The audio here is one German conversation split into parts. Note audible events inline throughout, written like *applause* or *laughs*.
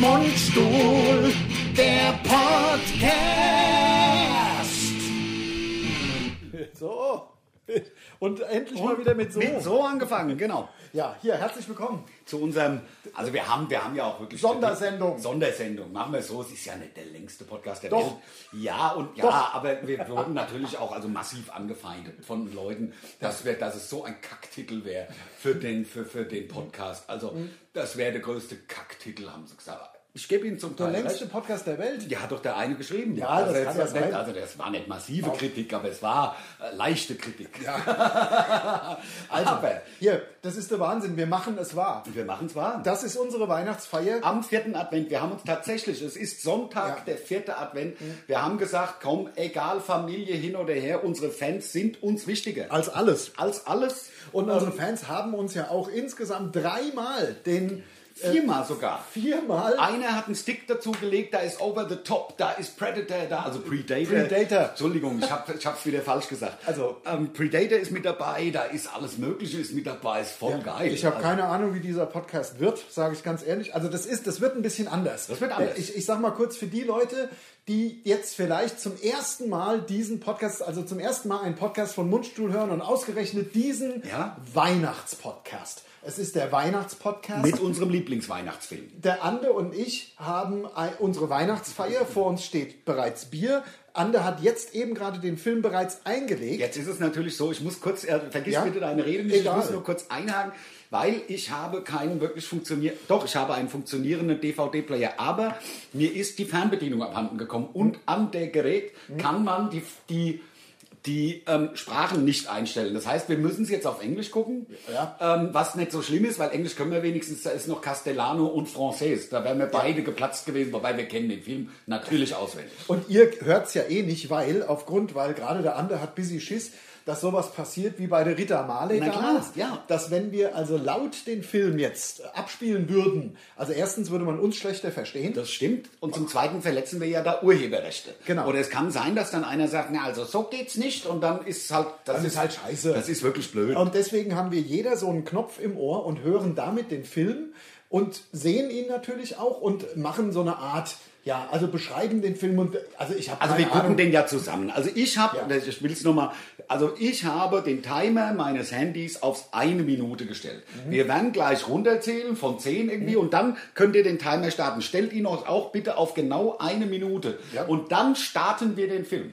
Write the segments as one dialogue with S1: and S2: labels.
S1: Mundstuhl, der Podcast.
S2: So. Und endlich mal wieder mit so.
S1: Mit so angefangen, genau.
S2: Ja, hier, herzlich willkommen.
S1: Zu unserem, also wir haben, wir haben ja auch wirklich.
S2: Sondersendung.
S1: Sondersendung, machen wir es so. Es ist ja nicht der längste Podcast der
S2: Doch.
S1: Welt. Ja, und ja,
S2: Doch.
S1: aber wir wurden natürlich auch also massiv angefeindet von Leuten, dass, wir, dass es so ein Kacktitel wäre für den, für, für den Podcast. Also, das wäre der größte Kacktitel, haben sie gesagt. Ich gebe Ihnen zum
S2: Der
S1: Teil. recht.
S2: längste Podcast der Welt.
S1: Ja, hat doch der eine geschrieben.
S2: Ja,
S1: also
S2: das kann ja
S1: jetzt,
S2: sein.
S1: nicht, also das war nicht massive Kritik, aber es war äh, leichte Kritik. also, aber
S2: Hier, das ist der Wahnsinn. Wir machen es wahr.
S1: *laughs* wir machen es wahr.
S2: Das ist unsere Weihnachtsfeier.
S1: Am vierten Advent, wir haben uns tatsächlich, es ist Sonntag,
S2: Ja. Mhm.
S1: der vierte Advent, wir haben gesagt, komm, egal Familie hin oder her, unsere Fans sind uns wichtiger
S2: Als alles.
S1: als alles
S2: Und unsere Fans haben uns ja auch insgesamt dreimal den
S1: viermal sogar.
S2: Äh, viermal
S1: Einer hat einen Stick dazu gelegt, da ist Over the Top, da ist Predator, da also Predator.
S2: Predator.
S1: Entschuldigung, ich habe ich hab's wieder falsch gesagt.
S2: Also-
S1: ähm, Predator ist mit dabei, da ist alles Mögliche ist mit dabei, ist voll geil. Also-
S2: Ich habe keine Ahnung, wie dieser Podcast wird, sage ich ganz ehrlich. Also das ist, das wird ein bisschen anders.
S1: Das wird anders.
S2: Ich, ich sag mal kurz für die Leute, die jetzt vielleicht zum ersten Mal diesen Podcast, also zum ersten Mal einen Podcast von Mundstuhl hören und ausgerechnet diesen
S1: Ja.
S2: Weihnachtspodcast. Es ist der Weihnachtspodcast.
S1: mit unserem Lieblingsweihnachtsfilm.
S2: Der Ande und ich haben ein, unsere Weihnachtsfeier. Vor uns steht bereits Bier. Ande hat jetzt eben gerade den Film bereits eingelegt.
S1: Jetzt ist es natürlich so, ich muss kurz, äh, vergiss
S2: Ja?
S1: bitte deine Rede nicht,
S2: Egal.
S1: ich muss nur kurz einhaken, weil ich habe keinen wirklich funktionierenden, doch, ich habe einen funktionierenden DVD-Player, aber mir ist die Fernbedienung abhanden gekommen und an der Gerät kann man die, die, die ähm, Sprachen nicht einstellen. Das heißt, wir müssen es jetzt auf Englisch gucken,
S2: Ja.
S1: ähm, was nicht so schlimm ist, weil Englisch können wir wenigstens, da ist noch Castellano und Französisch, da wären wir beide geplatzt gewesen, wobei wir kennen den Film natürlich auswendig.
S2: Und ihr hört es ja eh nicht, weil, aufgrund, weil gerade der andere hat busy Schiss, dass sowas passiert wie bei der Rita Marley
S1: Na klar,
S2: damals.
S1: ja.
S2: Dass wenn wir also laut den Film jetzt abspielen würden, also erstens würde man uns schlechter verstehen.
S1: Das stimmt. Und zum Zweiten verletzen wir ja da Urheberrechte.
S2: Genau.
S1: Oder es kann sein, dass dann einer sagt, na also so geht's nicht und dann ist halt das
S2: Dann ist halt scheiße.
S1: Das ist wirklich blöd.
S2: Und deswegen haben wir jeder so einen Knopf im Ohr und hören damit den Film und sehen ihn natürlich auch und machen so eine Art, ja, also beschreiben den Film und also ich habe
S1: also wir
S2: keine
S1: gucken
S2: Ahnung.
S1: den ja zusammen. Also ich habe,
S2: Ja.
S1: ich will es nochmal, also ich habe den Timer meines Handys auf eine Minute gestellt.
S2: Mhm.
S1: Wir werden gleich runterzählen von zehn irgendwie und dann könnt ihr den Timer starten. Stellt ihn auch, auch bitte auf genau eine Minute.
S2: Ja.
S1: Und dann starten wir den Film.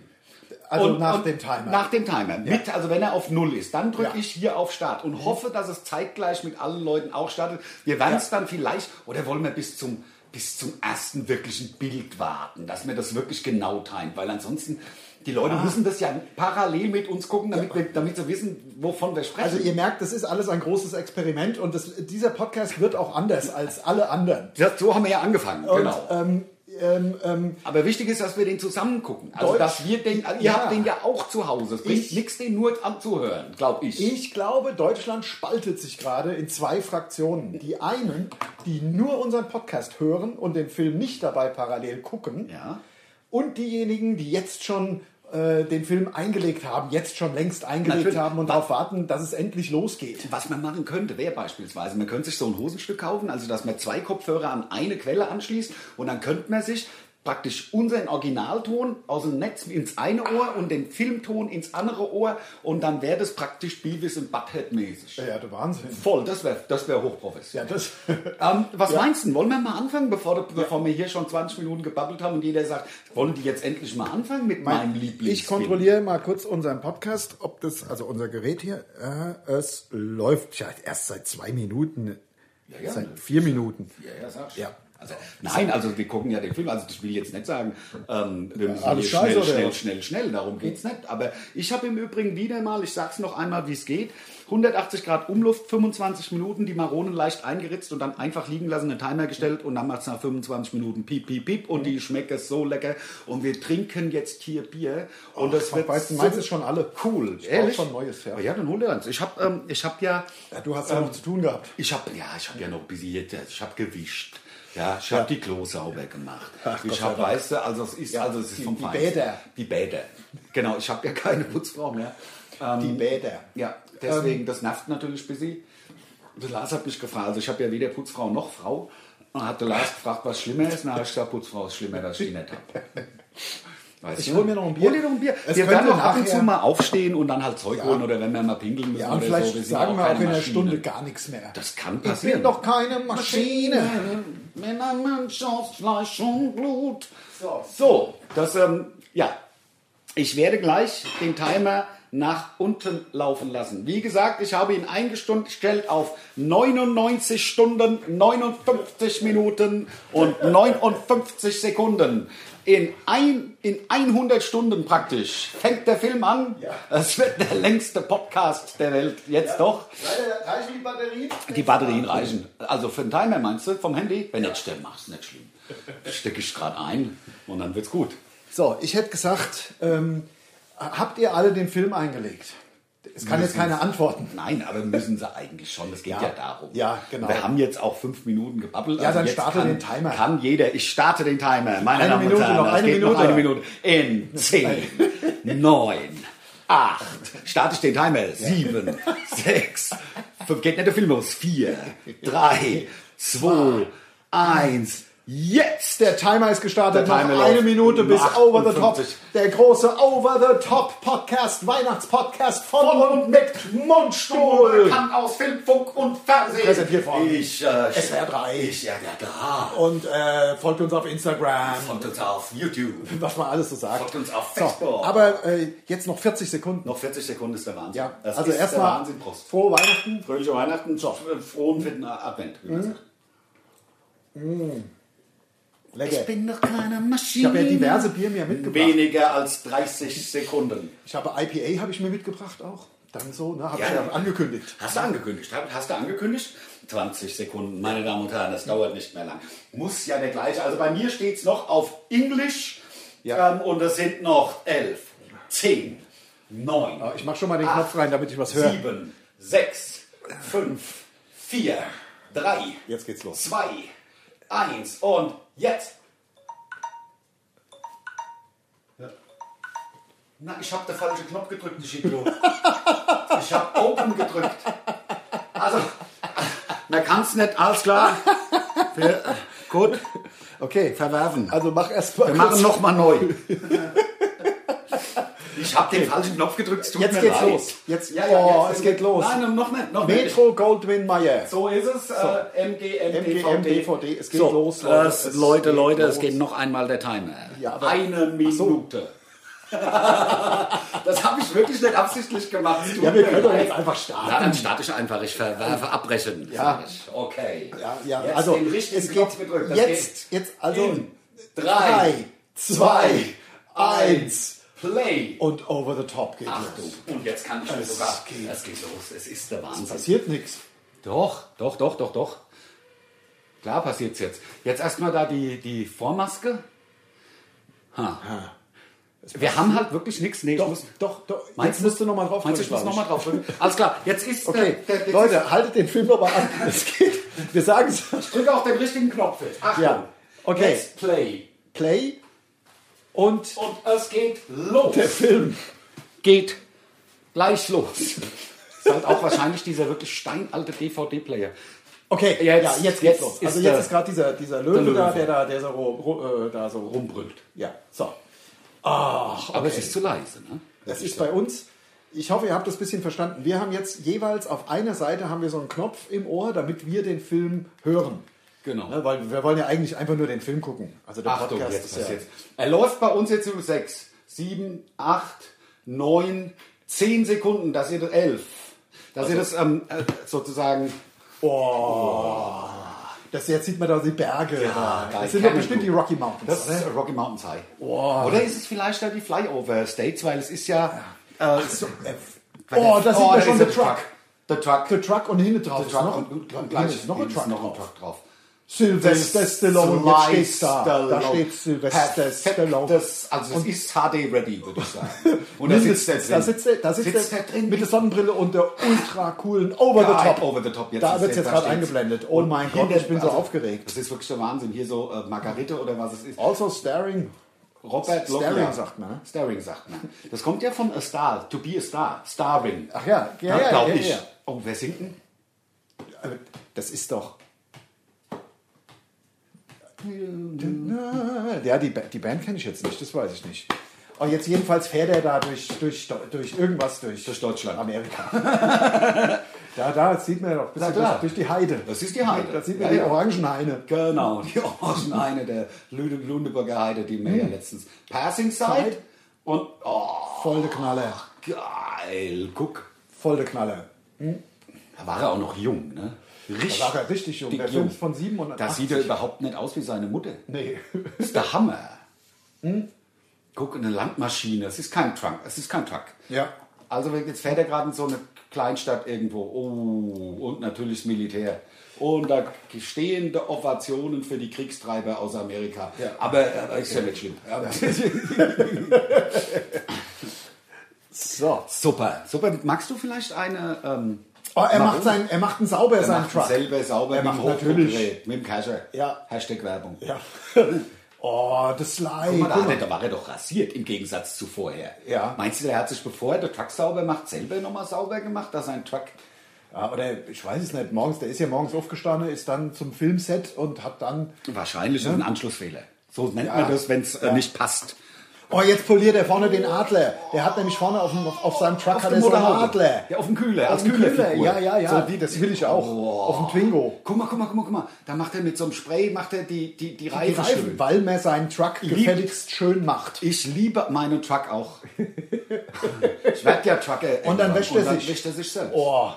S2: also nach dem Timer.
S1: Nach dem Timer. Mit, also wenn er auf Null ist, dann drücke
S2: Ja. Mhm.
S1: ich hier auf Start und hoffe, dass es zeitgleich mit allen Leuten auch startet. Wir werden es dann vielleicht, oder wollen wir bis zum, bis zum ersten wirklichen Bild warten, dass wir das wirklich genau timen, weil ansonsten die Leute
S2: Ah.
S1: müssen das ja parallel mit uns gucken, damit, wir, damit sie wissen, wovon wir sprechen.
S2: also ihr merkt, das ist alles ein großes Experiment und das, dieser Podcast wird auch anders als alle anderen.
S1: das, so haben wir ja angefangen, genau.
S2: Ähm, ähm, ähm,
S1: Aber wichtig ist, dass wir den zusammen gucken. Also,
S2: Deutsch-
S1: dass wir den, ihr
S2: Ja.
S1: habt den ja auch zu Hause. Es bringt
S2: Ich-
S1: nichts, den nur anzuhören, glaube ich.
S2: ich glaube, Deutschland spaltet sich gerade in zwei Fraktionen. Die einen, die nur unseren Podcast hören und den Film nicht dabei parallel gucken.
S1: Ja.
S2: Und diejenigen, die jetzt schon äh, den Film eingelegt haben, jetzt schon längst eingelegt
S1: Natürlich.
S2: haben und darauf warten, dass es endlich losgeht.
S1: Was man machen könnte, wäre beispielsweise, man könnte sich so ein Hosenstück kaufen, also dass man zwei Kopfhörer an eine Quelle anschließt und dann könnte man sich praktisch unseren Originalton aus dem Netz ins eine Ohr und den Filmton ins andere Ohr und dann wäre das praktisch Beavis und Butthead mäßig.
S2: Ja, der Wahnsinn.
S1: Voll, das wäre das wär hochprofessionell.
S2: Ja, das. *laughs*
S1: Ähm, was meinst du? Wollen wir mal anfangen, bevor, du- bevor wir hier schon 20 Minuten gebabbelt haben und jeder sagt, wollen die jetzt endlich mal anfangen mit meinem Lieblingsfilm?
S2: Ich kontrolliere mal kurz unseren Podcast, ob das, also unser Gerät hier, äh, es läuft ja erst seit zwei Minuten,
S1: ja,
S2: seit
S1: ne.
S2: vier Minuten.
S1: Ja, ja, sag's.
S2: Ja.
S1: Also, nein, also wir gucken ja den Film. Also ich will jetzt nicht sagen, ähm, wir müssen
S2: alles
S1: hier
S2: scheiße
S1: schnell,
S2: oder
S1: schnell,
S2: was?
S1: schnell, schnell. Darum geht's nicht. Aber ich habe im Übrigen wieder mal, ich sag's noch einmal, wie es geht: 180 Grad Umluft, 25 Minuten, die Maronen leicht eingeritzt und dann einfach liegen lassen, einen Timer gestellt und dann macht's nach 25 Minuten piep, piep, piep und die schmeckt es so lecker und wir trinken jetzt hier Bier und das wird
S2: Weißt du,
S1: so
S2: meins ist schon alle. Cool, ich brauch
S1: ehrlich. Oh
S2: schon neues, ja. Ähm,
S1: ja. ja, dann hol dir eins. Ich habe, ähm, ich habe ja
S2: ja. Du hast ja noch zu tun gehabt.
S1: ich habe ja, ich habe ja noch bis jetzt, ich habe gewischt. Ja, ich habe die Klo sauber gemacht.
S2: Ach, Gott
S1: ich
S2: sei
S1: habe,
S2: Dank.
S1: weißt du, also es ist, also es ist
S2: die-
S1: vom
S2: die
S1: Feinsten.
S2: Bäder.
S1: Die Bäder. Genau, ich habe ja keine Putzfrau mehr. Ähm,
S2: Die Bäder.
S1: ja,
S2: Ähm.
S1: deswegen, das nervt natürlich ein bisschen. Der Lars hat mich gefragt, also ich habe ja weder Putzfrau noch Frau. Und hat der Lars gefragt, was schlimmer ist. Na, habe ich gesagt, Putzfrau ist schlimmer, dass ich die nicht habe. Weißt
S2: Ich
S1: du?
S2: hol mir noch ein Bier.
S1: Hol dir noch ein Bier.
S2: Es
S1: wir
S2: könnte
S1: werden doch ab und
S2: nachher-
S1: zu mal aufstehen und dann halt Zeug
S2: Ja.
S1: holen oder wenn wir mal pinkeln müssen
S2: Ja,
S1: oder
S2: und vielleicht
S1: so. sind
S2: sagen wir auch
S1: keine
S2: in einer
S1: Maschinen.
S2: Stunde gar nichts mehr.
S1: Das kann
S2: Ich
S1: passieren.
S2: bin doch keine Maschine.
S1: Wenn ein Mensch aus Fleisch und Blut. So, so das, ähm, ja. Ich werde gleich den Timer nach unten laufen lassen. Wie gesagt, ich habe ihn eingestellt auf 99 Stunden, 59 Minuten *laughs* und 59 Sekunden. In, ein, in 100 Stunden praktisch fängt der Film an. Es wird der längste Podcast der Welt jetzt doch.
S2: Leider reichen die Batterien.
S1: Die Batterien reichen. Also für den Timer meinst du, vom Handy? Wenn nicht stimmt, mach's nicht schlimm. Stecke ich gerade ein und dann wird's gut.
S2: So, ich hätte gesagt, ähm, habt ihr alle den Film eingelegt? Es kann jetzt keine antworten.
S1: Nein, aber müssen sie eigentlich schon. Es geht ja,
S2: Ja.
S1: darum.
S2: Ja, genau.
S1: Wir haben jetzt auch fünf Minuten gebabbelt. Also
S2: Ja, dann
S1: jetzt
S2: starte
S1: kann,
S2: den Timer.
S1: Kann jeder. Ich starte den Timer. Meine
S2: Eine
S1: Damen
S2: Minute
S1: und Herren,
S2: noch,
S1: es
S2: eine
S1: geht noch
S2: Minute.
S1: eine Minute. In zehn, neun, acht. Starte ich den Timer. Sieben, sechs, fünf. Geht nicht der Film los. Vier, drei, zwei, eins. Jetzt!
S2: Der Timer ist
S1: Der
S2: gestartet. Noch
S1: Timer
S2: eine
S1: läuft. Um
S2: Minute bis Over the Top.
S1: 58.
S2: Der große Over the Top Podcast, Weihnachtspodcast von, und mit Mundstuhl.
S1: Bekannt aus Film, Funk und Fernsehen.
S2: Präsentiert von
S1: Ich, äh,
S2: SWR 3.
S1: Ich, ja, ja, da.
S2: Und äh, folgt uns auf Instagram.
S1: Kommt uns auf YouTube.
S2: Was man alles so sagt.
S1: Folgt uns auf
S2: So,
S1: Facebook.
S2: aber äh, jetzt noch 40 Sekunden.
S1: Noch 40 Sekunden ist der Wahnsinn.
S2: Ja,
S1: das
S2: also
S1: ist der
S2: erstmal
S1: Wahnsinn. Prost.
S2: frohe Weihnachten.
S1: Fröhliche Weihnachten, Mhm. frohen vierten Advent. wie man sagt.
S2: Lecker.
S1: bin doch keine Maschine.
S2: Ich habe ja diverse Bier mir mitgebracht.
S1: Weniger als 30 Sekunden.
S2: Ich habe IPA habe ich mir mitgebracht auch. Dann so, ne, habe
S1: Ja,
S2: ich ja
S1: ja.
S2: angekündigt.
S1: Hast du angekündigt? Hab- Hast du angekündigt? 20 Sekunden, meine Damen und Herren, das dauert nicht mehr lang. Muss ja der gleiche. Also bei mir steht es noch auf Englisch
S2: Ja.
S1: ähm, und das sind noch 11, 10, 9,
S2: Ah, Ich mache schon mal den Knopf rein, damit ich was höre.
S1: 7, 6, 5, 4, 3,
S2: Jetzt geht's los.
S1: 2, 1 und jetzt. Na, ich habe den falschen Knopf gedrückt, ich
S2: *laughs*
S1: Idiot. Ich habe Open gedrückt.
S2: *laughs*
S1: Also, man kann es nicht, alles klar.
S2: *laughs*
S1: Wir, gut,
S2: Okay,
S1: verwerfen.
S2: also mach erst mal
S1: Wir
S2: kurz-
S1: machen nochmal neu. *laughs* Ich habe den falschen Knopf gedrückt, es tut
S2: Jetzt
S1: mir
S2: geht's
S1: leid.
S2: los. Jetzt-
S1: ja,
S2: oh,
S1: ja, jetzt
S2: es geht los.
S1: Nein, noch nicht. Noch nicht.
S2: Metro Goldwyn Mayer.
S1: So ist es. Äh, MGM,
S2: MGM,
S1: DVD.
S2: DVD. Es geht
S1: so,
S2: los, Leute.
S1: Leute,
S2: Es
S1: Leute,
S2: geht
S1: Leute
S2: los.
S1: es geht noch einmal der Timer.
S2: Ja, aber-
S1: Eine Minute. das habe ich wirklich nicht absichtlich gemacht. Es tut
S2: Ja, wir
S1: mir
S2: können doch
S1: leid.
S2: jetzt einfach starten.
S1: Ja, dann starte ich einfach. Ich verwerfe abbrechen. sag ich. Okay.
S2: Ja, ja,
S1: Jetzt
S2: also
S1: den richtigen
S2: es
S1: Knopf
S2: geht
S1: gedrückt. Das
S2: jetzt,
S1: geht
S2: jetzt also
S1: in drei, zwei, eins, Play.
S2: und over the top geht
S1: Achtung.
S2: los.
S1: Und jetzt kann ich mir
S2: Oh. Es
S1: sogar.
S2: geht.
S1: Es geht los. Es ist der Wahnsinn.
S2: Passiert nichts.
S1: Doch, doch, doch, doch, doch. Klar passiert's jetzt. Jetzt erstmal da die, die Vormaske. Ha. Wir haben halt wirklich nichts. Nee, ich
S2: Doch,
S1: muss-
S2: doch, doch.
S1: Meinst
S2: jetzt musst du nochmal drauf
S1: Meinst du, ich muss nochmal drauf drücken? Alles klar, jetzt ist äh,
S2: Okay,
S1: der, der,
S2: Leute, haltet den Film nochmal an. Es geht. Wir sagen es.
S1: Ich drücke auch den richtigen Knopf jetzt. Achtung.
S2: Ja, okay.
S1: Let's play.
S2: Play und
S1: Und es geht los.
S2: der Film.
S1: geht gleich los. ist halt auch wahrscheinlich dieser wirklich steinalte DVD-Player.
S2: Okay,
S1: Jetzt-
S2: ja, jetzt geht's
S1: jetzt
S2: los.
S1: ist
S2: Also
S1: der-
S2: jetzt ist gerade dieser, dieser Löwe,
S1: Löwe.
S2: da, der da, der so, ro- ro- äh, da so rum.
S1: Rumbrüllt.
S2: Ja, so.
S1: Aber es ist zu leise, ne?
S2: Das ist bei uns. Ich hoffe, ihr habt das ein bisschen verstanden. Wir haben jetzt jeweils auf einer Seite haben wir so einen Knopf im Ohr, damit wir den Film hören.
S1: Genau.
S2: Ne, weil wir wollen ja eigentlich einfach nur den Film gucken. Also der
S1: Achtung,
S2: Podcast
S1: jetzt
S2: ist ja.
S1: passiert's. Er läuft bei uns jetzt um über 6, 7, 8, 9, 10 Sekunden, dass ihr das 11, dass
S2: Also-
S1: ihr das ähm, äh, sozusagen
S2: Das, jetzt sieht man da die Berge. da.
S1: geil,
S2: Das sind doch
S1: Canyon
S2: bestimmt die
S1: Group.
S2: Rocky Mountains.
S1: das ist
S2: oder?
S1: äh, Rocky Mountains High. Oder ist es vielleicht da die Flyover States, weil es ist ja äh, weil
S2: Also, oh,
S1: der-
S2: da sieht man
S1: ist
S2: schon
S1: ja
S2: den
S1: der
S2: Truck.
S1: Der Truck.
S2: Der Truck und hinten drauf
S1: Der
S2: ist
S1: Truck
S2: noch,
S1: und, und, und
S2: hinten
S1: gleich
S2: ist noch ein Truck
S1: noch ein
S2: drauf.
S1: Truck drauf.
S2: Sylvester
S1: Das
S2: Stallone, jetzt
S1: Sly
S2: steht's da. Da
S1: Stallone.
S2: steht Sylvester
S1: Perfekt,
S2: Stallone.
S1: Das, also das ist HD-ready, würde ich
S2: *laughs*
S1: sagen. Und da sitzt der drin.
S2: da sitzt der, da sitzt der
S1: drin.
S2: mit der Sonnenbrille und der ultra coolen Over the
S1: Geil,
S2: Top.
S1: Over the top. Jetzt
S2: da
S1: ist
S2: wird jetzt
S1: da
S2: gerade
S1: steht's.
S2: eingeblendet. Oh
S1: Und
S2: mein
S1: hier
S2: Gott,
S1: der-
S2: ich bin so
S1: also,
S2: aufgeregt.
S1: Das ist wirklich der Wahnsinn. Hier so äh, Margarite oder was es ist.
S2: Also staring.
S1: Robert
S2: Staring
S1: Lockner.
S2: sagt man, ne?
S1: Staring Oh, sagt man. Das kommt ja von A Star, To Be a Star, Starring.
S2: Ach ja, ja,
S1: Na,
S2: ja,
S1: glaub
S2: ja,
S1: ich.
S2: ja.
S1: Oh, wer singt denn?
S2: Das ist doch. Ja, die, Ba- die Band kenne ich jetzt nicht, das weiß ich nicht. Aber jetzt jedenfalls fährt er da durch, durch, durch irgendwas, durch,
S1: Durch Deutschland.
S2: Amerika. *laughs* da, da, das sieht man ja noch. Bisschen
S1: Na klar.
S2: Durch, durch die Heide.
S1: Das ist die Heide.
S2: Da sieht man
S1: Ja,
S2: die
S1: ja.
S2: Orangenhaine.
S1: Genau, *laughs* die Orangenhaine der Lüde- Lüneburger Heide, die wir ja letztens. Passing Hm. Side und oh,
S2: Voll der Knaller.
S1: geil, guck.
S2: Voll der Knaller.
S1: Da war er auch noch jung, ne? Richtig.
S2: Da war er richtig jung. Der Film ist von 87.
S1: Das sieht er überhaupt nicht aus wie seine Mutter.
S2: Nee.
S1: Das ist der Hammer. Hm? Guck, eine Landmaschine. Es ist kein Truck. Es ist kein Truck.
S2: Ja.
S1: Also jetzt fährt er gerade in so eine Kleinstadt irgendwo. Oh, und natürlich das Militär. Und da stehende Ovationen für die Kriegstreiber aus Amerika.
S2: Ja.
S1: Aber, aber ist ja nicht schlimm. Aber-
S2: So.
S1: Super. Super. Magst du vielleicht eine... Ähm,
S2: Oh, er,
S1: Warum?
S2: macht sein, er macht einen sauber,
S1: er
S2: seinen
S1: macht ihn
S2: Truck.
S1: selber sauber
S2: Er
S1: mit
S2: macht
S1: dem
S2: natürlich.
S1: Hochdruckgerät, mit dem Kescher.
S2: Ja.
S1: Hashtag Werbung.
S2: Ja. *laughs* oh, das Leid.
S1: Guck mal, da, hat er, da war er doch rasiert im Gegensatz zu vorher.
S2: Ja.
S1: Meinst du, der hat sich, bevor er den Truck sauber macht, selber nochmal sauber gemacht, dass sein Truck.
S2: Ja, oder ich weiß es nicht, morgens, der ist ja morgens aufgestanden, ist dann zum Filmset und hat dann.
S1: Wahrscheinlich ist ein Anschlussfehler. So nennt man das, wenn es äh, nicht passt.
S2: Oh, jetzt poliert er vorne den Adler. Der hat nämlich vorne auf, dem, auf seinem Truck hat er so einen Adler.
S1: Ja, auf dem Kühler.
S2: Auf
S1: Als
S2: dem Kühler,
S1: Kühlerfigur.
S2: ja, ja, ja.
S1: So,
S2: die, das will ich auch.
S1: Oh.
S2: Auf dem Twingo.
S1: guck mal, guck mal, guck mal, guck mal. Da macht er mit so einem Spray, macht er die, die, die
S2: Die
S1: Reifen.
S2: Reifen,
S1: schön.
S2: weil man seinen Truck gefälligst schön macht.
S1: Ich liebe meinen Truck *laughs* auch. ich werde ja Trucker.
S2: Und dann
S1: irgendwann.
S2: wäscht er
S1: Und dann
S2: sich.
S1: wäscht er sich selbst.
S2: Oh,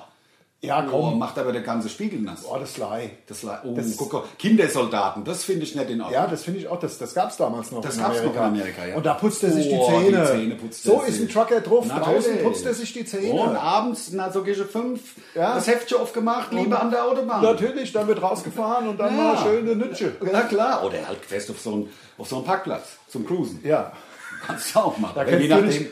S2: ja,
S1: Oh,
S2: komm.
S1: macht aber der ganze Spiegel nass.
S2: Oh, das Lei.
S1: Das, la- oh,
S2: Das-
S1: guck, mal, Kindersoldaten, das finde ich nicht in Ordnung.
S2: Ja, das finde ich auch, das, das gab es damals noch.
S1: Das
S2: in
S1: gab's
S2: Amerika.
S1: noch in Amerika, ja.
S2: Und da putzt er sich die
S1: Oh,
S2: Zähne.
S1: die Zähne putzt er
S2: so
S1: sich.
S2: ist ein Trucker drauf.
S1: Natürlich.
S2: Draußen putzt er sich die Zähne.
S1: Und abends, na, so gegen fünf,
S2: Ja.
S1: das Heftchen aufgemacht, Liebe an der Autobahn.
S2: Natürlich, dann wird rausgefahren und dann
S1: Ja.
S2: mal schöne Nütsche.
S1: Ja, klar. Oder halt fest auf so einen, auf so einen Parkplatz zum Cruisen.
S2: Ja.
S1: Kannst du auch machen.
S2: Da
S1: Weil
S2: kennst
S1: je
S2: du
S1: nachdem,
S2: dich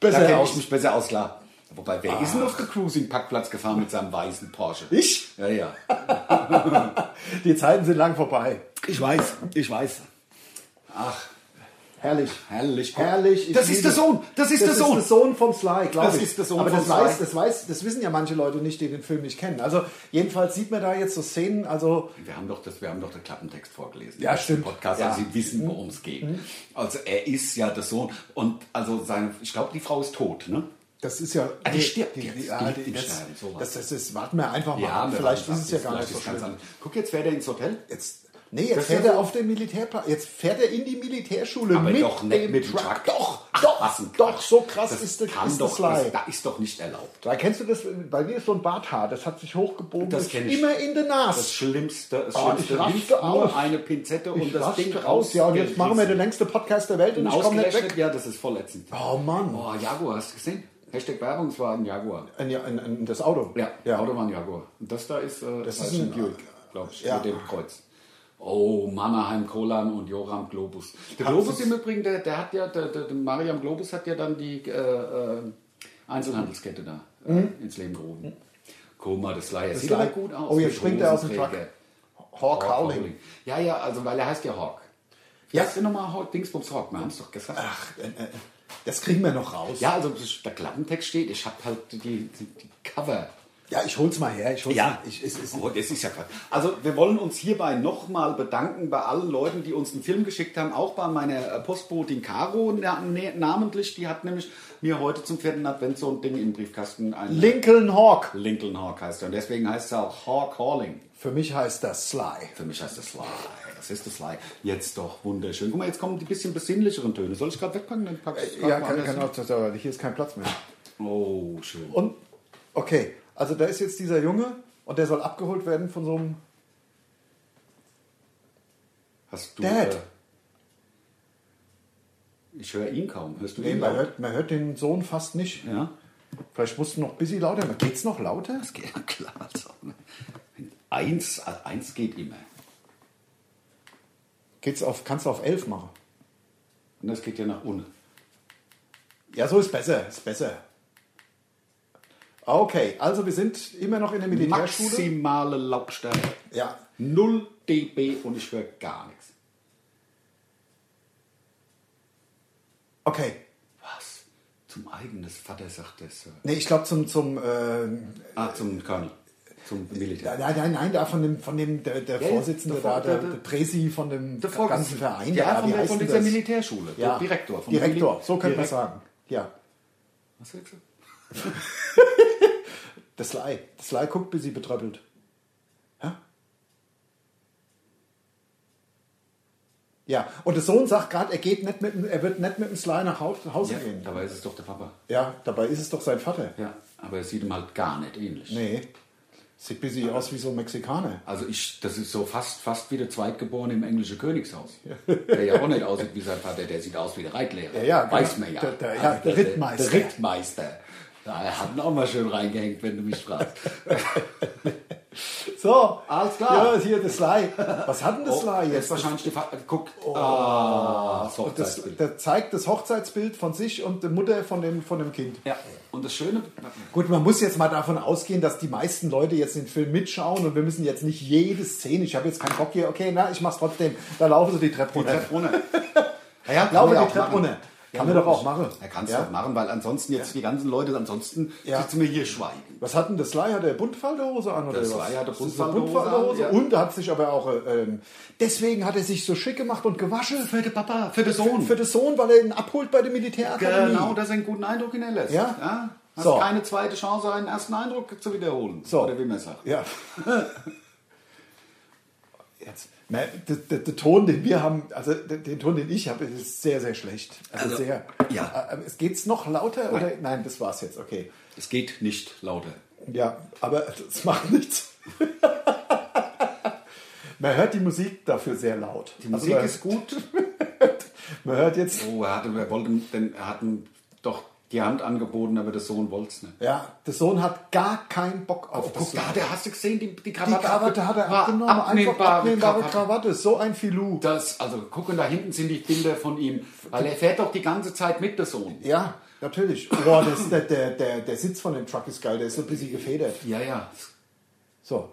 S2: besser
S1: da kenn
S2: aus.
S1: ich mich besser aus, klar. Wobei, wer ist denn auf den Cruising-Parkplatz gefahren mit seinem weißen Porsche?
S2: Ich?
S1: Ja, ja.
S2: Die Zeiten sind lang vorbei.
S1: Ich weiß, ich weiß.
S2: Herrlich.
S1: Herrlich.
S2: Herrlich. ich
S1: Oh, Das ist
S2: liebe-
S1: der Sohn. Das ist der Sohn.
S2: Das ist der Sohn vom Sly, glaube ich.
S1: Das ist der Sohn
S2: Aber
S1: vom
S2: das weiß,
S1: Sly.
S2: das weiß, das wissen ja manche Leute nicht, die den Film nicht kennen. Also jedenfalls sieht man da jetzt so Szenen, also
S1: Wir haben doch, das, wir haben doch den Klappentext vorgelesen.
S2: Ja, stimmt.
S1: Podcast,
S2: Ja. Mhm.
S1: also Sie wissen, worum es geht. Also er ist ja der Sohn und also seine, ich glaube, die Frau ist tot, ne?
S2: das ist ja.
S1: Ah, die stirbt
S2: die,
S1: jetzt.
S2: die,
S1: Die
S2: ja,
S1: liegt
S2: die,
S1: im
S2: das,
S1: Sterben, sowas.
S2: das, das ist, warten wir einfach mal. ab.
S1: wir
S2: Vielleicht
S1: haben
S2: ist es ja
S1: gesagt,
S2: gar
S1: vielleicht
S2: nicht so
S1: ist ganz
S2: schlimm.
S1: anders. Guck, jetzt fährt er ins Hotel.
S2: Jetzt, nee, jetzt
S1: Das
S2: fährt
S1: ist ja
S2: er
S1: so-
S2: auf den Militärplatz. Jetzt fährt er in die Militärschule
S1: Aber
S2: mit
S1: doch nicht
S2: dem
S1: mit dem
S2: Truck.
S1: Truck.
S2: Doch,
S1: Ach,
S2: doch,
S1: was ein
S2: doch,
S1: Quatsch.
S2: so krass
S1: Das
S2: ist das,
S1: kann
S2: ist das
S1: doch,
S2: Lei.
S1: das, da ist doch nicht erlaubt.
S2: Da kennst du das, bei mir ist so ein Barthaar, das hat sich hochgebogen,
S1: Das
S2: ist
S1: kenn ich.
S2: immer in der
S1: Das
S2: Nase.
S1: Schlimmste, das
S2: Oh, ich
S1: Schlimmste
S2: raste
S1: hilft
S2: aus.
S1: nur eine Pinzette und das Ding raus.
S2: raus. Ja, und jetzt machen wir den längsten Podcast der Welt und ich komme nicht
S1: Ausgerechnet,
S2: weg.
S1: ja, das ist vorletzend.
S2: Oh Mann,
S1: Oh, Jaguar, hast du gesehen? Hashtag Werbung, es war ein Jaguar.
S2: Ein, ein, ein, das Auto.
S1: Ja,
S2: ja.
S1: Autobahn Jaguar. Und das da ist, äh,
S2: Das
S1: das
S2: ist
S1: ist ein
S2: ein-
S1: Buick, glaube ich,
S2: Ja.
S1: mit dem Kreuz. Oh, Mannerheim Kolan und Joram Globus. Der Globus im Übrigen, der, der hat ja, der, der, der Mariam Globus hat ja dann die äh, äh, Einzelhandelskette da äh,
S2: Mhm.
S1: ins Leben gerufen. Guck mal, das Leier. Sieht aber
S2: Lei-
S1: gut aus.
S2: Oh, jetzt
S1: mit
S2: springt er aus dem
S1: Hosenträger.
S2: Truck. Hawk
S1: Hawk
S2: Howling.
S1: Oh, Howling. Ja, ja, also weil er heißt ja Hawk.
S2: Ja.
S1: Ja. Hast du nochmal Hawk, Dingsbums Hawk? Wir haben es doch gesagt.
S2: Ach, äh, äh, das kriegen wir noch raus.
S1: Ja, also das- der Klappentext steht, ich habe halt die, die, die Cover
S2: Ja, ich hol's mal her. Ich hol's
S1: Ja,
S2: Ich, es, es,
S1: oh, das ist ja Quatsch. Also wir wollen uns hierbei nochmal bedanken bei allen Leuten, die uns einen Film geschickt haben, auch bei meiner äh, Postbotin Caro na- ne- namentlich. Die hat nämlich mir heute zum vierten Advent so ein Ding im Briefkasten. Ein
S2: Lincoln Hawk.
S1: Lincoln Hawk heißt er. Und deswegen heißt er auch Hawk Hauling.
S2: Für mich heißt das Sly.
S1: Für mich heißt das Sly. Das ist das Sly. Jetzt doch wunderschön. Guck mal, jetzt kommen die bisschen besinnlicheren Töne. Soll ich gerade wegpacken? Dann pack ich
S2: Äh, Ja, kann, kann auch, das, aber hier ist kein Platz mehr.
S1: Oh, schön.
S2: Und, okay, also da ist jetzt dieser Junge und der soll abgeholt werden von so einem.
S1: Hast du...
S2: Dad.
S1: Äh, ich höre ihn kaum. Hörst du
S2: Nee,
S1: ihn?
S2: man,
S1: laut?
S2: hört, man hört den Sohn fast nicht.
S1: Ja.
S2: Vielleicht musst du noch ein bisschen lauter machen. Geht's noch lauter?
S1: Das geht ja *laughs* klar. Also, eins, also eins geht immer.
S2: Geht's auf, kannst du auf 11 machen?
S1: Und das geht ja nach unten.
S2: Ja, so ist besser. Ist besser. Okay, also wir sind immer noch in der Militärschule.
S1: Maximale Lautstärke.
S2: Ja,
S1: 0 dB und ich höre gar nichts.
S2: okay.
S1: Was? Zum eigenen Vater sagt das.
S2: Nee, ich glaube zum, zum äh,
S1: Ah, zum Colonel. zum Militär.
S2: Nein, nein, nein, da von dem, von dem der, der
S1: Ja, ja,
S2: Vorsitzende
S1: der
S2: da,
S1: Vor-
S2: der,
S1: der-
S2: der Presi von dem
S1: Der
S2: ganzen
S1: Vorgesetzte.
S2: Verein.
S1: Ja,
S2: da,
S1: von,
S2: wie
S1: der,
S2: heißt
S1: von
S2: denn
S1: dieser
S2: das?
S1: Militärschule.
S2: Ja.
S1: Der Direktor. Vom
S2: Direktor,
S1: Mili-
S2: so könnte
S1: Direkt-
S2: man sagen. Ja,
S1: Was hast du gesagt?
S2: das Lai. Das Lai guckt, bis sie betröppelt. Ja? Ja, und der Sohn sagt gerade, er geht nicht mit, dem- er wird nicht mit dem Sly nach Hau- nach Hause
S1: Ja,
S2: gehen.
S1: dabei ist es doch der Papa.
S2: Ja, dabei ist es doch sein Vater.
S1: Ja, aber es sieht ihm halt gar nicht ähnlich.
S2: Nee, sieht ein bisschen aus wie so ein Mexikaner.
S1: Also ich, das ist so fast, fast wie der Zweitgeborene im englischen Königshaus. Der ja auch nicht aussieht wie sein Vater, der sieht aus wie der Reitlehrer.
S2: Ja, ja,
S1: Weiß
S2: genau.
S1: man ja. Also
S2: Der- der- ja, der Rittmeister.
S1: Der Rittmeister. Da haben wir auch mal schön reingehängt, wenn du mich fragst.
S2: So,
S1: Alles klar. Oh,
S2: Ja, hier das Sly. Was hat denn *laughs* das Sly
S1: jetzt
S2: jetzt? Oh.
S1: wahrscheinlich die Fa Guckt. Ah, das
S2: Das,
S1: Hochzeitsbild.
S2: der zeigt das Hochzeitsbild von sich und der Mutter von dem, von dem Kind.
S1: Ja, und das Schöne,
S2: Gut, man muss jetzt mal davon ausgehen, dass die meisten Leute jetzt den Film mitschauen und wir müssen jetzt nicht jede Szene, ich habe jetzt keinen Bock hier, okay, na, ich mach's trotzdem. Da laufen sie die Treppe runter.
S1: Treppe Ja,
S2: Laufe
S1: kann man
S2: die
S1: auch
S2: Treppe
S1: machen.
S2: runter. Kann man
S1: logisch.
S2: doch auch machen.
S1: Er kann es
S2: Ja.
S1: doch machen, weil ansonsten jetzt die ganzen Leute, ansonsten
S2: Ja.
S1: sitzen wir hier schweigen.
S2: Was hat denn das Lai? Hat er Buntfalterhose an oder
S1: Das
S2: was?
S1: Lai hatte
S2: Ist das eine
S1: Buntfalterhose an, ja.
S2: Und er hat sich aber auch, äh, ähm, deswegen hat er sich so schick gemacht und gewaschen.
S1: Für den Papa, für den Sohn.
S2: Für den Sohn, weil er ihn abholt bei der Militärakademie.
S1: Genau, dass er einen guten Eindruck hinterlässt.
S2: Ja?
S1: Hast
S2: So.
S1: keine zweite Chance, einen ersten Eindruck zu wiederholen.
S2: So.
S1: Oder wie man sagt.
S2: Ja. Jetzt, ne, der, der, der Ton, den wir haben, also der, den Ton, den ich habe, ist sehr, sehr schlecht. Also,
S1: Also,
S2: sehr.
S1: ja.
S2: Äh, Es geht's noch lauter oder? Nein, das war's jetzt. Okay.
S1: Es geht nicht lauter.
S2: Ja, aber *laughs* es macht nichts. man hört die Musik dafür sehr laut. Also
S1: Die Musik ist gut.
S2: Man hört jetzt,
S1: Oh, er, hatte, er wollte denn, er hat ihm doch die Hand angeboten, aber der Sohn wollte es nicht.
S2: ja, der Sohn hat gar keinen Bock auf das.
S1: Oh, Guck, da hat er, hast du gesehen, die, die
S2: die
S1: Krawatte,
S2: Krawatte hat er
S1: war
S2: abgenommen.
S1: abnehmbare
S2: Einfach abnehmbare
S1: Krawatte.
S2: Krawatte. So ein Filou.
S1: Das, also guck, und da hinten sind die Bilder von ihm, weil er fährt doch die ganze Zeit mit, der Sohn.
S2: Ja,
S1: *coughs*
S2: natürlich. Boah, das, der, der, der, der Sitz von dem Truck ist geil, der ist so ein bisschen gefedert.
S1: Ja, ja.
S2: So.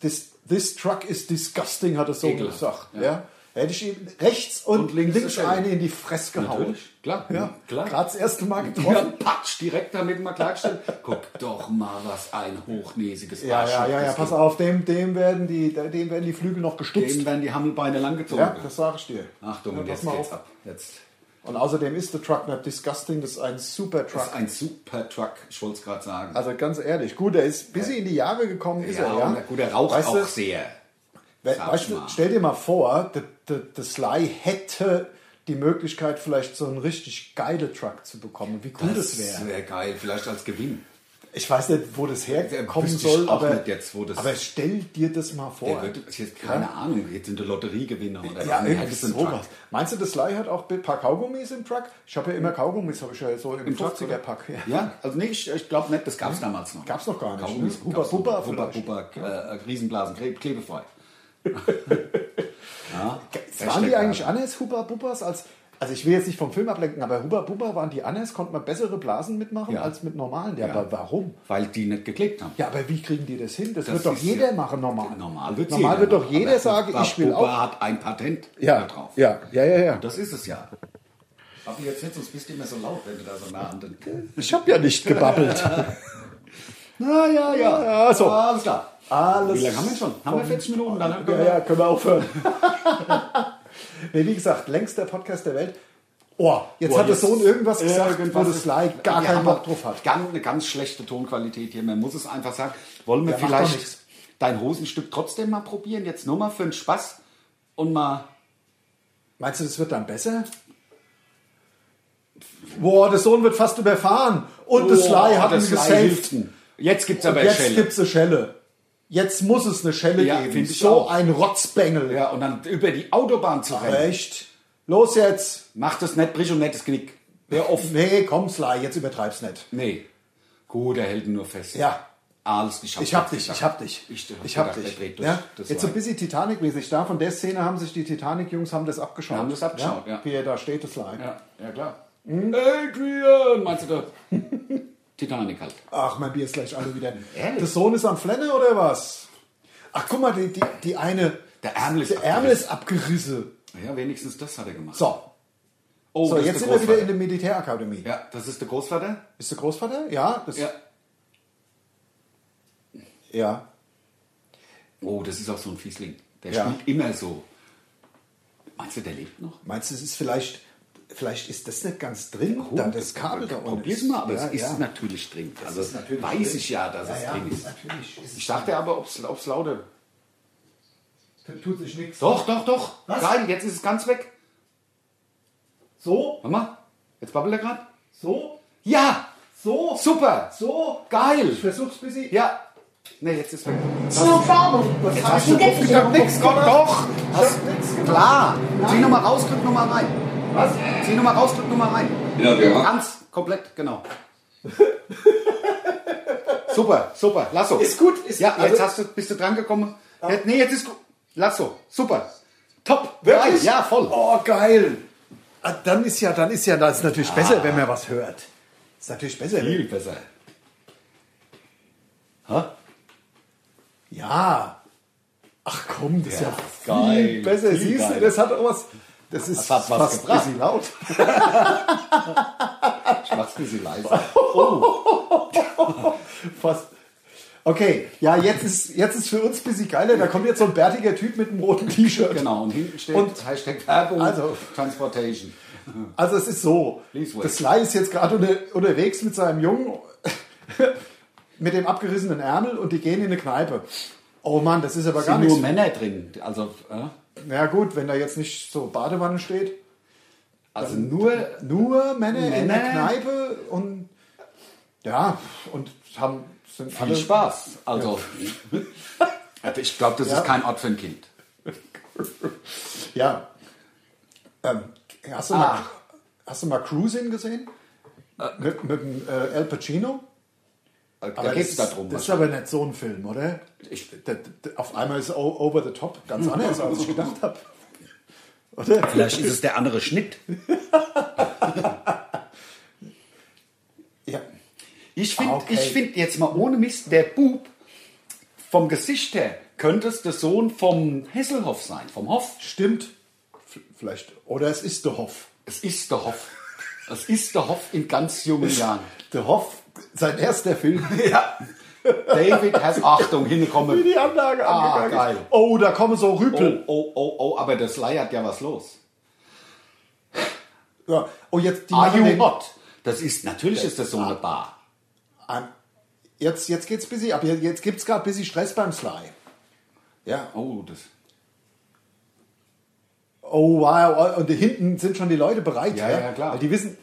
S2: This, this truck is disgusting, hat er so
S1: Ekelhaft,
S2: gesagt. Ja.
S1: ja.
S2: Hätte ich ihm rechts und,
S1: Und links
S2: links,
S1: dasselbe.
S2: eine in die Fresse gehauen.
S1: Natürlich, klar,
S2: Ja,
S1: klar.
S2: Gerade das erste Mal
S1: Ja,
S2: getroffen.
S1: patsch, direkt damit mal klarstellen. Guck doch mal, was ein hochnäsiges
S2: Ja, ja,
S1: Arschloch
S2: ja, ja,
S1: Ah, das
S2: pass
S1: Kind.
S2: auf, dem, dem, werden die, dem werden die Flügel noch
S1: Dem
S2: gestutzt.
S1: werden die Hammelbeine langgezogen.
S2: Ja, das sage ich dir.
S1: Achtung,
S2: ja,
S1: und
S2: pass
S1: jetzt
S2: mal
S1: geht's
S2: auf.
S1: ab. Jetzt
S2: Und außerdem ist der Truck nicht disgusting, das ist ein super Truck.
S1: ist ein super Truck, ich wollte es gerade sagen.
S2: Also ganz ehrlich, gut, er ist bis in die Jahre gekommen, ist er, ja.
S1: und gut, er raucht
S2: Weißt
S1: auch
S2: du,
S1: sehr.
S2: we-
S1: Sag
S2: weißt du,
S1: mal.
S2: stell dir mal vor, der, der, der Sly hätte die Möglichkeit, vielleicht so einen richtig geilen Truck zu bekommen. Wie cool das,
S1: wäre
S2: wäre.
S1: wär äh, geil, vielleicht als Gewinn.
S2: Ich weiß nicht, wo das herkommen
S1: Wüsste ich
S2: soll,
S1: auch
S2: aber,
S1: nicht jetzt, wo das-
S2: aber stell dir das mal vor.
S1: Der wird, jetzt, keine Ahnung, jetzt sind der Lotteriegewinner oder
S2: ja,
S1: was.
S2: irgendwie
S1: hättest du einen
S2: sowas.
S1: Truck.
S2: Meinst du, das Sly hat auch ein paar Kaugummis im Truck? Ich habe ja immer Kaugummis, habe ich ja so im,
S1: Im Truck,
S2: 50er-Pack. Ja.
S1: Ja, also nee, ich, ich glaube nicht, das gab es damals noch.
S2: Gab's noch gar nicht,
S1: Kaugummis,
S2: ne?
S1: Hubba
S2: Gab's
S1: Bubba,
S2: noch.
S1: Hubba
S2: Vielleicht.
S1: Bubba, äh, Riesenblasen, Kle klebefrei. ja,
S2: Waren die
S1: Hashtag
S2: eigentlich anders, Huba Bubas, als. Also ich will jetzt nicht vom Film ablenken, aber Huba Bubba waren die anders, konnte man bessere Blasen mitmachen
S1: Ja.
S2: als mit normalen. Ja, aber warum?
S1: Weil die nicht geklebt haben.
S2: Ja, aber wie kriegen die das hin? Das,
S1: Das
S2: wird doch
S1: ist
S2: jeder
S1: ja-
S2: machen normal.
S1: Normal, wird's
S2: normal wird doch
S1: machen.
S2: jeder
S1: Aber
S2: sagen,
S1: Hubba
S2: ich will
S1: Bubba
S2: auch.
S1: hat ein Patent
S2: Ja,
S1: da drauf.
S2: ja, ja, ja, ja.
S1: Das ist es ja. Aber jetzt sitzt uns bist du immer so laut, wenn du da so nah an den.
S2: Ich habe
S1: *laughs*
S2: ja nicht gebabbelt.
S1: Na ja, ja.
S2: Ja, so.
S1: Alles klar.
S2: Alles.
S1: Wie lange haben wir schon? Haben wir 40 Minuten? Dann
S2: Ja, ja, können wir
S1: *laughs*
S2: aufhören. *laughs* nee, wie gesagt, längster Podcast der Welt. Oh, jetzt
S1: Boah,
S2: hat der Sohn irgendwas gesagt,
S1: irgendwas
S2: wo das
S1: ist-
S2: Sly gar
S1: Wir
S2: keinen
S1: haben
S2: Bock drauf hat.
S1: Ganz, eine ganz schlechte Tonqualität hier. Man muss es einfach sagen. Wollen wir
S2: Ja, macht doch
S1: vielleicht
S2: nichts.
S1: dein Hosenstück trotzdem mal probieren? Jetzt nur mal für den Spaß und mal.
S2: Meinst du, das wird dann besser? Boah, der Sohn wird fast überfahren. Und das Sly hat
S1: Oh,
S2: ihn
S1: das Lai hilft
S2: gesaved.
S1: ihm. Jetzt gibt's aber
S2: Jetzt
S1: Schelle.
S2: gibt's eine Schelle. Jetzt muss es eine Schelle
S1: Ja,
S2: geben.
S1: find ich
S2: So
S1: auch.
S2: ein Rotzbengel.
S1: Ja, und dann über die Autobahn zu rennen.
S2: Recht. Los jetzt.
S1: Mach das nicht, brich und nicht das Knick. Hör auf.
S2: Nee, komm Sly, jetzt übertreib's nicht.
S1: Nee. Gut, er hält ihn nur fest.
S2: Ja.
S1: Alles, ich hab,
S2: Ich hab
S1: gedacht,
S2: dich, ich hab dich.
S1: Ich, hab
S2: ich hab
S1: gedacht,
S2: dich.
S1: Er dreht durch.
S2: Ja?
S1: Das
S2: Jetzt so
S1: war-
S2: ein bisschen Titanic-mäßig. Da von der Szene haben sich die Titanic-Jungs haben das abgeschaut.
S1: Haben das abgeschaut, ja.
S2: Hier, da steht das Sly.
S1: ja, ja, klar.
S2: Hm?
S1: Adrian, meinst du da?
S2: *laughs*
S1: Titanic halt.
S2: Ach, mein Bier ist gleich alle wieder.
S1: Ehrlich?
S2: Der Sohn ist am Flenne oder was? Ach, guck mal, die, die, die eine.
S1: Der Ärmel ist
S2: der Ärmel ist abgerissen.
S1: Ja, wenigstens das hat er gemacht.
S2: So,
S1: oh,
S2: so
S1: das ist der
S2: jetzt sind wir wieder
S1: Großvater.
S2: in der Militärakademie.
S1: Ja, das ist der Großvater.
S2: Ist der Großvater? Ja, das
S1: Ja.
S2: Ja.
S1: Oh, das ist auch so ein Fiesling. Der
S2: Ja.
S1: spielt immer so. Meinst du, der lebt noch?
S2: Meinst du, es ist vielleicht, vielleicht ist das nicht ganz drin,
S1: Oh,
S2: da das Kabel da unten
S1: Probier's
S2: ist.
S1: mal, aber
S2: Ja,
S1: es ist
S2: ja.
S1: natürlich drin. Also
S2: ist natürlich
S1: weiß
S2: drin.
S1: ich ja, dass
S2: Ja,
S1: es
S2: ja,
S1: drin ist.
S2: natürlich ist es
S1: Ich dachte aber, ob es lauter.
S2: Tut sich nichts.
S1: Doch, doch, doch.
S2: Was?
S1: Geil, jetzt ist es ganz weg.
S2: So,
S1: Warte mal, jetzt babbelt er gerade.
S2: so,
S1: Ja,
S2: so,
S1: super.
S2: so.
S1: Geil.
S2: Ich versuch's bis ich.
S1: Ja. Ne, jetzt ist es weg.
S3: It's no problem.
S2: Was
S1: Jetzt
S2: hab
S1: hast
S2: ich
S1: du
S3: denn
S2: denn?
S3: jetzt?
S2: Ich hab nichts gemacht.
S1: Doch.
S2: Ich
S1: Hast,
S2: hab nichts gemacht.
S1: klar. Zieh nochmal raus, drück nochmal rein.
S2: Was?
S1: Zieh nochmal raus, drück nochmal rein.
S4: Ja, wir haben.
S1: Ganz komplett, genau. *laughs* super, super, lass so.
S2: Ist gut, ist
S1: ja,
S2: gut.
S1: jetzt
S2: Also-
S1: hast du, bist du dran gekommen. Jetzt, nee, jetzt ist gut. Lass so, super. Top.
S2: Wirklich?
S1: Geil, Ja, voll.
S2: Oh, geil. Ah, Dann ist ja, dann ist ja, das ist natürlich besser, wenn man was hört. Ist natürlich besser.
S1: Viel besser. Ha?
S2: Ja. Ach komm, das ist ja,
S1: Ja, geil,
S2: viel besser.
S1: viel
S2: Siehst du,
S1: geiler.
S2: das hat auch was. Das ist
S1: Das hat was
S2: fast
S1: gebracht.
S2: bisschen laut. *laughs*
S1: Ich mach's ein bisschen
S2: *laughs*
S1: leiser.
S2: Fast. Okay, ja, jetzt ist, jetzt ist für uns ein bisschen geiler. Da kommt jetzt so ein bärtiger Typ mit einem roten T-Shirt.
S1: Genau, und hinten steht
S2: Und-
S1: Hashtag Werbung,
S2: Also-
S1: Transportation.
S2: Also es ist so,
S1: Please wait.
S2: das Lai ist jetzt gerade unter, unterwegs mit seinem Jungen, *laughs* mit dem abgerissenen Ärmel und die gehen in eine Kneipe. Oh Mann, das ist aber
S1: Es
S2: gar
S1: sind nur
S2: nichts.
S1: Männer drin. Also, äh,
S2: Na ja, gut, wenn da jetzt nicht so Badewanne steht.
S1: also nur
S2: Nur Männer, in der
S1: Männer?
S2: Kneipe und ja, und haben sind
S1: viel Spaß. Also, *laughs* also ich glaube, das
S2: Ja.
S1: ist kein Ort für ein Kind.
S2: Ja. Ähm, hast, du mal, hast du mal Cruising gesehen? Mit, mit dem, äh, Al Pacino?
S1: Da geht es
S2: das,
S1: darum.
S2: Das ist aber nicht so ein Film, oder?
S1: Ich-
S2: Das- das- auf einmal ist o- Over the Top ganz anders, als ich gedacht habe. Oder?
S1: Vielleicht ist es der andere Schnitt.
S2: Ja.
S1: Ich finde,
S2: Ah, Okay.
S1: ich find jetzt mal ohne Mist, der Bub vom Gesicht her könnte es der Sohn vom Hesselhoff sein, vom Hoff.
S2: Stimmt. F vielleicht. Oder es ist der Hoff.
S1: Es ist der Hoff. Es ist der Hoff in ganz jungen
S2: *laughs*
S1: Jahren.
S2: Der Hoff, sein erster Film.
S1: Ja. David has Achtung,
S2: *laughs* Wie
S1: hinkommen.
S2: die Anlage
S1: Ah,
S2: angegangen ist.
S1: geil.
S2: Oh, da kommen so
S1: Oh,
S2: Rüpel.
S1: oh, oh, oh, aber das leiert ja was los.
S2: Oh, ja. oh jetzt die
S1: Are
S2: machen
S1: you
S2: den-
S1: hot? Das ist, natürlich ist das so eine Bar.
S2: Ein- Jetzt, jetzt geht's busy ab. Jetzt gibt's gerade busy Stress beim Sly. Ja.
S1: Oh, das.
S2: Oh wow. Und hinten sind schon die Leute bereit.
S1: Ja, ja, klar.
S2: Weil die wissen.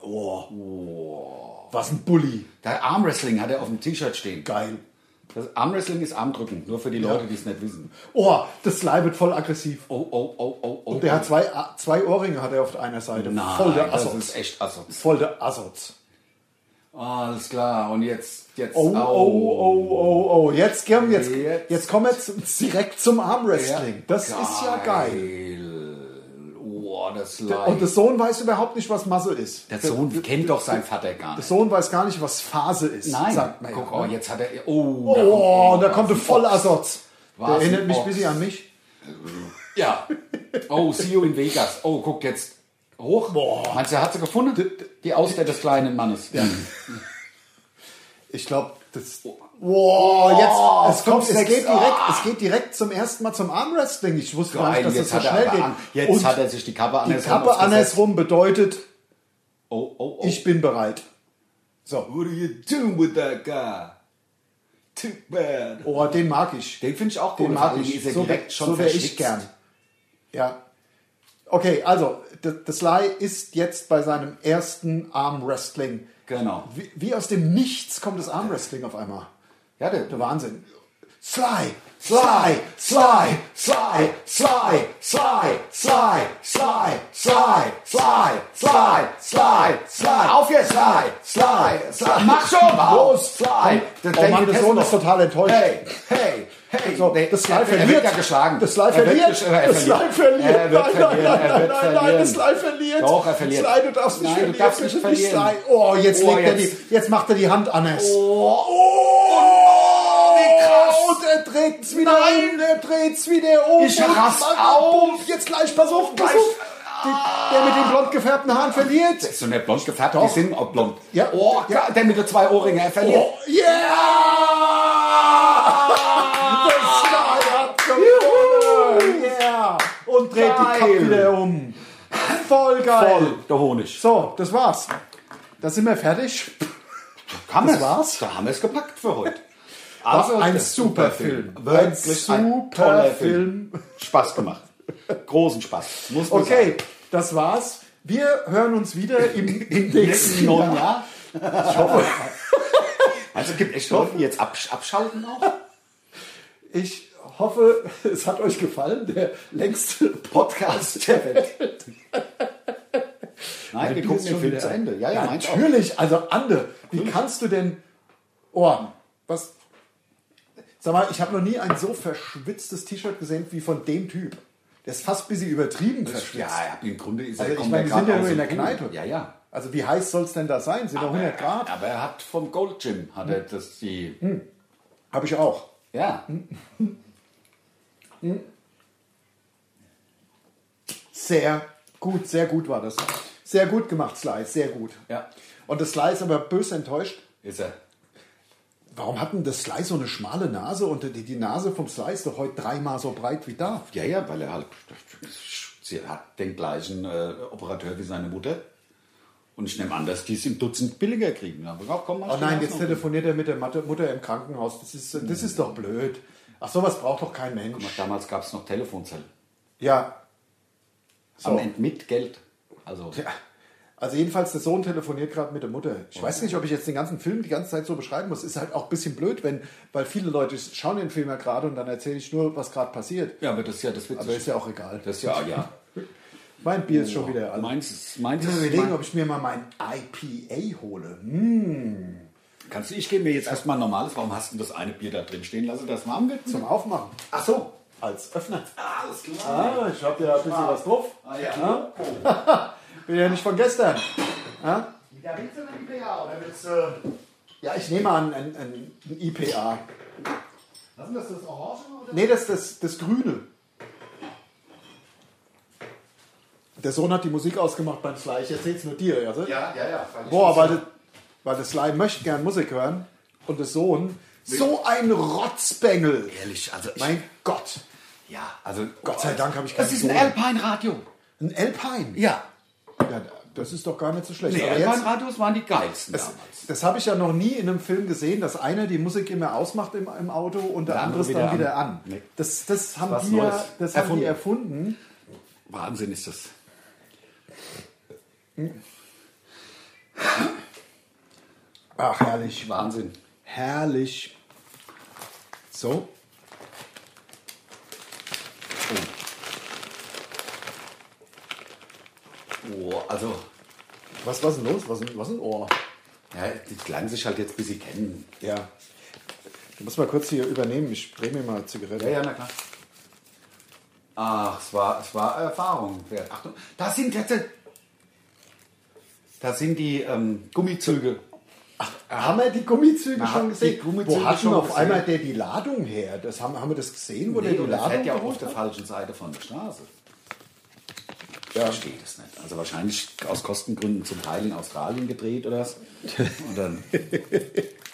S2: Oh. Was ein Bulli.
S1: Der Armwrestling hat er auf dem T-Shirt stehen.
S2: Geil.
S1: Das Armwrestling ist Armdrücken, nur für die Leute, die es nicht wissen.
S2: Oh, das Sly wird voll aggressiv.
S1: Oh, oh, oh, oh, oh.
S2: Und der hat zwei, äh, zwei Ohrringe hat er auf einer Seite.
S1: Nein,
S2: voll der
S1: das ist
S2: Assoz.
S1: echt Assoz.
S2: Voll der Assoz.
S1: Alles klar, und jetzt, jetzt.
S2: Oh, oh, oh, oh, oh. Jetzt, kommen- jetzt,
S1: Jetzt.
S2: jetzt kommen wir zum- direkt zum Armwrestling.
S1: Ja.
S2: Das ist ja geil.
S1: Oh, das
S2: Und
S1: leid.
S2: der Sohn weiß überhaupt nicht, was Masse ist.
S1: Der Sohn kennt doch seinen Vater gar
S2: Der
S1: nicht.
S2: Sohn weiß gar nicht, was Phase ist.
S1: Nein,
S2: sagt man
S1: guck,
S2: ja. ne?
S1: oh, jetzt hat er. Oh, da
S2: Oh, und da
S1: war's
S2: kommt ein
S1: Box.
S2: Vollassoz. Der
S1: War's ein
S2: erinnert mich ein
S1: Ochs.
S2: bisschen an mich.
S1: Ja. Oh, see you in Vegas. Oh, guck jetzt. Hoch. Meinst du, er hat sie gefunden? Die Auster des kleinen Mannes. Hm.
S2: Ich glaube, das.
S1: Oh.
S2: Wow, jetzt es, kommt, es, geht direkt, es geht direkt zum ersten Mal zum Armwrestling. Ich wusste gar nicht,
S1: Nein,
S2: dass es
S1: Ah. jetzt, hat
S2: so
S1: er
S2: schnell
S1: aber
S2: geht.
S1: an, jetzt
S2: Und
S1: hat er sich die Kappe
S2: die
S1: andersrum
S2: Kappe
S1: aufgesetzt.
S2: andersrum bedeutet,
S1: Oh, oh, oh.
S2: ich bin bereit. So,
S1: What are you doing with that guy? Too bad.
S2: oh, den mag ich.
S1: Den finde ich auch gut.
S2: Den
S1: Vor
S2: mag
S1: allem
S2: ich.
S1: Ist er
S2: so
S1: direkt schon
S2: so wäre ich
S1: verschwitzt.
S2: gern. Ja. Okay, also, The The Sly ist jetzt bei seinem ersten Armwrestling.
S1: Genau.
S2: Wie, wie aus dem Nichts kommt das Armwrestling auf einmal.
S1: Ja, der,
S2: Der Wahnsinn. Sly, Sly, Sly, Sly, Sly, Sly, Sly, Sly, Sly, Sly, Sly, Sly, Sly.
S1: Auf jetzt!
S2: Sly, Sly, Sly.
S1: Mach schon!
S2: Los, Sly.
S1: Das
S2: Oh
S1: denkt
S2: Mann,
S1: der
S2: der Sohn
S1: Tesla.
S2: ist total enttäuscht.
S1: Hey, hey, hey.
S2: So,
S1: Nee,
S2: das Sly
S1: er- Er
S2: verliert.
S1: wird ja geschlagen.
S2: Das Sly
S1: Er wird
S2: verliert.
S1: gesch- äh, er
S2: Das Sly verliert.
S1: Er wird
S2: Nein,
S1: verlieren.
S2: nein,
S1: er
S2: nein,
S1: wird
S2: nein, nein,
S1: verlieren.
S2: nein, das Sly verliert.
S1: Doch, er verliert.
S2: Sly, du darfst nicht
S1: nein,
S2: verlieren.
S1: Du darfst nicht
S2: Bitte nicht
S1: verlieren.
S2: Sly. Oh, jetzt
S1: Oh,
S2: legt er die,
S1: jetzt.
S2: jetzt macht er die Hand anders.
S1: Oh,
S2: Oh,
S1: wie krass.
S2: Und er dreht's wieder
S1: Nein.
S2: um, er dreht's wieder um.
S1: Ich
S2: Und
S1: raste
S2: Mann,
S1: aus.
S2: Bumm, Jetzt gleich, pass auf, pass
S1: Gleich.
S2: auf. Die, der mit den blond gefärbten Haaren verliert.
S1: Ist so nicht blond gefärbt, die
S2: Doch.
S1: sind auch blond.
S2: Ja. Oh.
S1: Oh,
S2: Ja.
S1: der mit den zwei Ohrringen, er verliert.
S2: Oh, yeah!
S1: Ah.
S2: dreht die Kappe wieder um. Voll geil.
S1: Voll, der Honig.
S2: So, das war's. Da sind wir fertig.
S1: Haben
S2: Das
S1: wir's.
S2: war's.
S1: Da haben wir es gepackt für heute.
S2: Also
S1: Also,
S2: ein
S1: das-
S2: super Film. Ein
S1: Wirklich ein
S2: super
S1: toller
S2: Film.
S1: Spaß gemacht. Großen Spaß. Muss man
S2: Okay,
S1: sagen.
S2: das war's. Wir hören uns wieder im,
S1: *laughs*
S2: im
S1: Nächsten
S2: nächsten
S1: neuen
S2: Jahr.
S1: Jahr. Ich hoffe. Also es gibt echt Leute, die jetzt absch abschalten auch.
S2: Ich hoffe, *laughs* es hat euch gefallen. Der längste Podcast der Welt. *laughs*
S1: Nein, wir
S2: Du
S1: gucken
S2: bist
S1: den
S2: schon
S1: Film
S2: wieder
S1: zu
S2: ein.
S1: Ende. Ja, ja, meinst du?
S2: Natürlich, also Ande, wie kannst du denn. Oh, was? Sag mal, ich habe noch nie ein so verschwitztes T-Shirt gesehen wie von dem Typ. Der ist fast ein bisschen übertrieben verschwitzt.
S1: Ja, ja, im Grunde ist
S2: Also ich
S1: kommt
S2: meine,
S1: ja
S2: wir sind
S1: grad
S2: ja nur
S1: aus
S2: in der
S1: dem Pool.
S2: Kneipe.
S1: Ja, ja.
S2: Also wie heiß soll es denn da sein? Sind da 100 Grad? Hm.
S1: Aber er hat vom Gold Gym, hat er das die.
S2: Habe ich auch.
S1: Ja.
S2: Hm. Sehr gut, sehr gut war das. Sehr gut gemacht, Slice, sehr gut.
S1: Ja.
S2: Und das Slice aber böse enttäuscht.
S1: Ist er.
S2: Warum hat denn das Slice so eine schmale Nase und die, die Nase vom Slice doch heute dreimal so breit wie da?
S1: Ja, ja, weil er halt. Sie hat den gleichen äh, Operateur wie seine Mutter. Und ich nehme an, dass die es im Dutzend billiger kriegen. Aber komm, komm, mach
S2: Oh
S1: die
S2: nein,
S1: Nasen
S2: jetzt
S1: auf.
S2: telefoniert er mit der Mathe- Mutter im Krankenhaus. Das ist, das ist doch blöd. Ach, sowas braucht doch kein
S1: Hm. Guck mal,
S2: Mensch.
S1: Damals gab es noch Telefonzellen.
S2: Ja. So.
S1: Am Ende mit Geld. Also,
S2: ja. Also jedenfalls, der Sohn telefoniert gerade mit der Mutter. Ich weiß nicht, ob ich jetzt den ganzen Film die ganze Zeit so beschreiben muss. Ist halt auch ein bisschen blöd, wenn, weil viele Leute schauen den Film ja gerade und dann erzähle ich nur, was gerade passiert.
S1: ja, aber das ist ja das
S2: Aber ist
S1: Witzige.
S2: ja auch egal.
S1: Das ist ja, Oh, ja.
S2: Mein Bier ist schon wieder alle.
S1: Meins ist, meins
S2: Ich muss
S1: ist
S2: mir also überlegen, ob ich mir mal mein IPA hole. Hm?
S1: Kannst du, ich gebe mir jetzt erstmal ein normales. Warum hast du denn das eine Bier da drin stehen lassen, das warm wird?
S2: Zum Aufmachen.
S1: Ach so.
S2: Als Öffner.
S1: Alles klar.
S2: Ah, ich hab ja ein bisschen was drauf.
S1: Ah, ja.
S2: Bin ja nicht von gestern.
S1: Ja, willst du ein IPA oder willst du...
S2: Ja, ich nehme an, ein, ein, ein IPA.
S1: Was ist das, das Orange oder?
S2: Nee, das ist das, das Grüne. Der Sohn hat die Musik ausgemacht beim Sly. Ich erzähl's nur dir, also.
S1: Ja, ja, ja. weil ich-
S2: Boah, weil, das- weil der Sly möchte gern Musik hören und der Sohn so ein Rotzbengel.
S1: Ehrlich, also ich,
S2: Mein Gott.
S1: Ja, also...
S2: Gott sei Dank habe ich
S1: Das
S2: keinen
S1: ist ein
S2: Sohn.
S1: Alpine-Radio.
S2: Ein Alpine.
S1: Ja.
S2: Ja, das ist doch gar nicht so schlecht.
S1: Nee,
S2: Aber jetzt,
S1: Alpine-Radios waren die geilsten
S2: das
S1: damals.
S2: das habe ich ja noch nie in einem Film gesehen, dass einer die Musik immer ausmacht im, im Auto und der, andere es dann wieder an.
S1: Nee.
S2: Das, das haben,
S1: was
S2: die, ja,
S1: Neues.
S2: das haben die erfunden.
S1: Wahnsinn ist das.
S2: Ach, herrlich.
S1: Wahnsinn.
S2: Herrlich. So.
S1: Oh, also...
S2: Was, was ist denn los? Was ist was ist ein Ohr?
S1: Ja, die lernen sich halt jetzt ein bisschen kennen.
S2: Ja. Du musst mal kurz hier übernehmen. Ich drehe mir mal Zigarette.
S1: Ja, ja, na klar. Ach, es war, es war Erfahrung wert. Achtung, da sind jetzt. Da sind die ähm, Gummizüge.
S2: Haben wir die Gummizüge
S1: Na,
S2: schon
S1: die
S2: gesehen?
S1: Gummizüge
S2: Wo hat
S1: schon
S2: denn auf
S1: gesehen?
S2: einmal der die Ladung her? Das haben, haben wir das gesehen, wo
S1: Nee,
S2: der die
S1: und das
S2: Ladung
S1: fährt ja auch auf
S2: geholt
S1: der
S2: hat?
S1: falschen Seite von der Straße. Ich
S2: Ja.
S1: verstehe das nicht. Also wahrscheinlich aus Kostengründen zum Teil in Australien gedreht oder was. Und dann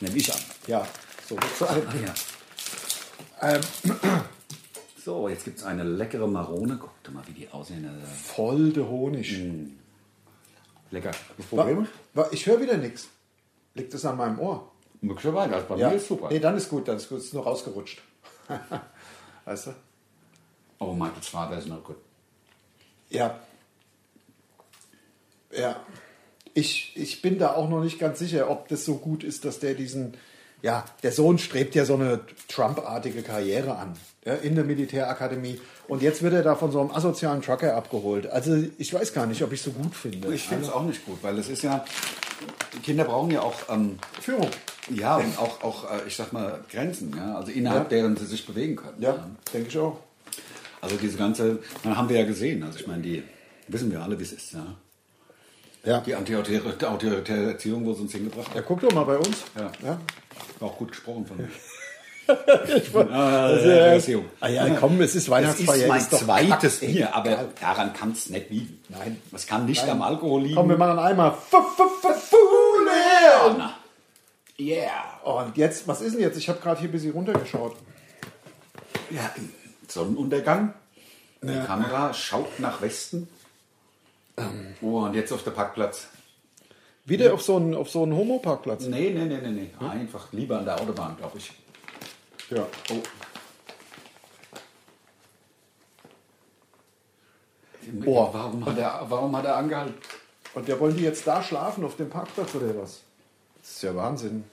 S1: nehme ich an.
S2: Ja, so wird's sein.
S1: Ah, ja. Ähm, So, jetzt gibt es eine leckere Marone. Guck doch mal, wie die aussehen. Also,
S2: Voll der Honig.
S1: lecker. Das
S2: Wa- wa- Ich höre wieder nichts. Liegt das an meinem Ohr?
S1: Möglicherweise. Also bei mir ist super.
S2: Nee, dann ist gut, dann ist gut. Ist nur rausgerutscht. *laughs* weißt du?
S1: Oh, Michaels Vater ist noch gut.
S2: Ja. Ja. Ich, ich bin da auch noch nicht ganz sicher, ob das so gut ist, dass der diesen. Ja, der Sohn strebt ja so eine Trump-artige Karriere an ja, in der Militärakademie. Und jetzt wird er da von so einem asozialen Trucker abgeholt. Also ich weiß gar nicht, ob ich so gut finde.
S1: Ich finde es auch nicht gut, weil es ist ja, die Kinder brauchen ja auch, ähm,
S2: Führung.
S1: ja, und auch, auch, äh, ich sag mal, Grenzen, ja, also innerhalb
S2: Ja.
S1: deren sie sich bewegen können.
S2: Ja, denke ich auch.
S1: Also diese ganze, man haben wir ja gesehen, also ich meine, die wissen wir alle, wie es ist, ja.
S2: Ja.
S1: Die antiautoritäre die autoritäre Erziehung, wo sie uns hingebracht
S2: Ja,
S1: hat,
S2: guck doch mal bei uns.
S1: Ja.
S2: ja.
S1: war auch gut gesprochen von mir.
S2: *laughs* Also,
S1: ja,
S2: äh,
S1: Erziehung.
S2: ah ja, komm, es ist
S1: Das ist
S2: Weihnachtsfeier.
S1: mein
S2: doch
S1: zweites
S2: Kack, ey.
S1: Bier, aber daran kann es nicht liegen.
S2: Nein.
S1: Es kann nicht am Alkohol liegen.
S2: Komm, wir machen einmal. F -f -f -fule.
S1: Na. Yeah.
S2: Oh, Und jetzt, was ist denn jetzt? Ich habe gerade hier ein bisschen runtergeschaut.
S1: Ja. Sonnenuntergang. Die Kamera schaut nach Westen.
S2: Ähm.
S1: Oh, und jetzt auf der Parkplatz.
S2: Wieder auf so einen, auf so einen Homo-Parkplatz.
S1: Nee, nee, nee, nee, nee. Einfach lieber an der Autobahn, glaube ich.
S2: Ja.
S1: Oh. Im-
S2: Boah.
S1: Warum hat, er, warum hat er angehalten?
S2: Und ja, wollen die jetzt da schlafen auf dem Parkplatz oder was? Das ist ja Wahnsinn.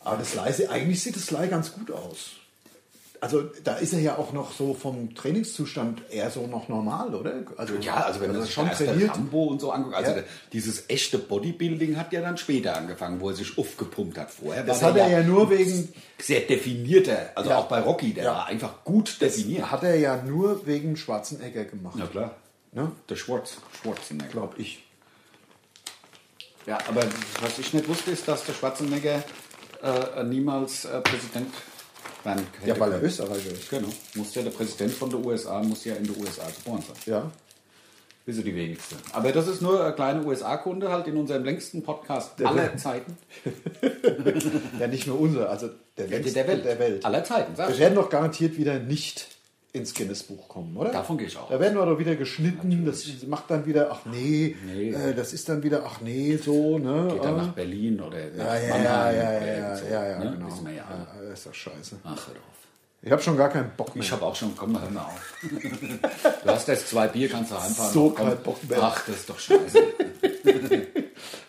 S2: Aber das Leise, eigentlich sieht das Leih ganz gut aus. Also da ist er ja auch noch so vom Trainingszustand eher so noch normal, oder? Also
S1: Ja, also wenn
S2: er
S1: man
S2: ist
S1: sich schon trainiert. Rambo und so anguckt, also
S2: Ja.
S1: dieses echte Bodybuilding hat ja dann später angefangen, wo er sich aufgepumpt hat. Vorher
S2: Das
S1: war
S2: hat er
S1: der
S2: ja nur wegen
S1: sehr definierter, also
S2: Ja.
S1: auch bei Rocky, der
S2: Ja.
S1: war einfach gut definiert.
S2: hat er ja nur wegen Schwarzenegger gemacht,
S1: Na klar,
S2: ne?
S1: der Schwarz, Schwarzenegger.
S2: Glaub ich.
S1: Ja, aber was ich nicht wusste, ist, dass der Schwarzenegger äh, niemals äh, Präsident werden hätte
S2: Ja, weil er
S1: können.
S2: Österreicher ist.
S1: Genau, muss ja der Präsident von der USA, muss ja in der USA geboren sein.
S2: Ja.
S1: Wissen die wenigsten. Aber das ist nur eine kleine USA-Kunde, halt in unserem längsten Podcast aller Zeiten.
S2: Ja, nicht nur unser, also der,
S1: Der,
S2: längste
S1: der Welt.
S2: der Welt.
S1: Aller Zeiten, sag
S2: Wir
S1: ich.
S2: werden doch garantiert wieder nicht ins Guinness-Buch kommen, oder?
S1: Davon gehe ich auch.
S2: Da werden wir doch wieder geschnitten, das macht dann wieder, ach nee,
S1: Nee.
S2: Äh, das ist dann wieder, ach nee, so, ne?
S1: Geht dann
S2: äh.
S1: nach Berlin oder nach
S2: ja, ja, ja,
S1: Mannheim.
S2: ja, ja,
S1: oder
S2: ja,
S1: so,
S2: ja, ja,
S1: ne?
S2: genau.
S1: Wissen wir ja. alle.
S2: Ja, ist doch scheiße.
S1: Ach, hör auf.
S2: Ich habe schon gar keinen Bock mehr.
S1: Ich habe auch schon, komm, hör mal auf. *laughs* Du hast jetzt zwei Bier, kannst du heimfahren.
S2: So
S1: Komm.
S2: kein Bock mehr.
S1: Ach, das ist doch scheiße.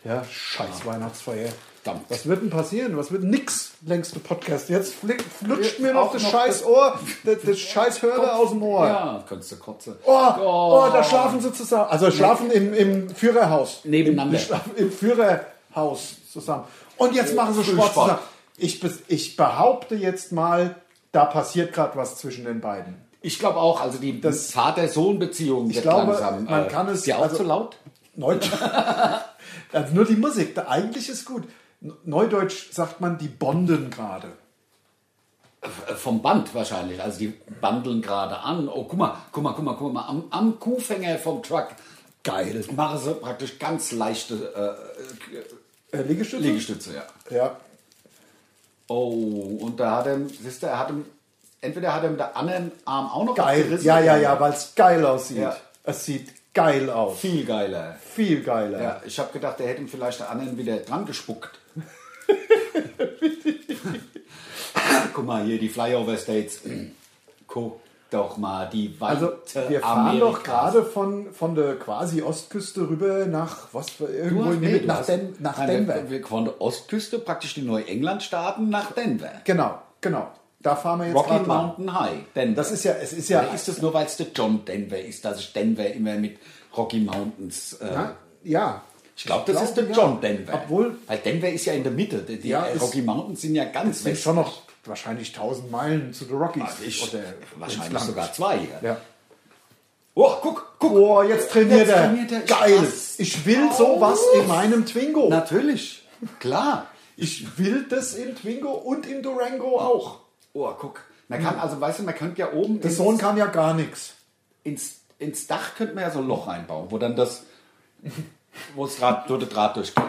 S2: Ja, scheiß Weihnachtsfeier.
S1: Verdammt.
S2: Was wird denn passieren? Was wird nix? Längste Podcast. Jetzt flick, flutscht mir
S1: Äh, Auch
S2: noch das
S1: noch
S2: scheiß Ohr, das, das scheiß Hörner aus dem Ohr.
S1: Ja, könntest du kotzen.
S2: Oh, oh, da schlafen sie zusammen. Also schlafen im, im Führerhaus.
S1: Nebeneinander.
S2: Im, die schlafen im Führerhaus zusammen. Und jetzt machen sie Sport
S1: Frühsport.
S2: zusammen. Ich, bes- ich behaupte jetzt mal, da passiert gerade was zwischen den beiden.
S1: Ich glaube auch, also die
S2: Das-
S1: Vater-Sohn-Beziehung wird
S2: glaube,
S1: langsam.
S2: man kann es-
S1: Ist ja auch
S2: also-
S1: zu laut?
S2: Neudeutsch. *laughs* also nur die Musik, da eigentlich ist gut. Neudeutsch sagt man, die bonden gerade.
S1: Äh, Vom Band wahrscheinlich. Also die bandeln gerade an. Oh, guck mal, guck mal, guck mal, guck mal. Am, am Kuhfänger vom Truck.
S2: Geil.
S1: Machen sie praktisch ganz leichte
S2: Äh,
S1: äh,
S2: Liegestütze?
S1: Liegestütze, ja.
S2: Ja.
S1: Oh, und da hat er, siehst du, er hat ihm, entweder hat er mit der anderen Arm auch noch
S2: Geil.
S1: abgerissen.
S2: Ja, ja, ja, weil es geil aussieht.
S1: Ja.
S2: Es sieht geil aus.
S1: Viel geiler.
S2: Viel geiler.
S1: Ja, ich habe gedacht, er hätte ihm vielleicht der anderen wieder dran gespuckt. *laughs* Guck mal hier, die Flyover States. Guck doch mal, die
S2: Also
S1: Weite
S2: wir fahren
S1: Amerikas.
S2: doch gerade von, von der quasi Ostküste rüber nach was
S1: Du
S2: irgendwo
S1: hast-
S2: in die
S1: nee,
S2: Mitte
S1: du
S2: nach,
S1: hast-
S2: Den, nach
S1: Nein,
S2: Denver.
S1: Wir, wir von der Ostküste praktisch die Neuengland-Staaten nach Denver.
S2: Genau, genau. Da fahren wir jetzt
S1: Rocky
S2: gerade lang.
S1: Mountain High, Denver.
S2: Das ist ja, es ist ja,
S1: Oder ist es nur, weil es der John Denver ist, dass ich Denver immer mit Rocky Mountains... Äh,
S2: ja, ja.
S1: Ich glaube, das
S2: Ich
S1: ist der
S2: glaube, ja.
S1: John Denver.
S2: Obwohl-
S1: Weil Denver ist ja in der Mitte. Die, die
S2: Ja,
S1: äh,
S2: ist-
S1: Rocky Mountains sind ja ganz
S2: sind schon noch wahrscheinlich 1000 Meilen zu den Rockies.
S1: Also Ich,
S2: Oder ins
S1: wahrscheinlich
S2: Land.
S1: sogar zwei. Ja.
S2: Ja.
S1: Oh, guck, guck.
S2: Oh, jetzt trainiert
S1: Jetzt
S2: er.
S1: trainiert er. Ich
S2: Geil.
S1: raste
S2: Ich will sowas
S1: aus.
S2: in meinem Twingo.
S1: Natürlich, klar.
S2: Ich will das in Twingo und in Durango auch.
S1: Oh, guck. Man kann, also weißt du, man könnte ja oben
S2: Der
S1: ins,
S2: Sohn kann ja gar nichts.
S1: ins, ins Dach könnte man ja so ein Loch einbauen, wo dann das, wo das Draht, wo der Draht durchgeht.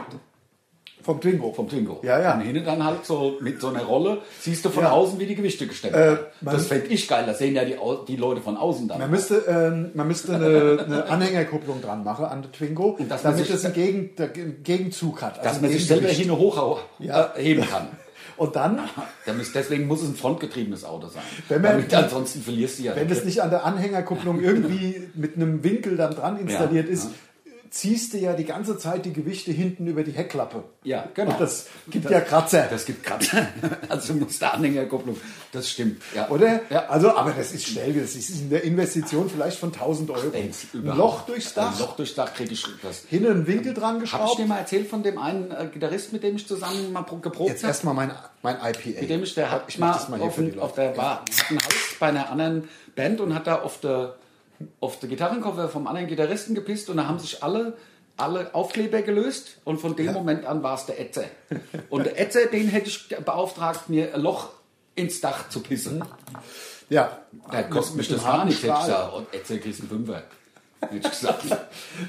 S2: Vom Twingo.
S1: Vom Twingo.
S2: Ja, ja.
S1: Und hinten dann halt so mit so einer Rolle siehst du von
S2: Ja. Äh,
S1: außen, wie die Gewichte gestemmt werden. Das fände ich geil. Das sehen ja die, Au- die Leute von außen dann.
S2: Man müsste, ähm, man müsste eine, eine Anhängerkupplung dran machen an den Twingo,
S1: dass man
S2: damit
S1: sich-
S2: es einen, Gegen, der- einen Gegenzug hat.
S1: dass
S2: also
S1: man
S2: ein
S1: sich selber hin
S2: Gegengewicht.
S1: und hoch
S2: Ja.
S1: äh, heben kann.
S2: Und dann,
S1: Da muss- Deswegen muss es ein frontgetriebenes Auto sein.
S2: Wenn man-
S1: Damit, ansonsten verlierst du ja
S2: wenn
S1: den
S2: es nicht an der Anhängerkupplung irgendwie mit einem Winkel dann dran installiert
S1: Ja,
S2: ist, ziehst du ja die ganze Zeit die Gewichte hinten über die Heckklappe.
S1: Ja, genau.
S2: Und das gibt ja Kratzer.
S1: Das gibt gerade. *laughs* Also muss der Anhängerkupplung. Das stimmt. Ja.
S2: oder?
S1: Ja.
S2: Also, aber das ist schnell, das ist eine Investition vielleicht von 1000 Euro.
S1: Wenn's
S2: ein
S1: überhaupt-
S2: Loch durchs Dach,
S1: Ein Loch durchs Dach kriege ich das.
S2: hin einen Winkel dran
S1: Habe ich dir
S2: geschraubt.
S1: mal erzählt von dem einen äh, Gitarrist, mit dem ich zusammen mal pro- geprobt
S2: Jetzt
S1: habe?
S2: erstmal mein, mein IPA.
S1: Mit dem ich, der hat
S2: ich mach
S1: mal,
S2: das mal hier
S1: auf,
S2: für die
S1: den,
S2: Leute.
S1: auf der war ein Haus bei einer anderen Band und hat da auf der, auf der Gitarrenkoffer vom anderen Gitarristen gepisst und da haben sich alle, alle Aufkleber gelöst und von dem Moment an war es der Etzer. Und der Etzer, den hätte ich beauftragt, mir ein Loch ins Dach zu pissen.
S2: Ja.
S1: Da kostet mich
S2: Mit
S1: das
S2: dem
S1: gar nicht. Hätte ich
S2: Hartenstrahl.
S1: gesagt, oh, Etzer kriegst einen Fünfer. Hätte ich gesagt.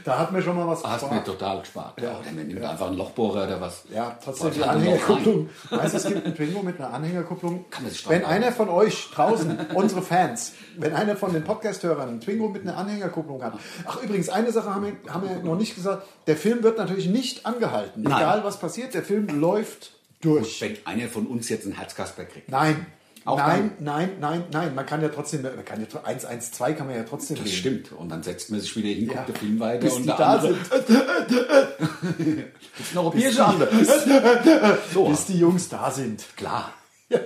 S2: Da hat mir schon mal was
S1: Ah, Hast mir
S2: gespart.
S1: total gespart. Ja,
S2: Ja.
S1: oder man nimmt einfach einen Lochbohrer oder was.
S2: Ja,
S1: Boah,
S2: trotzdem
S1: das
S2: die
S1: hat ein Loch
S2: Anhängerkupplung. *laughs* Weißt du, es gibt einen Twingo mit einer Anhängerkupplung.
S1: man sich
S2: Wenn
S1: streiten.
S2: einer von euch draußen, *laughs* unsere Fans, wenn einer von den Podcast-Hörern einen Twingo mit einer Anhängerkupplung hat. Ach, übrigens, eine Sache haben wir, haben wir noch nicht gesagt. Der Film wird natürlich nicht angehalten.
S1: Nein.
S2: Egal, was passiert, der Film läuft durch.
S1: Wenn einer von uns jetzt einen Herzkasper kriegt.
S2: Nein.
S1: Auch
S2: nein, nein, nein, nein. Man kann ja trotzdem, man kann ja tr- 112 kann man ja trotzdem
S1: Das
S2: wählen.
S1: stimmt. Und dann setzt man sich wieder hin, guckt
S2: Mhm. Ja.
S1: der Film weiter
S2: Bis
S1: und
S2: die
S1: der
S2: da
S1: andere,
S2: sind,
S1: "Gibt's noch ein Bierchen
S2: *laughs*
S1: andere. So,
S2: bis die Jungs da sind.
S1: klar.
S2: *laughs*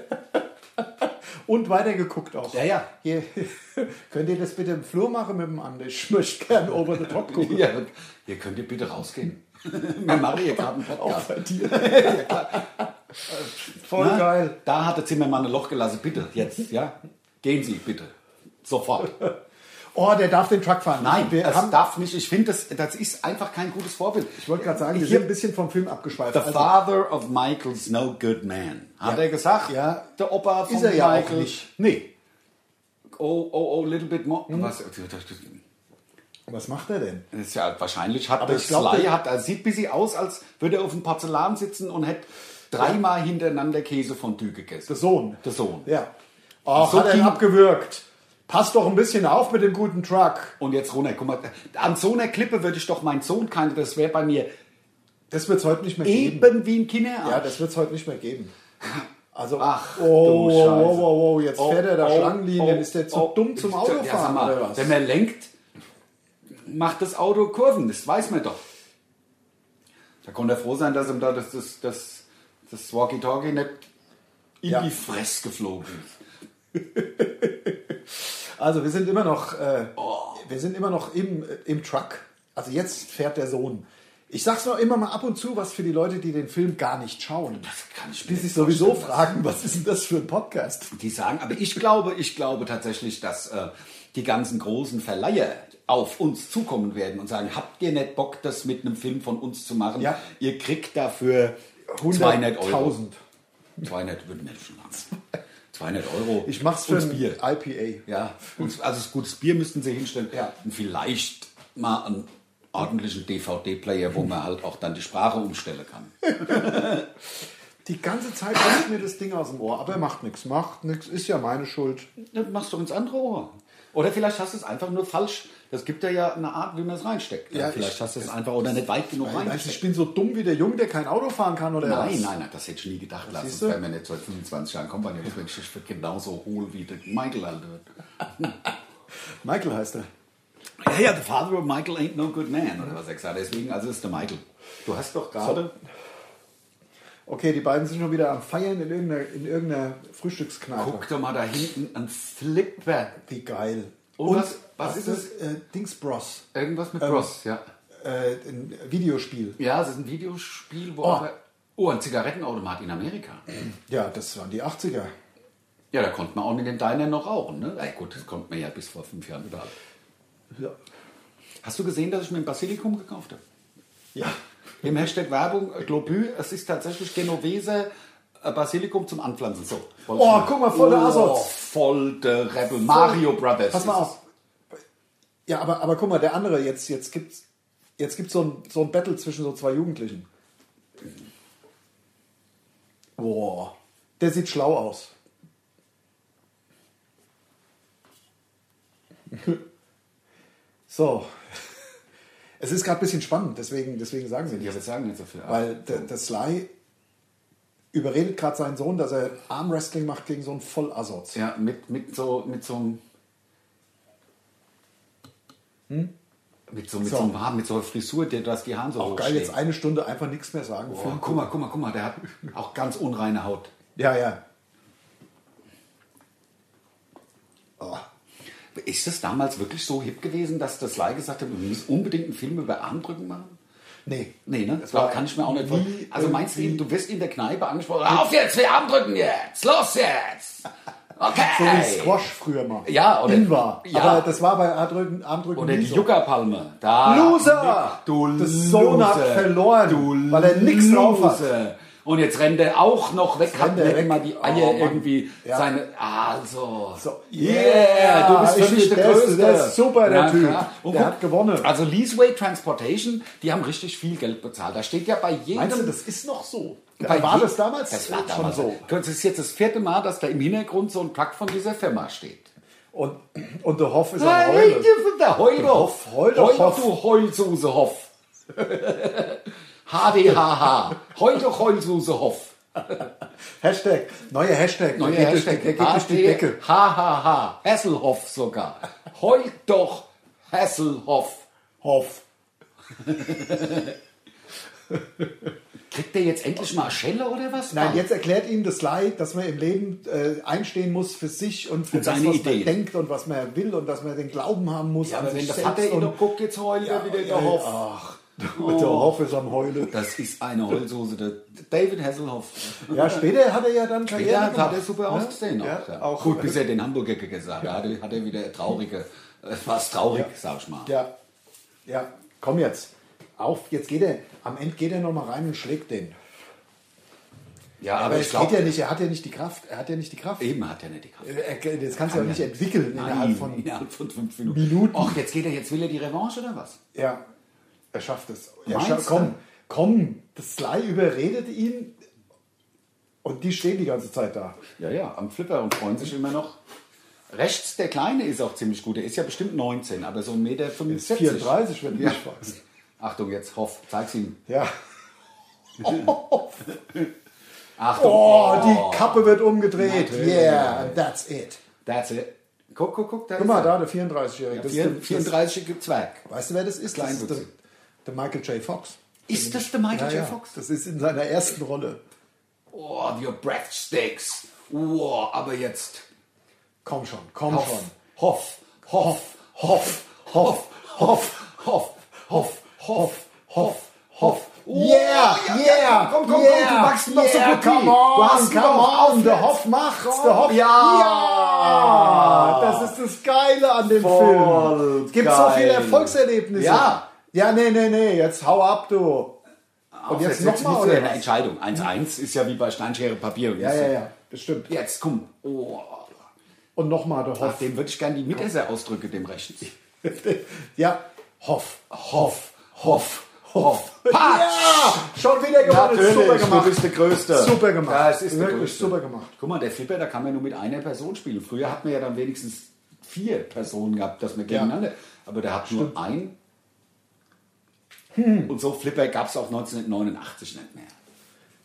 S2: Und weitergeguckt auch.
S1: Ja, ja.
S2: Hier, *laughs* könnt ihr das bitte im Flur machen mit dem Andi? Ich möchte gern over the top gucken.
S1: Ihr, ihr könnt ihr bitte
S2: *laughs*
S1: rausgehen. Wir machen hier gerade einen
S2: Auch
S1: Podcast.
S2: *laughs* bei dir. Voll
S1: Na,
S2: geil.
S1: Da hatte Zimmermann ein Loch gelassen. Bitte, jetzt, ja? Gehen Sie, bitte. Sofort.
S2: Oh, der darf den Truck fahren.
S1: Nein,
S2: wir
S1: das
S2: haben,
S1: darf nicht. Ich finde, das, das ist einfach kein gutes Vorbild.
S2: ich wollte gerade sagen, wir
S1: Hier-
S2: sind ein bisschen vom Film abgeschweift.
S1: The
S2: Also,
S1: father of Michael's no good man. Hat
S2: Ja.
S1: er gesagt?
S2: Ja.
S1: Der Opa von
S2: Ist er ja auch
S1: Michael.
S2: nicht. Hm?
S1: Nee. Oh, oh, oh, little bit more. Was,
S2: was macht er denn?
S1: das ist ja wahrscheinlich hat
S2: Aber
S1: der
S2: ich glaub,
S1: Sly,
S2: der-
S1: hat, er sieht bis sie aus, als würde er auf dem Porzellan sitzen und hätte dreimal hintereinander Käse von Dü gegessen.
S2: Der Sohn.
S1: Der Sohn.
S2: Ja. Ach,
S1: So
S2: hat er ihn
S1: ging-
S2: abgewürgt. Passt doch ein bisschen auf mit dem guten Truck.
S1: Und jetzt runter, guck mal, an so einer Klippe würde ich doch meinen Sohn keinen, das wäre bei mir
S2: Das wird es heute nicht mehr geben.
S1: eben wie ein Kinderarzt.
S2: Ja, das wird es heute nicht mehr geben. Also,
S1: Ach,
S2: oh, wow,
S1: du Scheiße.
S2: wow, wow, wow, jetzt fährt er da
S1: oh,
S2: Schlangenlinien,
S1: oh,
S2: ist der zu
S1: oh.
S2: dumm zum
S1: Ja, sag
S2: Autofahren
S1: mal,
S2: oder was?
S1: Wenn man lenkt, macht das Auto Kurven, das weiß man doch. Da konnte er froh sein, dass ihm da das, das, das, das Walkie-Talkie nicht in
S2: Ja.
S1: die Fresse geflogen ist.
S2: Also wir sind immer noch, äh,
S1: Oh.
S2: wir sind immer noch im, äh, im Truck. Also jetzt fährt der Sohn. Ich sag's noch immer mal ab und zu, was für die Leute, die den Film gar nicht schauen,
S1: Das kann ich
S2: die
S1: mir
S2: sich
S1: nicht
S2: sowieso
S1: vorstellen.
S2: fragen, was ist denn das für ein Podcast?
S1: Die sagen, aber ich glaube, ich glaube tatsächlich, dass äh, die ganzen großen Verleiher auf uns zukommen werden und sagen, habt ihr nicht Bock, das mit einem Film von uns zu machen?
S2: Ja.
S1: Ihr kriegt dafür 200 Euro.
S2: 100.000.
S1: 200 würden wir schon haben. 200 Euro.
S2: Ich mach's für
S1: Und
S2: ein
S1: Bier.
S2: IPA. *laughs*
S1: Ja, und, also ein gutes Bier müssten sie hinstellen.
S2: Ja.
S1: Und vielleicht mal einen ordentlichen DVD-Player, wo man halt auch dann die Sprache umstellen kann.
S2: Die ganze Zeit kommt mir das Ding aus dem Ohr, aber er macht nichts, macht nichts, ist ja meine Schuld.
S1: Dann machst du ins andere Ohr. Oder vielleicht hast du es einfach nur falsch. Das gibt ja ja eine Art, wie man es reinsteckt.
S2: Ja,
S1: vielleicht
S2: ich-
S1: hast du es einfach oder nicht weit genug
S2: Weißt du, ich
S1: reingesteckt.
S2: bin so dumm wie der Junge, der kein Auto fahren kann oder was?
S1: Nein, nein, nein, das hätte ich nie gedacht. Lass
S2: siehst
S1: uns
S2: du?
S1: wäre mir nicht seit 25 Jahren Kompanie. Das bin ich für genauso hohl wie der Michael halt wird.
S2: *laughs* Michael heißt er.
S1: Ja, ja, the father of Michael ain't no good man, oder was er gesagt hat. Deswegen, also ist der Michael. Du hast doch gerade.
S2: Okay, die beiden sind schon wieder am Feiern in irgendeiner, in irgendeiner Frühstückskneipe.
S1: Guck doch mal da hinten an Flipper.
S2: Wie geil.
S1: Und was- was
S2: hast
S1: ist
S2: du,
S1: es?
S2: Äh, Dings Bros.
S1: Irgendwas
S2: Ähm.
S1: mit Bros, ja.
S2: Äh, ein Videospiel.
S1: Ja, es ist ein Videospiel, wo.
S2: Oh.
S1: aber- Oh, ein Zigarettenautomat in Amerika.
S2: Ja, das waren die 80er.
S1: Ja, da konnte man auch mit den Dinern noch rauchen, ne? Ey, gut, das konnte man ja bis vor fünf Jahren überall.
S2: Ja.
S1: Hast du gesehen, dass ich mir ein Basilikum gekauft habe?
S2: Ja.
S1: Im Hashtag Werbung äh, Globü, es ist tatsächlich Genovese äh, Basilikum zum Anpflanzen. So, wollte ich
S2: Oh,
S1: mal.
S2: guck mal, voll der Assoz.
S1: Voll der Rebel. Mario Brothers.
S2: Pass mal
S1: ist es.
S2: auf. Ja, aber, aber guck mal, der andere, jetzt, jetzt gibt es jetzt gibt's so, ein, so ein Battle zwischen so zwei Jugendlichen. Boah. Der sieht schlau aus. so. Es ist gerade ein bisschen spannend, deswegen, deswegen sagen sie
S1: Ja,
S2: nichts.
S1: wir sagen nicht so viel.
S2: Weil der, der Sly überredet gerade seinen Sohn, dass er Armwrestling macht gegen so einen Vollassoz.
S1: ja, mit, mit so mit so einem Hm? mit so mit so,
S2: So.
S1: einem Haar, mit so einer Frisur, der dass die Haare so
S2: Auch geil, jetzt eine Stunde einfach nichts mehr sagen.
S1: Oh, guck mal, guck mal, guck mal, *laughs* der hat auch ganz unreine Haut.
S2: Ja, ja.
S1: Ist das damals wirklich so hip gewesen, dass das Lai gesagt hat, wir müssen unbedingt einen Film über Armdrücken machen?
S2: Nee.
S1: Nee, ne? Das
S2: war
S1: kann ich mir auch nicht
S2: nie
S1: vorstellen. Also meinst du,
S2: irgendwie-
S1: du wirst in der Kneipe angesprochen, auf jetzt, wir Armdrücken jetzt, los
S2: *laughs*
S1: jetzt! Okay!
S2: So wie Squash früher mal.
S1: Ja, oder-
S2: In war.
S1: ja.
S2: Aber das war bei Armdrücken, Armdrücken
S1: Oder
S2: nie
S1: die
S2: so.
S1: Yucca-Palme. Da-
S2: Loser!
S1: Du
S2: Das Sohn hat
S1: Loser.
S2: verloren,
S1: Du
S2: weil er nix drauf hat.
S1: Loser. Und jetzt rennt er auch noch weg, hat
S2: rennt er
S1: mir
S2: weg.
S1: immer die
S2: Oh,
S1: Eier
S2: Mann.
S1: irgendwie
S2: Ja.
S1: seine. Also.
S2: So,
S1: yeah, du bist
S2: ich
S1: für mich
S2: bin
S1: der Größte.
S2: Der ist super, der
S1: Na
S2: Typ.
S1: klar. Und
S2: der
S1: guck,
S2: hat gewonnen.
S1: Also Leaseway Transportation, die haben richtig viel Geld bezahlt. Da steht ja bei jedem.
S2: Meinst du, das ist noch so?
S1: bei
S2: war
S1: je-
S2: das damals
S1: Das war
S2: schon
S1: damals
S2: so?
S1: Das ist jetzt das vierte Mal, dass da im Hintergrund so ein Truck von dieser Firma steht.
S2: Und, und der Hoff ist am
S1: Heul,
S2: Heulen.
S1: der Heul doch.
S2: Heul
S1: Heul
S2: doch, Hoff.
S1: du Heulsuse Hoff. HDHH. Heul doch Heulsuse Hoff.
S2: Hashtag, neuer Hashtag.
S1: Neuer
S2: der geht
S1: Hashtag.
S2: Durch die, der geht durch die Decke.
S1: HDHH. Hasselhoff sogar. Heul doch Hasselhoff.
S2: Hoff.
S1: Kriegt der jetzt endlich mal eine Schelle oder was?
S2: Nein, jetzt erklärt ihm das Leid, dass man im Leben äh, einstehen muss für sich und für
S1: Und
S2: das,
S1: seine
S2: was man
S1: Ideen.
S2: denkt und was man will und dass man den Glauben haben muss.
S1: Ja,
S2: an
S1: aber wenn
S2: sich
S1: das hat er eh
S2: selbst
S1: ihn
S2: und-
S1: doch guckt, jetzt heult er wieder der Hoff.
S2: Ach, *laughs* der
S1: Oh.
S2: Hoff ist am Heulen.
S1: Das ist eine Heulsoße. Der David Hasselhoff.
S2: Ja, später hat er ja dann Karriere
S1: Ja,
S2: gemacht.
S1: hat er super
S2: ne?
S1: ausgesehen.
S2: Ja,
S1: Auch, äh, ja.
S2: auch.
S1: Gut, bis er den Hamburger gegessen hat. Da hat er, hat er wieder traurige, äh, was traurig, sag ich mal.
S2: Ja, ja, komm jetzt. Auf, jetzt geht er, am Ende geht er nochmal rein und schlägt den.
S1: Ja,
S2: Aber, es
S1: glaub,
S2: geht ja nicht, er hat ja nicht die Kraft, er hat ja nicht die Kraft.
S1: Eben hat er nicht die Kraft.
S2: Er, das kannst du ja nicht entwickeln innerhalb
S1: Nein,
S2: von,
S1: innerhalb von fünf Minuten.
S2: Minuten.
S1: Och, jetzt geht er, jetzt will er die Revanche oder was?
S2: ja, er schafft es. Er
S1: Meinst
S2: schafft,
S1: du?
S2: komm, komm, das Sly überredet ihn und die stehen die ganze Zeit da.
S1: Ja, ja, am Flipper und freuen sich immer noch. Rechts, der Kleine ist auch ziemlich gut. Der ist ja bestimmt 19, aber so 1,75 Meter.
S2: Ist 34, wenn du mich fragst.
S1: Achtung, jetzt Hoff, zeig's ihm.
S2: Ja.
S1: Achtung.
S2: Oh, die Kappe wird umgedreht.
S1: Natürlich.
S2: Yeah, that's it.
S1: That's it. Guck, guck, guck, da
S2: Guck
S1: ist
S2: mal
S1: er.
S2: da, der 34-Jährige. Das ist der-
S1: 34 gibt Zwerg.
S2: Weißt du, wer das ist? Das ist der,
S1: Kleinwüchsig.
S2: der Michael J. Fox.
S1: Ist das der Michael
S2: Ja,
S1: J.
S2: ja.
S1: Fox?
S2: Das ist in seiner ersten Rolle.
S1: Oh, wir Breathsticks. Oh, aber jetzt.
S2: Komm schon, komm
S1: Hoff,
S2: schon.
S1: Hoff, Hoff, Hoff, Hoff, Hoff, Hoff, Hoff, Hoff, Hoff, Hoff. Oh,
S2: Yeah,
S1: ja,
S2: yeah,
S1: ja, komm, komm,
S2: yeah,
S1: komm, du machst ihn doch so
S2: yeah,
S1: gut
S2: come
S1: wie.
S2: on,
S1: Du hast ihn
S2: come
S1: doch.
S2: on, der Hoff macht's, der Hoff.
S1: Ja.
S2: ja, das ist das Geile an dem
S1: Voll
S2: Film. Es gibt so
S1: geil.
S2: viele Erfolgserlebnisse.
S1: Ja.
S2: Ja, nee, nee, nee, jetzt hau ab, du.
S1: Und jetzt nochmal, oder? Eine Entscheidung. 1-1 ist ja wie bei Steinschere Papier.
S2: Ja, ja, ja, bestimmt.
S1: Jetzt, komm. Oh.
S2: Und nochmal der
S1: Ach,
S2: Hoff.
S1: dem würde ich gerne die Mitesser ausdrücke, dem Rechten.
S2: *laughs* Ja, Hoff.
S1: Hoff, Hoff, Hoff. Patsch!
S2: Ja, schon wieder gewonnen. super gemacht.
S1: du bist der Größte.
S2: Super gemacht.
S1: Ja, es ist der
S2: Wirklich
S1: Größte.
S2: super gemacht.
S1: Guck mal, der Flipper, da kann man nur mit einer Person spielen. Früher hat man ja dann wenigstens vier Personen gehabt, dass man gegeneinander. Aber der hat nur ein.
S2: Hm.
S1: Und so Flipper gab es auch 1989 nicht mehr.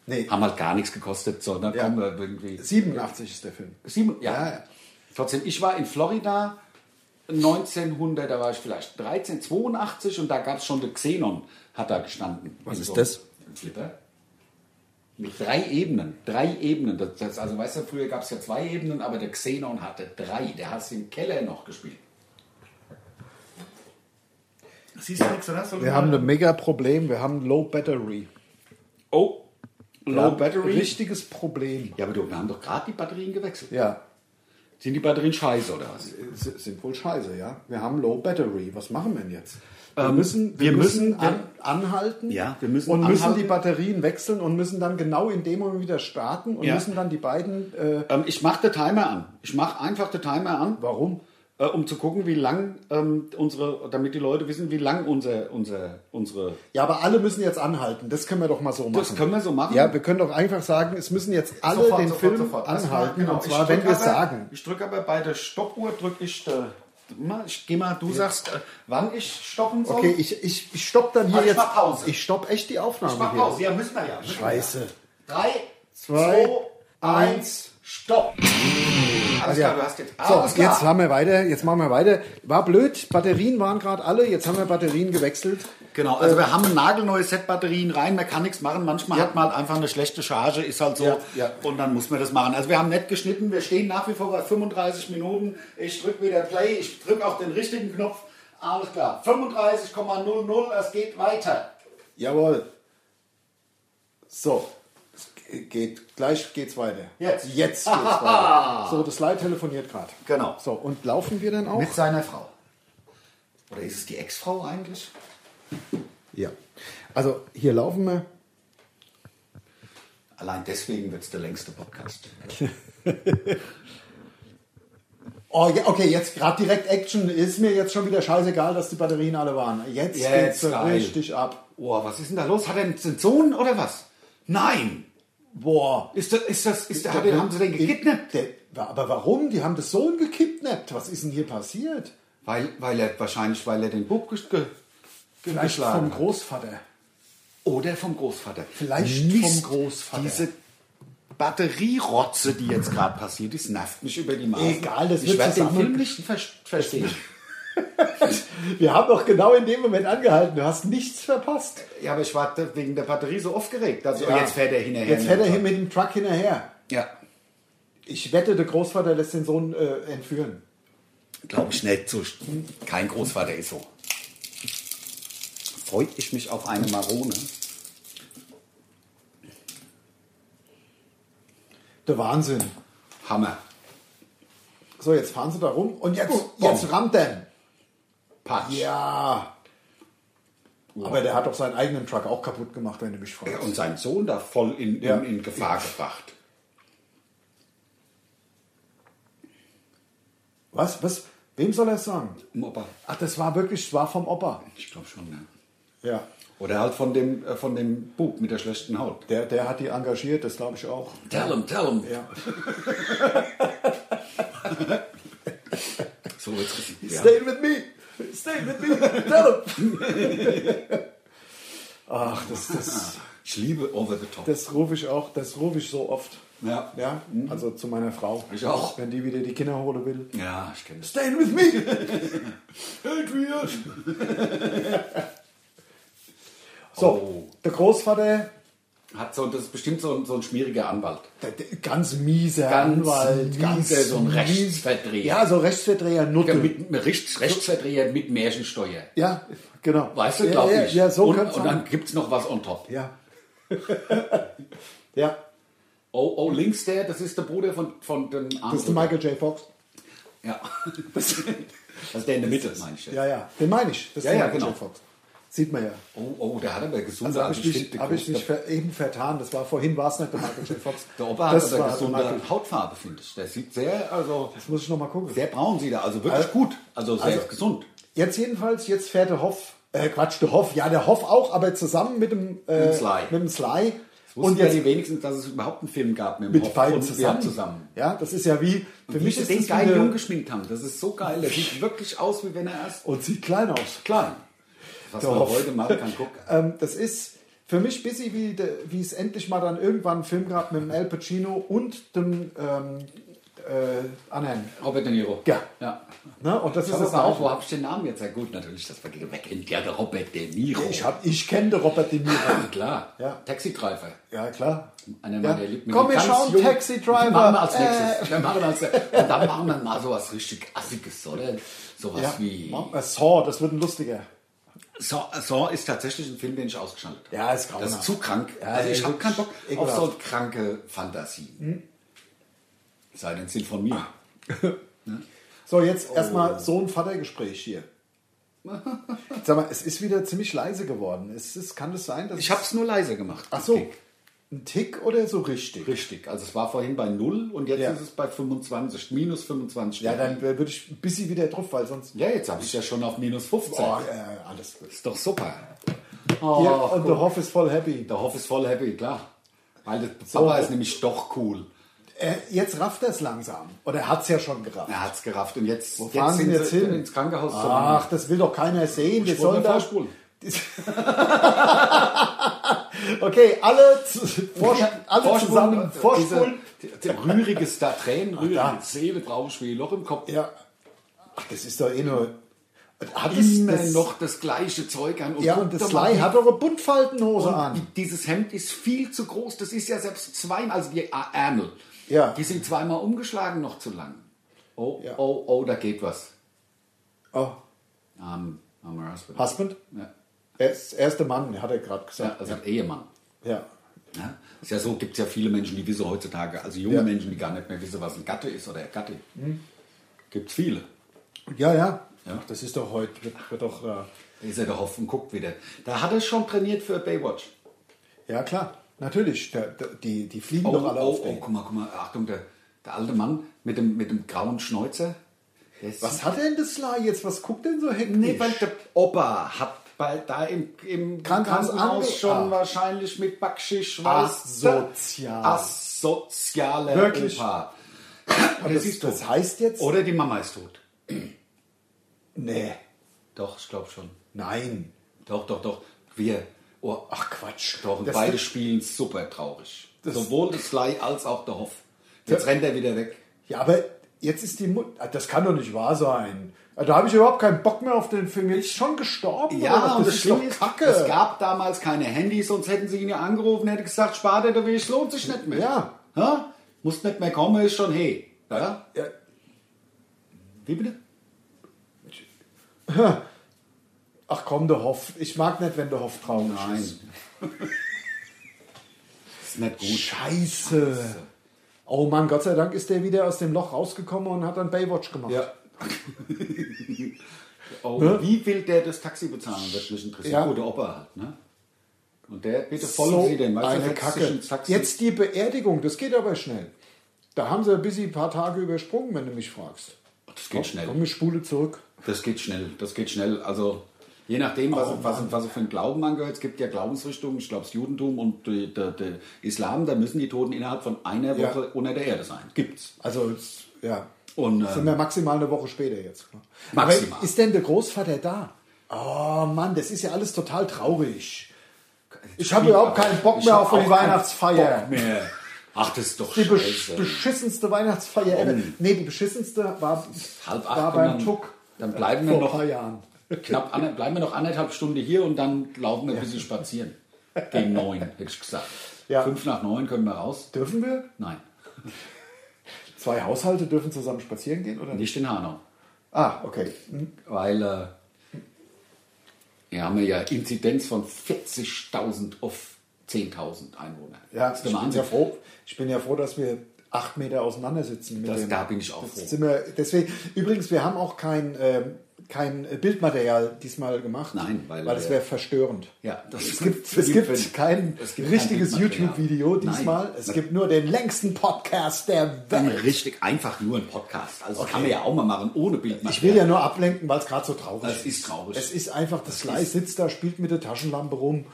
S2: Nee,
S1: Haben halt gar nichts gekostet, sondern
S2: Ja.
S1: kommen wir irgendwie.
S2: 87 ist der Film.
S1: Sieben, ja.
S2: Ja, ja.
S1: Trotzdem, ich war in Florida 1900, da war ich vielleicht 13, 82 und da gab es schon den Xenon, hat da gestanden. Was
S3: ist das?
S1: Ein Flipper. Mit drei Ebenen, drei Ebenen. Das, das, also weißt du, früher gab es ja zwei Ebenen, aber der Xenon hatte drei. Der hat es im Keller noch gespielt.
S4: Siehst du nichts, oder? Soll ich
S2: Wir
S4: mal-
S2: haben ein mega Problem. Wir haben Low Battery.
S1: Oh,
S2: Wir
S1: Low
S2: haben
S1: Battery.
S2: Ein richtiges Problem.
S1: Ja, aber du, wir haben doch gerade die Batterien gewechselt.
S2: Ja,
S1: Sind die Batterien scheiße oder was?
S2: s- sind wohl scheiße, ja. Wir haben Low Battery. Was machen wir denn jetzt? Ähm, Wir müssen,
S1: wir müssen
S2: an, anhalten
S1: Ja, wir müssen
S2: und müssen
S1: anhalten.
S2: die Batterien wechseln und müssen dann genau in dem Moment wieder starten und
S1: Ja.
S2: müssen dann die beiden. Äh,
S1: Ähm, ich mache den Timer an. Ich mache einfach den Timer an.
S2: warum?
S1: Äh, um zu gucken, wie lang ähm, unsere, damit die Leute wissen, wie lang unser, unser, unsere.
S2: Ja, aber alle müssen jetzt anhalten. Das können wir doch mal so machen.
S1: Das können wir so machen.
S2: Ja, wir können doch einfach sagen, es müssen jetzt alle
S4: Sofort,
S2: den
S4: sofort,
S2: Film
S4: sofort.
S2: anhalten.
S4: Erstmal, genau.
S2: Und
S4: Ich
S2: zwar,
S4: drück
S2: wenn wir es
S4: aber-
S2: sagen.
S1: Ich drücke aber bei der Stoppuhr, drücke ich. Äh, mal, ich geh mal, du sagst, äh, wann ich stoppen soll.
S2: Okay, ich, ich, ich stopp dann hier
S1: Also ich
S2: jetzt.
S1: mach Pause.
S2: Ich stopp echt die Aufnahme
S1: ich mach
S2: hier.
S1: Pause. Ja, müssen wir ja. Müssen wir ja.
S2: Scheiße.
S1: Drei,
S2: Zwei,
S1: zwei,
S2: eins.
S1: eins, stopp. Alles
S2: Also Ja.
S1: klar, du hast jetzt.
S2: So,
S1: Alles klar.
S2: jetzt haben wir weiter, jetzt machen wir weiter. War blöd, Batterien waren gerade alle, jetzt haben wir Batterien gewechselt.
S1: Genau, also wir haben ein nagelneues Set Batterien rein, man kann nichts machen. Manchmal
S2: Äh, Ja.
S1: hat man halt einfach eine schlechte Charge, ist halt so.
S2: Ja, ja.
S1: Und dann muss man das machen. Also wir haben nett geschnitten, wir stehen nach wie vor bei 35 Minuten. Ich drücke wieder Play, ich drücke auch den richtigen Knopf. Alles klar, 35,00, es geht weiter.
S2: Jawohl. So, es ge- geht, gleich geht's weiter.
S1: Jetzt. *laughs*
S2: Jetzt geht's weiter. So, das Leid telefoniert gerade.
S1: Genau.
S2: So, und laufen wir dann auch?
S1: Mit seiner Frau. Oder ist es die Ex-Frau eigentlich?
S2: Ja. Also, hier laufen wir.
S1: Allein deswegen wird es der längste Podcast.
S2: Oh, ja, okay, jetzt gerade direkt Action. Ist mir jetzt schon wieder scheißegal, dass die Batterien alle waren. Jetzt,
S1: Jetzt
S2: geht's so
S1: geil.
S2: richtig ab.
S1: Oh, was ist denn da los? Hat er einen Sohn oder was? Nein!
S2: Boah.
S1: Ist das, ist das, ist der, hat den, haben sie den gekidnappt?
S2: Der, aber warum? Die haben das Sohn gekidnappt. Was ist denn hier passiert?
S1: Weil, weil er, wahrscheinlich, weil er den Bub ges- ge, ge,
S2: Vielleicht
S1: geschlagen
S2: vom
S1: hat.
S2: Großvater.
S1: Oder vom Großvater.
S2: Vielleicht
S1: Mist,
S2: vom Großvater.
S1: Diese Batterierotze, die jetzt gerade passiert ist, nervt mich über die Maßen.
S2: Egal, das
S1: ich
S2: wird
S1: werde den
S2: zusammen-
S1: Film nicht ver verstehen.
S2: Wir haben doch genau in dem Moment angehalten. Du hast nichts verpasst.
S1: ja, aber ich war da wegen der Batterie so aufgeregt. Also
S2: Ja.
S1: jetzt fährt er hinterher. ne?
S2: Jetzt fährt er
S1: mit
S2: hin mit dem Truck hinterher.
S1: dem Truck. Ja,
S2: Ich wette, der Großvater lässt den Sohn äh, entführen.
S1: glaube ich nicht. So, kein Großvater ist so. Freut ich mich auf eine Marone.
S2: Der Wahnsinn.
S1: Hammer.
S2: So, jetzt fahren sie da rum und jetzt,
S1: Oh, boom.
S2: jetzt rammt er.
S1: Patsch.
S2: Ja. Aber der hat doch seinen eigenen Truck auch kaputt gemacht, wenn du mich fragst.
S1: Und seinen Sohn da voll in, in,
S2: Ja.
S1: in Gefahr gebracht.
S2: Was? Was? Wem soll er es sagen?
S1: Mopper.
S2: Ach, das war wirklich, es war vom Opa.
S1: Ich glaube schon, ne?
S2: Ja.
S1: Oder halt von dem, äh, von dem Bub mit der schlechten Haut.
S2: Der, der hat die engagiert, das glaube ich auch.
S1: Tell him, tell him.
S2: *laughs* Ja.
S1: So, jetzt ist ja.
S2: with me! Stay with me! Tell him! *laughs* Ach, das, das,
S1: Ich liebe Over the Top.
S2: das rufe ich auch, das rufe ich so oft.
S1: Ja.
S2: Ja, also zu meiner Frau.
S1: Ich auch.
S2: Wenn die wieder die Kinder holen will.
S1: ja, ich kenne das.
S2: Stay with me!
S1: Adrian!
S2: So,
S1: Oh.
S2: der Großvater,
S1: Hat so, das ist bestimmt so ein, so ein schmieriger Anwalt.
S2: der, der, ganz mieser
S1: Ganz
S2: Anwalt.
S1: mieser, so ein
S2: mies-
S1: Rechtsverdreher.
S2: Ja, so Rechtsverdreher, Nutte.
S1: Mit, mit Rechts, Rechtsverdreher mit Märchensteuer.
S2: Ja, genau.
S1: Weißt du,
S2: ja,
S1: glaube
S2: ja,
S1: ich.
S2: Ja, so
S1: und,
S2: kann's
S1: und
S2: sein.
S1: dann gibt es noch was on top.
S2: Ja. *laughs* ja,
S1: Oh, oh, links der, das ist der Bruder von, von dem
S2: das ist der Michael J. Fox.
S1: *laughs* Ja. Das, ist Also der in der Mitte, meine ich. jetzt.
S2: Ja, ja, den meine ich. Das
S1: Ja,
S2: ist
S1: ja,
S2: der Michael
S1: genau.
S2: J. Fox. Sieht man ja.
S1: Oh, oh, der hat aber gesunde
S2: Also habe ich mich,
S1: bestimmte
S2: hab ich
S1: Größe.
S2: mich ver eben vertan. Das war vorhin, war es nicht der Michael J.
S1: *laughs*
S2: Fox.
S1: Der Opa hat
S2: das
S1: aber
S2: der Michael.
S1: gesunde Hautfarbe, finde ich. Der sieht sehr, also
S2: Das muss ich nochmal gucken.
S1: sehr braun sieht er, also wirklich
S2: Also-
S1: gut. Also sehr
S2: also-
S1: gesund.
S2: Jetzt jedenfalls, jetzt fährt der Hoff, äh Quatsch, der Hoff, ja, der Hoff auch, aber zusammen mit dem, äh,
S1: Mit dem Sly.
S2: Mit dem Sly.
S1: Wussten
S2: Und
S1: ja
S2: jetzt
S1: die wenigstens, dass es überhaupt einen Film gab mit, dem
S2: mit
S1: Hoff
S2: beiden
S1: und wir
S2: zusammen.
S1: zusammen.
S2: Ja, das ist ja wie, für
S1: Für
S2: mich ist
S1: den
S2: das
S1: geil
S2: wie
S1: jung
S2: eine,
S1: geschminkt haben. Das ist so geil. Der sieht wirklich aus, wie wenn er erst
S2: und sieht klein aus.
S1: klein. Was
S2: Der
S1: man
S2: Hoff.
S1: heute machen kann, guck.
S2: Ähm, das ist für mich busy, wie, de, wie es endlich mal dann irgendwann einen Film gab mit dem Al Pacino und dem ähm, äh, anderen.
S1: Robert De Niro.
S2: Ja.
S1: ja.
S2: Ne? Und das
S1: Ich
S2: ist das
S1: das auch, wo
S2: auch.
S1: habe ich den Namen jetzt? Ja gut, natürlich, das war wer kennt ja der Robert De Niro.
S2: Ich, hab- ich kenne den Robert De Niro.
S1: Ja, klar.
S2: Ja.
S1: Taxidreifer.
S2: Ja, klar.
S1: Einer
S2: Ja.
S1: meiner Lieblinge.
S2: Komm, wir
S1: Ganz
S2: schauen
S1: jung.
S2: Taxi Driver.
S1: Machen wir als
S2: Äh.
S1: nächstes. Wir machen als, und dann machen wir mal sowas richtig Assiges, oder? Sowas
S2: Ja.
S1: wie...
S2: Äh, Saw, das wird ein lustiger.
S1: Saw, Saw ist tatsächlich ein Film, den ich ausgeschaltet habe.
S2: Ja, ist grauenhaft.
S1: Das ist zu krank.
S2: Ja,
S1: also ich
S2: ey,
S1: habe keinen Bock
S2: ekelhaft. Hm?
S1: auf so kranke Fantasien. Sei denn, es sind von
S2: Ah.
S1: mir.
S2: So, jetzt erstmal Sohn-Vater-Gespräch *laughs* hier. Sag mal, es ist wieder ziemlich leise geworden. Es ist, kann es sein, dass
S1: Ich habe es nur leise gemacht.
S2: Ach so,
S1: Dick.
S2: ein Tick oder so richtig?
S1: Richtig. Also es war vorhin bei 0 und jetzt
S2: Ja.
S1: ist es bei 25. Minus 25.
S2: Ja, dann äh, würde ich ein bisschen wieder drauf, weil sonst.
S1: ja jetzt habe ich ja schon auf minus 15.
S2: Oh, äh, alles gut.
S1: Ist doch super.
S2: Hier, und der Hoff ist voll happy.
S1: Der Hoff ist voll happy, klar. Weil der
S2: So.
S1: Papa ist nämlich doch cool.
S2: Äh, jetzt rafft er es langsam. Oder hat es ja schon gerafft.
S1: Er hat's gerafft und jetzt,
S2: Wo fahren sie jetzt
S1: sie
S2: hin?
S1: ins Krankenhaus zur Mama.
S2: Ach, das will doch keiner sehen. Wir
S1: Ich wollte
S2: sollen da.
S1: vorspulen.
S2: *laughs* Okay, alle, zu, vor, alle zusammen
S1: äh,
S2: vorspulen.
S1: Diese, die, die rühriges da Tränen,
S2: da.
S1: rührige Seele, Trauerspiel, Loch im Kopf.
S2: Ja. Ach, das ist doch eh nur. Hat es
S1: Immer
S2: das,
S1: noch das gleiche Zeug an. Und
S2: Ja,
S1: guck
S2: und das
S1: doch mal,
S2: Sly hat doch eine Buntfaltenhose
S1: die-
S2: an.
S1: Dieses Hemd ist viel zu groß. Das ist ja selbst zweimal, also die Ä- Ärmel.
S2: Ja.
S1: Die sind zweimal umgeschlagen noch zu lang. Oh,
S2: Ja.
S1: oh, oh, da geht was.
S2: Oh,
S1: Am am Husband.
S2: Husband?
S1: Ja.
S2: Er ist, er ist der Mann, hat er gerade
S1: Ja,
S2: gesagt.
S1: also Ehemann.
S2: Ja.
S1: Ja, ist ja so, gibt es ja viele Menschen, die wissen heutzutage, also junge
S2: Ja. Hm.
S1: Menschen, die gar nicht mehr wissen, was ein Gatte ist oder eine Gatte. Gibt es viele.
S2: Ja, ja.
S1: Ja.
S2: Das ist doch heute. Wird, wird doch, äh,
S1: Da ist er der Hoffen, guckt wieder. Da hat er schon trainiert für Baywatch.
S2: ja, klar. Natürlich, der, der, die, die fliegen
S1: Oh,
S2: doch alle
S1: oh,
S2: auf
S1: oh,
S2: den.
S1: guck mal, guck mal, Achtung, der, der alte Mann mit dem, mit dem grauen Schnäuzer. Der ist-
S2: Was hat denn das Sly jetzt? Was guckt denn so hektisch?
S1: Nee, weil der Opa hat bei, da im, im
S2: Krankenhaus
S1: Krankenhaus,
S2: ange-
S1: schon
S2: Ah.
S1: wahrscheinlich mit Backschisch
S2: Asozial.
S1: Asoziale
S2: Wirklich?
S1: Opa.
S2: Aber das,
S1: siehst du.
S2: das heißt jetzt.
S1: Oder die Mama ist tot.
S2: Nee.
S1: Doch, ich glaube schon.
S2: Nein.
S1: Doch, doch, doch. Wir. Oh,
S2: Ach Quatsch.
S1: doch, und
S2: Das-
S1: beide spielen super traurig.
S2: Das-
S1: Sowohl der Sly als auch der Hoff. Jetzt
S2: Ja.
S1: rennt er wieder weg.
S2: Ja, aber jetzt ist die Mutter. Ah, Das kann doch nicht wahr sein. Ah, Da habe ich überhaupt keinen Bock mehr auf den Film. Ist schon gestorben. oder was?
S1: Ja, und das Schlimme ist,
S2: Kacke.
S1: es gab damals keine Handys, sonst hätten sie ihn ja angerufen, hätte gesagt, spart dir den Weg, lohnt sich nicht mehr.
S2: Ja.
S1: Ha? Musst nicht mehr kommen, ist schon hey. Ja?
S2: Ja,
S1: Wie bitte?
S2: Ach komm, der Hoff. Ich mag nicht, wenn der Hoff traurig
S1: *laughs*
S2: ist.
S1: Ist nicht gut.
S2: Scheiße. Oh Mann, Gott sei Dank ist der wieder aus dem Loch rausgekommen und hat dann Baywatch gemacht.
S1: Ja. *laughs* oh,
S2: Ne?
S1: Wie will der das Taxi bezahlen, wird mich interessieren.
S2: Ja.
S1: Gute Opa halt, ne? Und der, bitte folgen
S2: So
S1: Sie den, weil sonst
S2: eine
S1: hättest du
S2: Kacke.
S1: schon Taxi.
S2: Jetzt die Beerdigung, das geht aber schnell. Da haben sie ein bisschen ein paar Tage übersprungen, wenn du mich fragst.
S1: Oh, Das geht schnell.
S2: Komm, ich spule zurück.
S1: Das geht schnell, das geht schnell. Also je nachdem, was,
S2: Oh,
S1: was, was du für einen Glauben angehört, es gibt ja Glaubensrichtungen, ich glaube das Judentum und äh, der, der Islam, da müssen die Toten innerhalb von einer
S2: Ja.
S1: Woche unter der Erde sein. Gibt's.
S2: Also, es- ja.
S1: Und
S2: Sind
S1: äh,
S2: wir maximal eine Woche später jetzt.
S1: Maximal.
S2: Aber ist denn der Großvater da? Oh Mann, das ist ja alles total traurig. Ich habe überhaupt keinen Bock
S1: ich
S2: mehr
S1: hab
S2: auf die
S1: auch keinen
S2: Weihnachtsfeier.
S1: Bock mehr. Ach, das ist doch
S2: Die besch
S1: scheiße.
S2: beschissenste Weihnachtsfeier ever. Nee, die beschissenste war,
S1: Halb acht
S2: war
S1: und
S2: beim
S1: dann,
S2: Tuck
S1: Dann bleiben wir
S2: vor ein paar
S1: noch
S2: Jahren.
S1: knapp ander, bleiben wir noch anderthalb Stunden hier und dann laufen wir ein bisschen spazieren. Gegen neun, hätte ich gesagt.
S2: Ja.
S1: Fünf nach neun können wir raus.
S2: Dürfen wir?
S1: Nein,
S2: Zwei Haushalte dürfen zusammen spazieren gehen, oder?
S1: nicht in Hanau.
S2: Ah, okay.
S1: weil äh, wir haben ja Inzidenz von 40.000 auf 10.000 Einwohner.
S2: Ja,
S1: das ist
S2: ich
S1: der
S2: bin
S1: Wahnsinn.
S2: ja froh. Ich bin ja froh, dass wir acht Meter auseinandersitzen. Mit
S1: Das-
S2: dem.
S1: da bin ich auch
S2: das
S1: froh.
S2: Sind wir, deswegen, übrigens, wir haben auch kein, ähm, kein Bildmaterial diesmal gemacht.
S1: Nein, weil- äh,
S2: weil es wäre verstörend.
S1: Ja, das
S2: es gibt,
S1: für
S2: es
S1: die-
S2: gibt,
S1: für-
S2: kein
S1: es gibt kein
S2: richtiges
S1: Bildmaterial.
S2: YouTube-Video
S1: Nein.
S2: diesmal. Es gibt nur den längsten Podcast der
S1: Dann
S2: Welt.
S1: richtig einfach nur ein Podcast. Also das kann man ja auch mal machen ohne Bild.
S2: Ich will ja nur ablenken, weil es gerade so traurig
S1: Es
S2: ist.
S1: ist traurig.
S2: Es ist einfach, das Sly sitzt da, spielt mit der Taschenlampe rum.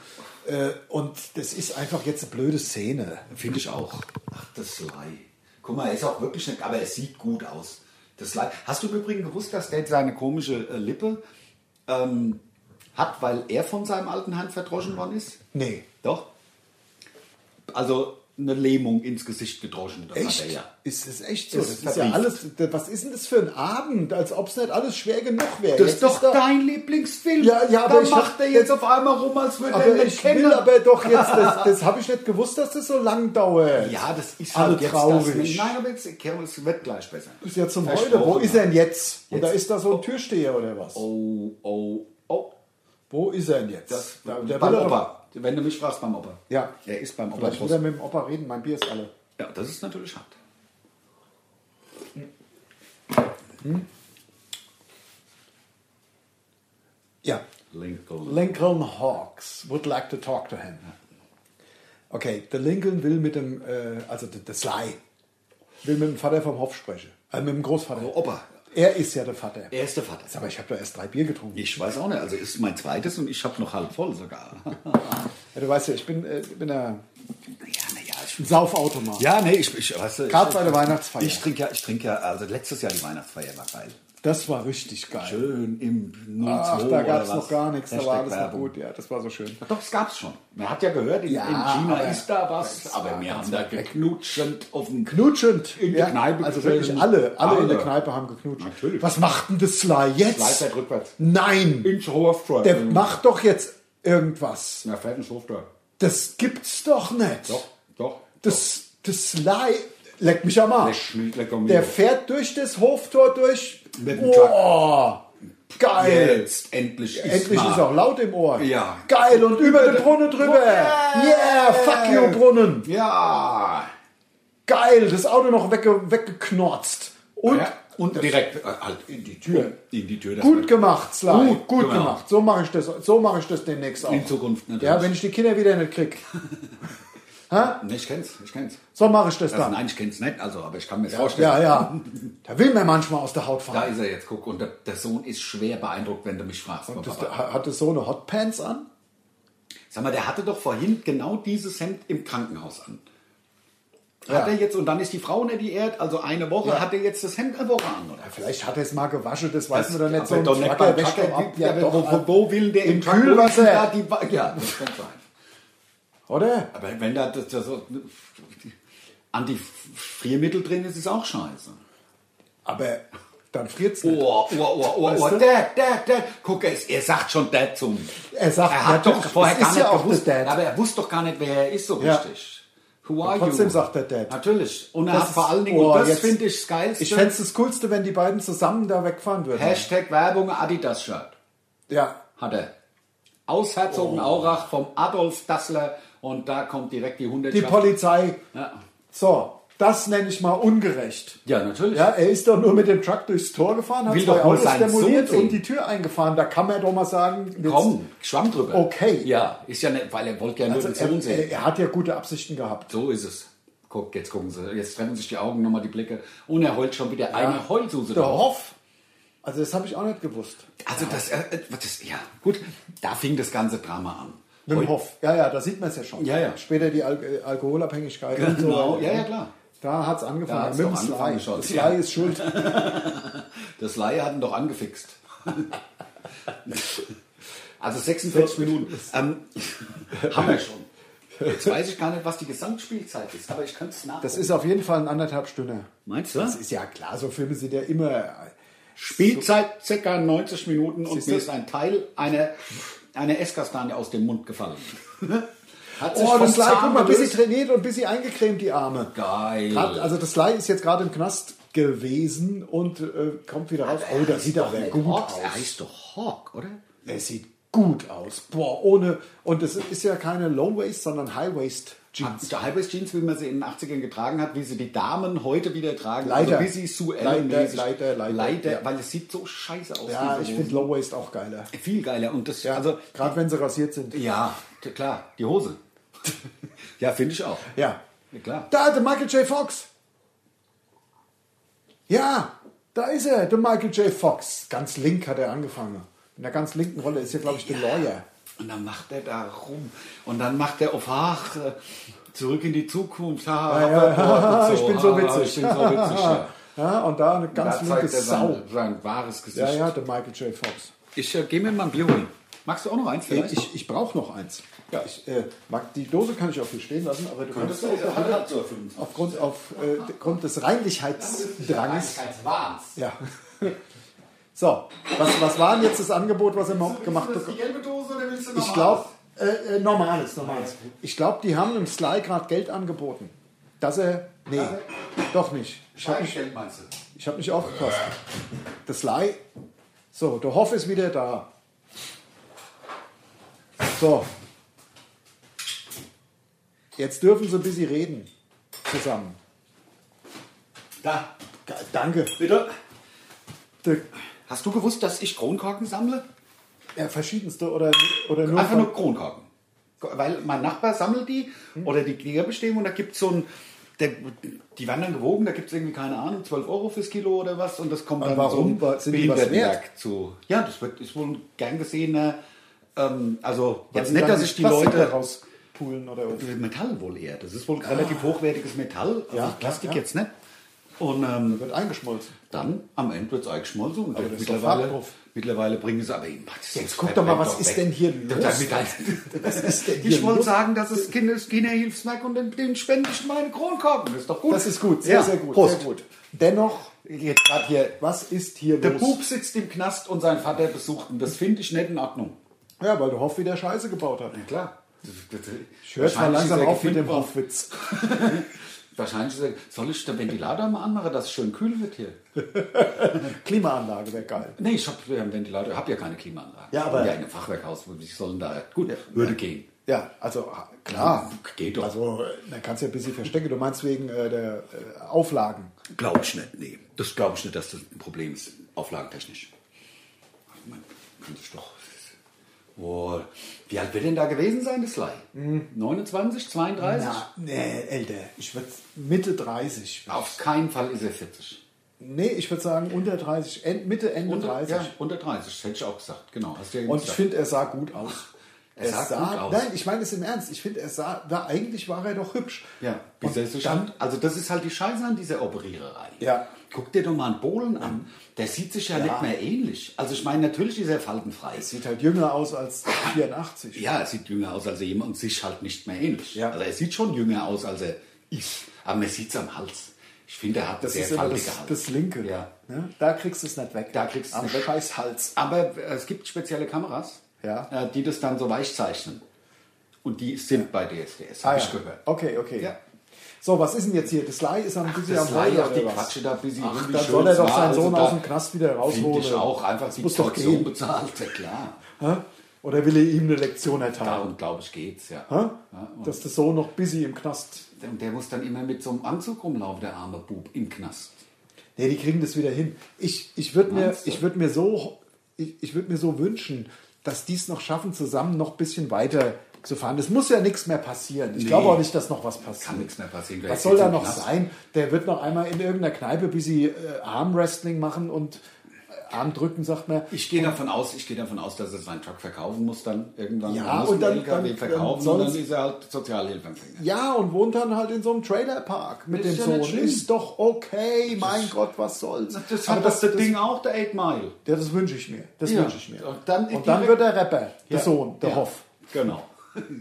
S2: Äh, und das ist einfach jetzt eine blöde Szene.
S1: Finde ich auch. Ach, das Sly. Guck mal, er ist auch wirklich nicht, aber er sieht gut aus. Das Sly. Hast du im Übrigen gewusst, dass der seine komische äh, Lippe ähm, hat, weil er von seinem alten Hand verdroschen worden ist?
S2: Nee.
S1: Doch. Also eine Lähmung ins Gesicht gedroschen. Das
S2: Echt?
S1: Hat er, ja.
S2: Ist es echt so?
S1: Das
S2: Das,
S1: ist
S2: ist, ja
S1: verbrieft.
S2: alles. Was ist denn das für ein Abend? Als ob es nicht alles schwer genug wäre.
S1: Das
S2: Jetzt
S1: ist doch
S2: da-
S1: dein Lieblingsfilm.
S2: Ja, ja, aber
S1: da
S2: ich
S1: macht
S2: hab-
S1: er jetzt auf einmal rum, als würde er ihn
S2: Aber
S1: nicht
S2: ich will
S1: kennen.
S2: aber doch jetzt. Das, das habe ich nicht gewusst, dass das so lang dauert.
S1: Ja, das ist
S2: Alle
S1: halt jetzt das.
S2: traurig.
S1: Nein, aber jetzt, Kerl, es wird gleich besser.
S2: ist ja zum
S1: Versprochen.
S2: Heute. Wo ist er denn jetzt? Und
S1: Jetzt.
S2: da ist da so ein Türsteher oder was?
S1: Oh, oh, oh.
S2: Wo ist er denn jetzt?
S1: Das,
S2: Da- der
S1: beim
S2: will er doch-
S1: Opa. Wenn du mich fragst, beim Opa.
S2: Ja.
S1: Er ist beim Opa.
S2: Vielleicht will er mit dem Opa reden. Mein Bier ist alle.
S1: Ja, das ist natürlich hart.
S2: Ja.
S1: Lincoln.
S2: Lincoln Hawks would like to talk to him. Okay, der Lincoln will mit dem, äh, also der, der Sly, will mit dem Vater vom Hof sprechen. Äh, mit dem Großvater.
S1: Oh, Opa.
S2: Er ist ja der Vater.
S1: Er ist der Vater.
S2: Aber ich habe doch erst drei Bier getrunken.
S1: Ich weiß auch nicht. Also ist mein zweites und ich habe noch halb voll sogar. *laughs*
S2: Ja, du weißt ja, ich bin, äh, bin ja
S1: Ja, na ja, ich
S2: ein Saufautomat.
S1: Ja, nee, ich, ich weißt du,
S2: Gerade
S1: ich-
S2: bei der Weihnachtsfeier.
S1: Ich trinke ja, ich trinke ja, also letztes Jahr die Weihnachtsfeier war geil.
S2: Das war richtig geil.
S1: Schön im 02
S2: Ach, da
S1: oder
S2: gab es
S1: was.
S2: noch gar nichts. Da
S1: Hashtag
S2: war alles noch
S1: Werbung.
S2: gut. Ja, das war so schön.
S1: Doch, es gab's schon. Man hat ja gehört, in,
S2: Ja,
S1: in China
S2: aber-
S1: ist da was,
S2: das
S1: aber
S2: war
S1: wir
S2: ganz
S1: haben da
S2: weit weg.
S1: geknutschend auf dem
S2: Knutschend.
S1: In die Kneipe
S2: Also
S1: gestellt.
S2: wirklich alle, alle, in der
S1: Alle.
S2: Kneipe haben geknutscht.
S1: Natürlich.
S2: Was macht denn das Sly jetzt?
S1: Gleichzeit rückwärts.
S2: Nein!
S1: Ins Hof
S2: Der macht doch jetzt irgendwas.
S1: Na, fährt ein Hof da.
S2: Das gibt's doch nicht.
S1: Doch, doch.
S2: Das, das Sly. Leck mich am
S1: Der
S2: Arsch.
S1: schmilzt lecker mit.
S2: Der fährt durch das Hoftor durch.
S1: Mit dem Truck.
S2: Oh, geil.
S1: Jetzt endlich ist
S2: Endlich
S1: mal.
S2: ist auch laut im Ohr.
S1: Ja.
S2: Geil und über den Brunnen drüber. Yeah, fuck you Brunnen.
S1: Ja.
S2: Geil, das Auto noch wegge weggeknorzt. Und
S1: ja. und direkt äh, halt in die Tür. In die Tür. dass man-
S2: gut gemacht, Sly.
S1: Gut,
S2: Gut,
S1: genau.
S2: gemacht. So mache ich das, so mache ich das demnächst auch.
S1: In Zukunft natürlich.
S2: Ja, wenn ich die Kinder wieder nicht krieg. Hä?
S1: Nee, ich kenn's, ich kenn's.
S2: So mache ich das
S1: Also
S2: dann.
S1: nein, ich kenn's nicht, also, aber ich kann mir's vorstellen.
S2: Ja, ja. Da will man manchmal aus der Haut
S1: Da
S2: fahren.
S1: ist er jetzt, guck. Und der, der Sohn ist schwer beeindruckt, wenn du mich fragst. mein
S2: Das,
S1: Papa.
S2: hat es so eine Hotpants an?
S1: Sag mal, der hatte doch vorhin genau dieses Hemd im Krankenhaus an.
S2: Ja.
S1: Hat er jetzt, und dann ist die Frau in der Diät, also eine Woche,
S2: Ja.
S1: hat er jetzt das Hemd eine Woche an, oder?
S2: Vielleicht hat er es mal gewaschen, das weiß man doch nicht.
S1: Aber
S2: ein
S1: doch nicht
S2: Flacker
S1: beim
S2: wäscht
S1: Kacker,
S2: doch ab.
S1: ja,
S2: Ja, doch,
S1: wo, wo, wo will der
S2: im
S1: Kacker
S2: Kühlwasser.
S1: da die Wa- ja, das kann sein.
S2: Oder?
S1: Aber wenn da das, das so Antifriermittel drin ist, ist auch scheiße.
S2: Aber dann friert's nicht.
S1: Oh, oh, oh, oh, oh,
S2: Weißt du?
S1: Dad, Dad, Dad. Guck, er, ist- er sagt schon Dad zum.
S2: Er sagt,
S1: er hat
S2: ja,
S1: doch
S2: das
S1: vorher
S2: ist
S1: gar nicht
S2: ja auch
S1: gewusst,
S2: der Dad.
S1: aber er wusste doch gar nicht, wer er ist so
S2: Ja.
S1: richtig. Who are
S2: trotzdem
S1: you?
S2: sagt er Dad.
S1: Natürlich. Und er
S2: Das
S1: hat
S2: ist-
S1: vor allen Dingen,
S2: oh,
S1: und das
S2: jetzt-
S1: finde ich das Geilste,
S2: Ich fände es das Coolste, wenn die beiden zusammen da wegfahren würden.
S1: Hashtag Werbung Adidas-Shirt.
S2: Ja.
S1: hat er. Aus
S2: Oh.
S1: Herzogenaurach vom Adolf Dassler und da kommt direkt die
S2: Die
S1: Hundertschaft.
S2: Polizei.
S1: Ja.
S2: So, das nenne ich mal ungerecht.
S1: ja, natürlich.
S2: Ja, er ist doch nur mit dem Truck durchs Tor gefahren, hat
S1: Will
S2: zwei
S1: doch nur
S2: Autos
S1: seinen
S2: demoliert
S1: Sohn sehen.
S2: und die Tür eingefahren. Da kann man doch mal sagen, jetzt-
S1: Komm, Schwamm drüber.
S2: Okay.
S1: Ja, ist ja nicht, weil er wollte ja nur
S2: also
S1: den Sohn
S2: er,
S1: sehen.
S2: er, er hat ja gute Absichten gehabt.
S1: so ist es. Guck, jetzt gucken sie. Jetzt treffen sich die Augen, nochmal die Blicke. Und er heult schon wieder eine Heulsuse
S2: Der
S1: drauf.
S2: Hoff. Also das habe ich auch nicht gewusst.
S1: Also das, äh, äh, das, ja, gut. Da fing das ganze Drama an.
S2: Mit
S1: Heul-
S2: dem Hoff. Ja, ja, da sieht man es ja schon.
S1: Ja, ja.
S2: Später die Al äh, Alkoholabhängigkeit. und so
S1: Genau,
S2: weiter.
S1: ja, ja, klar.
S2: Da hat es angefangen.
S1: Da hat's
S2: mit
S1: doch
S2: dem Sly.
S1: angefangen schon.
S2: Sly
S1: Ja.
S2: ist schuld.
S1: Das Laie hat ihn doch angefixt. *laughs* Also 46 Minuten. Ähm, *laughs* haben wir schon. Jetzt weiß ich gar nicht, was die Gesamtspielzeit ist, aber ich kann es nach.
S2: Das ist auf jeden Fall ein anderthalb Stunde.
S1: Meinst du?
S2: Das ist ja klar, so Filme sind ja immer.
S1: Spielzeit ca. 90 Minuten und
S2: Siehst
S1: mir
S2: du?
S1: ist ein Teil einer eine Esskastanie aus dem Mund gefallen. *laughs* Hat
S2: Oh, das Sly, guck mal, bis sie
S1: gelöst.
S2: trainiert und bis sie eingecremt, die Arme.
S1: Geil.
S2: Grad, also das Sly ist jetzt gerade im Knast gewesen und äh, kommt wieder raus. Oh, da sieht er aber gut
S1: Hawks.
S2: aus.
S1: Er heißt doch Hawk, oder?
S2: Er sieht gut aus. Boah, ohne. Und es ist ja keine Low-Waist, sondern High-Waist-Jeans.
S1: Die Highwaist Jeans, wie man sie in den 80ern getragen hat, wie sie die Damen heute wieder tragen.
S2: Leider.
S1: Also wie sie Sue Ellen mäßig.
S2: Leider, leider, leider, ja.
S1: weil es sieht so scheiße aus.
S2: Ja,
S1: diese
S2: ich
S1: Hose.
S2: finde Low-Waist auch geiler.
S1: viel geiler. Und das,
S2: Ja, also,
S1: also,
S2: gerade wenn sie rasiert sind.
S1: ja, t- klar, die Hose. *laughs* ja, finde ich auch.
S2: Ja.
S1: Ja, klar.
S2: Da, der Michael J. Fox. Ja, da ist er, der Michael J. Fox. Ganz link hat er angefangen. In der ganz linken Rolle ist er, glaube ich, der Lawyer.
S1: Und dann macht er da rum. Und dann macht er auf Ach, äh, zurück in die Zukunft. Ha,
S2: Ja,
S1: Hoverboard
S2: ja,
S1: und
S2: *laughs* ich bin so
S1: Ha,
S2: witzig.
S1: Ah, Oh, Ich bin so witzig. ja.
S2: *laughs* Ja, und da eine ganz
S1: da
S2: linke
S1: zeigt er
S2: Sau.
S1: sein, sein wahres Gesicht.
S2: Ja, ja, der Michael J. Fox.
S1: Ich äh, gehe mir mal ein Bier holen. Magst du auch noch eins vielleicht?
S2: Äh, Ich, ich brauche noch eins. Ja, ich, äh, mag, die Dose kann ich auch hier stehen lassen, aber du kannst aufgrund, auf, äh, aufgrund des Reinlichkeitsdrangs.
S1: Krankheitswahns.
S2: Ja. *laughs* So, was, was war denn jetzt das Angebot, was er überhaupt gemacht hat?
S1: gelbe Dose oder willst du
S2: Ich glaube, äh, äh, normales, normales. Ich glaube, die haben dem Sly gerade Geld angeboten. Dass er. Nee, doch nicht. Ich habe mich,
S1: Geld meinst du?
S2: ich hab nicht aufgepasst. Das Sly. So, der Hoff ist wieder da. So. Jetzt dürfen sie ein bisschen reden. Zusammen.
S1: Da,
S2: Ge- Danke.
S1: bitte.
S2: Der,
S1: Hast du gewusst, dass ich Kronkorken sammle?
S2: ja, verschiedenste oder, oder nur.
S1: Einfach
S2: von-
S1: nur Kronkorken. Weil mein Nachbar sammelt die
S2: Hm.
S1: oder die Gläser bestehen und da gibt es so ein. Der, die werden dann gewogen, da gibt es irgendwie keine Ahnung, 12 Euro fürs Kilo oder was und das kommt
S2: Aber
S1: dann
S2: warum?
S1: so ein
S2: Sind die was
S1: Behindertenwerk zu. Ja, das wird, ist wohl ein gern gesehener. Ähm, also,
S2: Weil
S1: jetzt
S2: sie
S1: nicht,
S2: dann
S1: dass ich die
S2: Plastik
S1: Leute.
S2: rauspulen oder was.
S1: Metall wohl eher. Das ist wohl ein relativ hochwertiges Metall, also
S2: Ja,
S1: Plastik
S2: ja, ja.
S1: jetzt nicht. Und ähm,
S2: Wird eingeschmolzen.
S1: dann am Ende wird es eingeschmolzen und
S2: Aber das ist doch
S1: mittlerweile,
S2: Farbstoff.
S1: mittlerweile bringen sie aber eben.
S2: Jetzt guck doch mal, was ist
S1: *laughs*
S2: denn hier los? Was ist denn hier
S1: Ich wollte
S2: los?
S1: sagen, das ist Kindes Kinderhilfswerk und den, den spende ich meine Kronkorken. Das ist doch gut.
S2: Das ist gut, sehr,
S1: Ja,
S2: sehr gut.
S1: Prost.
S2: Sehr gut. Dennoch,
S1: Jetzt gerade hier.
S2: was ist hier
S1: Der
S2: los?
S1: Bub sitzt im Knast und sein Vater besucht ihn. Das finde ich nicht in Ordnung.
S2: Ja, weil der Hoff wieder Scheiße gebaut hat.
S1: Klar.
S2: Ich höre mal langsam auf mit dem
S1: Hof.
S2: Hoffwitz.
S1: *laughs* Wahrscheinlich ist er, soll ich den Ventilator mal anmachen, dass es schön kühl wird hier?
S2: Klimaanlage wäre geil.
S1: Nee, ich ähm, habe ja einen Ventilator, ich habe ja keine Klimaanlage.
S2: Ja, aber-
S1: ja, in einem Fachwerkhaus, wo- ich soll da gut würde gehen.
S2: Ja, also ah, klar.
S1: Geht doch.
S2: Also, äh, da kannst du ja ein bisschen verstecken. Du meinst wegen äh, der äh, Auflagen.
S1: Glaube ich nicht, nee. Das glaube ich nicht, dass das ein Problem ist, auflagentechnisch. Man kann sich doch Boah. Wie alt wird denn da gewesen sein, das Sly? Hm. 29, 32?
S2: Na, nee, älter. Ich würde Mitte 30.
S1: Auf keinen Fall ist er 40.
S2: Nee, ich würde sagen unter 30, end, Mitte, Ende
S1: Unter
S2: 30.
S1: 30. Ja, unter 30, das hätte ich auch gesagt. Genau. Hast du ja
S2: Und ich
S1: gesagt.
S2: finde, er sah gut aus.
S1: er sah gut aus.
S2: Nein, ich meine es im Ernst. Ich finde, er sah, da eigentlich war er doch hübsch.
S1: Ja, wie
S2: Und
S1: soll es
S2: dann-
S1: stand? Also das ist halt die Scheiße an dieser Operiererei.
S2: Ja. Mhm.
S1: Guck dir doch mal einen Bohlen an. Der sieht sich ja, nicht mehr ähnlich. Also ich meine, natürlich ist er faltenfrei.
S2: Sieht halt jünger aus als 84.
S1: Ja, er sieht jünger aus als er jemand und sich halt nicht mehr ähnlich.
S2: Ja.
S1: Also er sieht schon jünger aus als er ist. Aber man sieht es am Hals. Ich finde, er hat
S2: das
S1: sehr
S2: ist immer
S1: faltige
S2: das,
S1: Hals.
S2: das Linke.
S1: halt. Ja.
S2: Ne? Da kriegst du es nicht weg.
S1: Da kriegst du's
S2: Am
S1: nicht weg.
S2: Scheißhals.
S1: Aber äh, es gibt spezielle Kameras,
S2: Ja.
S1: äh, die das dann so weich zeichnen. Und die sind bei DSDS,
S2: Ah,
S1: habe
S2: ja.
S1: ich gehört.
S2: Okay, okay.
S1: Ja.
S2: So, was ist denn jetzt hier? Das Lai ist am bisschen
S1: Das
S2: am
S1: Lai,
S2: Heulen
S1: ach, die
S2: oder was?
S1: quatschen da ein bisschen rum,
S2: Ach,
S1: wie
S2: dann
S1: schön
S2: soll er
S1: es
S2: doch
S1: war.
S2: seinen Sohn
S1: Also da
S2: aus dem Knast wieder
S1: Finde
S2: rausholen.
S1: ich auch. Einfach
S2: Das
S1: die
S2: muss doch
S1: Kaution
S2: gehen.
S1: bezahlt, ja klar.
S2: Hä? Oder will er ihm eine Lektion erteilen?
S1: Darum, glaube ich, geht's, ja.
S2: Hä? Dass der Sohn noch busy im Knast.
S1: Und der muss dann immer mit so einem Anzug rumlaufen, der arme Bub, im Knast.
S2: Nee, die kriegen das wieder hin. Ich, ich würde mir,
S1: Meinst du?
S2: ich würd mir, so, ich, ich würd mir so wünschen, dass die es noch schaffen, zusammen noch ein bisschen weiter zu fahren. Es muss ja nichts mehr passieren. Ich
S1: Nee.
S2: glaube auch nicht, dass noch was passiert.
S1: Kann nichts mehr passieren. Der
S2: Was soll
S1: sitzt
S2: da
S1: im
S2: noch
S1: Knast.
S2: sein? Der wird noch einmal in irgendeiner Kneipe bis sie äh, Armwrestling machen und äh, Armdrücken, sagt man.
S1: Ich gehe davon aus, ich gehe davon aus, dass er seinen Truck verkaufen muss dann irgendwann.
S2: Ja,
S1: Er muss
S2: und
S1: einen
S2: dann-
S1: LKW
S2: dann-
S1: verkaufen
S2: dann
S1: und dann
S2: sonst-
S1: ist er halt Sozialhilfeempfänger.
S2: Ja, und wohnt dann halt in so einem Trailerpark mit
S1: Ist
S2: dem
S1: ja
S2: Sohn.
S1: nicht schlimm.
S2: Ist doch okay, mein Gott, was soll's. Aber
S1: auch, der Eight Mile.
S2: Ja, das wünsche ich mir. Das
S1: Ja.
S2: wünsche ich mir.
S1: Und dann-
S2: und dann wird der Rapper, der Sohn, der
S1: ja.
S2: Hoff.
S1: Genau. *laughs*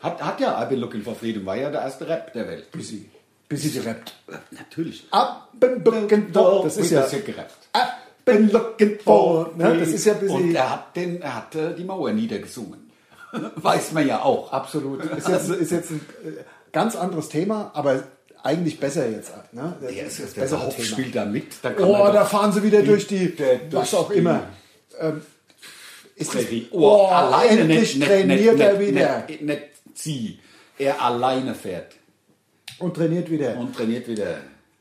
S1: Hat, hat ja I've been looking for freedom, war ja der erste Rap der Welt.
S2: Busy. Busy gerappt.
S1: Natürlich.
S2: Appenböckendorf. Das ist ja.
S1: gerappt.
S2: Appenböckendorf. Ne? Das ist ja
S1: Und
S2: busy.
S1: er hat, den, er hat äh, die Mauer niedergesungen. Ne, Weiß man ja auch.
S2: Absolut. Ist jetzt, ist jetzt ein äh, ganz anderes Thema, aber eigentlich besser jetzt. Ne? Das
S1: Der ist
S2: das
S1: jetzt besser Hoff spielt da mit. Da kann
S2: Oh,
S1: man
S2: da
S1: doch-
S2: fahren sie wieder durch die.
S1: der-
S2: was
S1: durch
S2: auch
S1: die-
S2: immer. Ähm, ist das-
S1: Prärie.
S2: Oh,
S1: Oh, alleine
S2: endlich
S1: nicht,
S2: trainiert
S1: nicht, nicht,
S2: er
S1: nicht,
S2: wieder.
S1: Nicht, nicht sie. Er alleine fährt
S2: Und trainiert wieder.
S1: und trainiert wieder.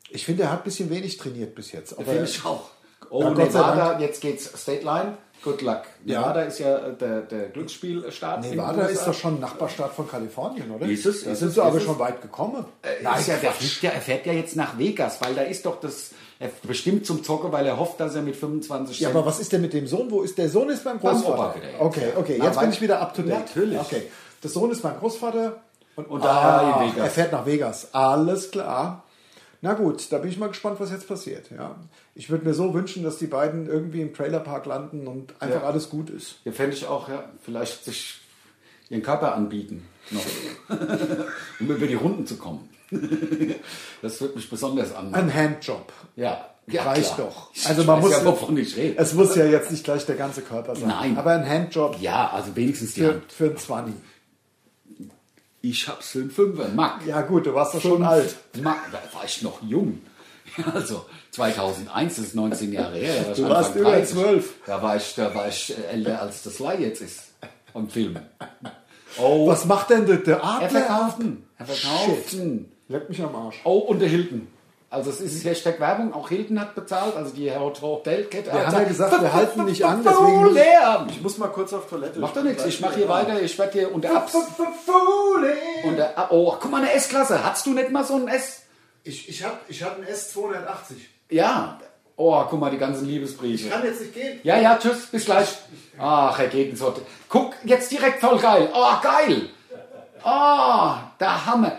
S2: Ich finde, er hat ein bisschen wenig trainiert bis jetzt. Aber
S1: Finde ich auch. Oh,
S2: Ja, Gott sei
S1: Nevada, jetzt geht's State Line. Good luck. Nevada ist ja äh, der, der Glücksspielstaat. in den
S2: Nevada ist
S1: USA.
S2: doch schon ein Nachbarstaat von Kalifornien, oder?
S1: Ist es,
S2: Da
S1: ist
S2: sind
S1: es,
S2: sie
S1: ist
S2: aber
S1: es.
S2: schon weit gekommen.
S1: Nein, Äh, ist ja, der fliegt ja, er fährt ja jetzt nach Vegas, weil da ist doch das. Er bestimmt zum Zocken, weil er hofft, dass er mit 25
S2: Ja, aber was ist denn mit dem Sohn? Wo ist der Sohn? Ist beim
S1: Beim
S2: Großvater.
S1: Opa wieder jetzt,
S2: Okay,
S1: ja.
S2: okay,
S1: Na,
S2: jetzt bin
S1: weil-
S2: ich wieder up to date.
S1: Natürlich.
S2: Okay, der Sohn ist beim Großvater und, ah,
S1: Und da in Vegas.
S2: er fährt nach Vegas. Alles klar. Na gut, da bin ich mal gespannt, was jetzt passiert. Ja. Ich würde mir so wünschen, dass die beiden irgendwie im Trailerpark landen und einfach
S1: Ja.
S2: alles gut ist.
S1: Ja, fände ich auch, ja. Vielleicht sich ihren Körper anbieten,
S2: *laughs*
S1: noch. um über die Runden zu kommen. das würde mich besonders anmachen.
S2: Ein Handjob.
S1: Ja,
S2: Reicht
S1: klar.
S2: doch.
S1: Ich
S2: Also man
S1: weiß
S2: muss-
S1: ja, wovon ich rede.
S2: Es muss ja jetzt nicht gleich der ganze Körper sein.
S1: Nein.
S2: Aber ein Handjob
S1: Ja, also wenigstens die
S2: für,
S1: Hand.
S2: für ein 20.
S1: Ich hab's für einen Fünfer. Mack.
S2: Ja gut, du warst doch schon alt.
S1: Mack, da war ich noch jung. *laughs* Ja, Also 2001 das ist 19 Jahre her. da war ich
S2: Du warst
S1: Anfang
S2: über
S1: 30.
S2: 12.
S1: Da war ich, da war ich äh, älter als das Lai jetzt ist am
S2: *laughs*
S1: Film. Oh,
S2: Was macht denn der, der
S1: er
S2: Adler?
S1: verkauft ihn. Er verkauft ihn.
S2: Leck mich am Arsch.
S1: Oh, und der Hilton. Also es ist Hashtag Werbung, auch Hilton hat bezahlt, also die Hotelkette.
S2: Wir haben ja gesagt,
S1: *laughs*
S2: wir halten nicht an, deswegen muss-
S1: Lärm.
S4: Ich muss mal kurz auf Toilette.
S1: Macht doch nichts, ich mache hier weiter, ich werde hier unter Abs.
S4: Verfohlen!
S1: Unter, Ab- oh, guck mal, eine S-Klasse, hast du nicht mal so ein S?
S4: Ich, ich habe ich hab einen S280.
S1: Ja. Oh, guck mal, die ganzen Liebesbriefe.
S4: Ich kann jetzt nicht gehen.
S1: Ja, ja, tschüss, bis gleich. Ach, er geht ins Hotel. Guck, jetzt direkt voll geil. Oh, geil. Oh, der Hammer.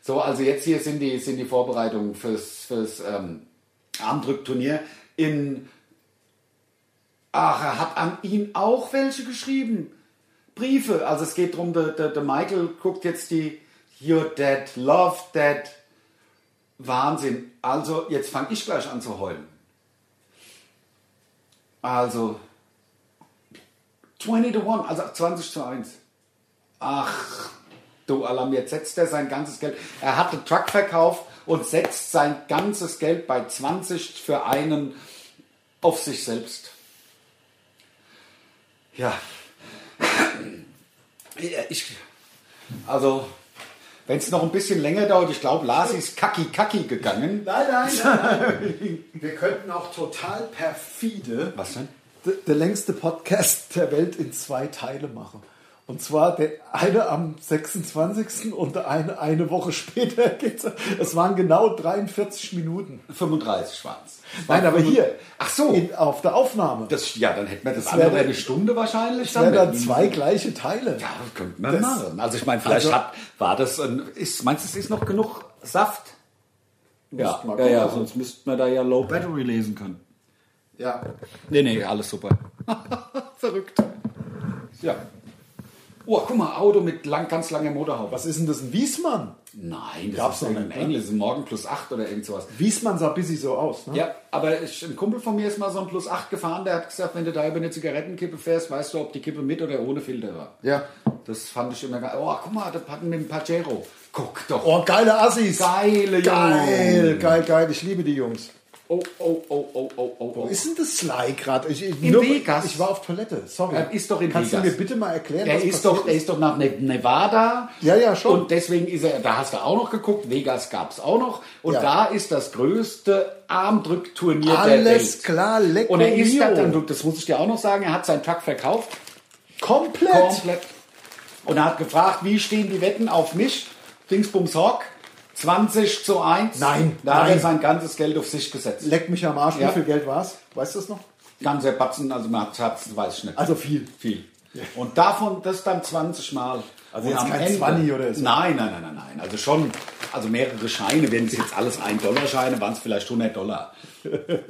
S1: So, also jetzt hier sind die, sind die Vorbereitungen fürs, fürs ähm, Armdrückturnier in... Ach, er hat an ihn auch welche geschrieben. Briefe. Also es geht drum. der, der, der Michael guckt jetzt die You're Dead, Love Dead. Wahnsinn. Also, jetzt fange ich gleich an zu heulen. Also, 20 to 1, also 20 zu 1. Ach, du Alarm, jetzt setzt er sein ganzes Geld. Er hat den Truck verkauft und setzt sein ganzes Geld bei 20 für einen auf sich selbst. Ja. Ich, also, Wenn es noch ein bisschen länger dauert, ich glaube, Lars ist kacki kacki gegangen.
S4: Nein, nein, nein,
S2: *laughs*
S4: nein. Wir könnten auch total perfide
S1: Was denn?
S2: D- der längste Podcast der Welt in zwei Teile machen. Und zwar der eine am 26. und der eine eine Woche später. *laughs* Geht's. Es waren genau 43 Minuten.
S1: 35 waren es.
S2: Nein, aber hier.
S1: Ach so.
S2: In, auf der Aufnahme. Das
S1: Das, ja, dann hätten wir das,
S2: Das wär
S1: andere
S2: dann-
S1: eine Stunde wahrscheinlich.
S2: wären dann
S1: wenn-
S2: zwei gleiche Teile.
S1: Ja, das könnte man
S2: Das-
S1: machen. Also ich meine, vielleicht
S2: Also-
S1: hat, war das ein, ist, meinst du, es ist noch genug Saft? Ja,
S4: Müssten wir
S1: ja, ja,
S4: gucken.
S1: sonst müssten wir da ja Low Battery lesen können.
S4: Ja.
S1: Nee, nee, alles super. *laughs* Verrückt. Ja. Oh, guck mal, Auto mit lang, ganz langer Motorhaube.
S2: Was ist denn das? Ein Wiesmann?
S1: Nein, das ist
S2: Gab's noch
S1: ein
S2: nicht, ne?
S1: Englisch, ein Morgen plus 8 oder irgend sowas.
S2: Wiesmann sah busy so aus. Ne?
S1: Ja, aber ich, ein Kumpel von mir ist mal so ein Plus 8 gefahren, der hat gesagt, wenn du da über eine Zigarettenkippe fährst, weißt du, ob die Kippe mit oder ohne Filter war.
S2: Ja.
S1: Das fand ich immer geil. Oh, guck mal, das hatten wir mit dem Pajero. Guck doch.
S2: Oh, geile Assis.
S1: Geile
S2: Geil, geil, geil. Ich liebe die Jungs.
S1: Oh, oh, oh, oh, oh, oh,
S2: Wo
S1: oh.
S2: ist denn das Sly gerade? Ich, ich,
S1: In Vegas.
S2: ich war auf Toilette, sorry.
S1: Er ist doch in
S2: Kannst
S1: Vegas.
S2: du mir bitte mal erklären,
S1: Er
S2: was
S1: ist,
S2: passiert
S1: doch, er ist doch nach Ne- Nevada.
S2: Ja, ja, schon.
S1: Und deswegen ist er, da hast du auch noch geguckt, Vegas gab es auch noch. Und
S2: Ja.
S1: da ist das größte Armdrückturnier der Welt.
S2: Alles klar, lecker
S1: Und er ist
S2: Mio.
S1: dann, und das muss ich dir auch noch sagen, er hat seinen Truck verkauft.
S2: komplett.
S1: Komplett. Und er hat gefragt, wie stehen die Wetten auf mich? Dingsbums Hawk. 20 zu 1.
S2: Nein,
S1: Da hat er
S2: nein.
S1: sein ganzes Geld auf sich gesetzt.
S2: Leck mich am Arsch,
S1: Ja.
S2: wie viel Geld war's? Weißt du das noch?
S1: Ganzer Batzen, also man hat es, weiß ich nicht.
S2: Also viel.
S1: viel. Und davon das dann 20 Mal.
S2: Also
S1: Und
S2: jetzt
S1: am
S2: kein
S1: Ende-
S2: 20 oder so.
S1: Nein, nein, nein, nein, nein. Also schon, also mehrere Scheine, wenn es jetzt alles 1 Dollar Scheine, waren es vielleicht 100 Dollar.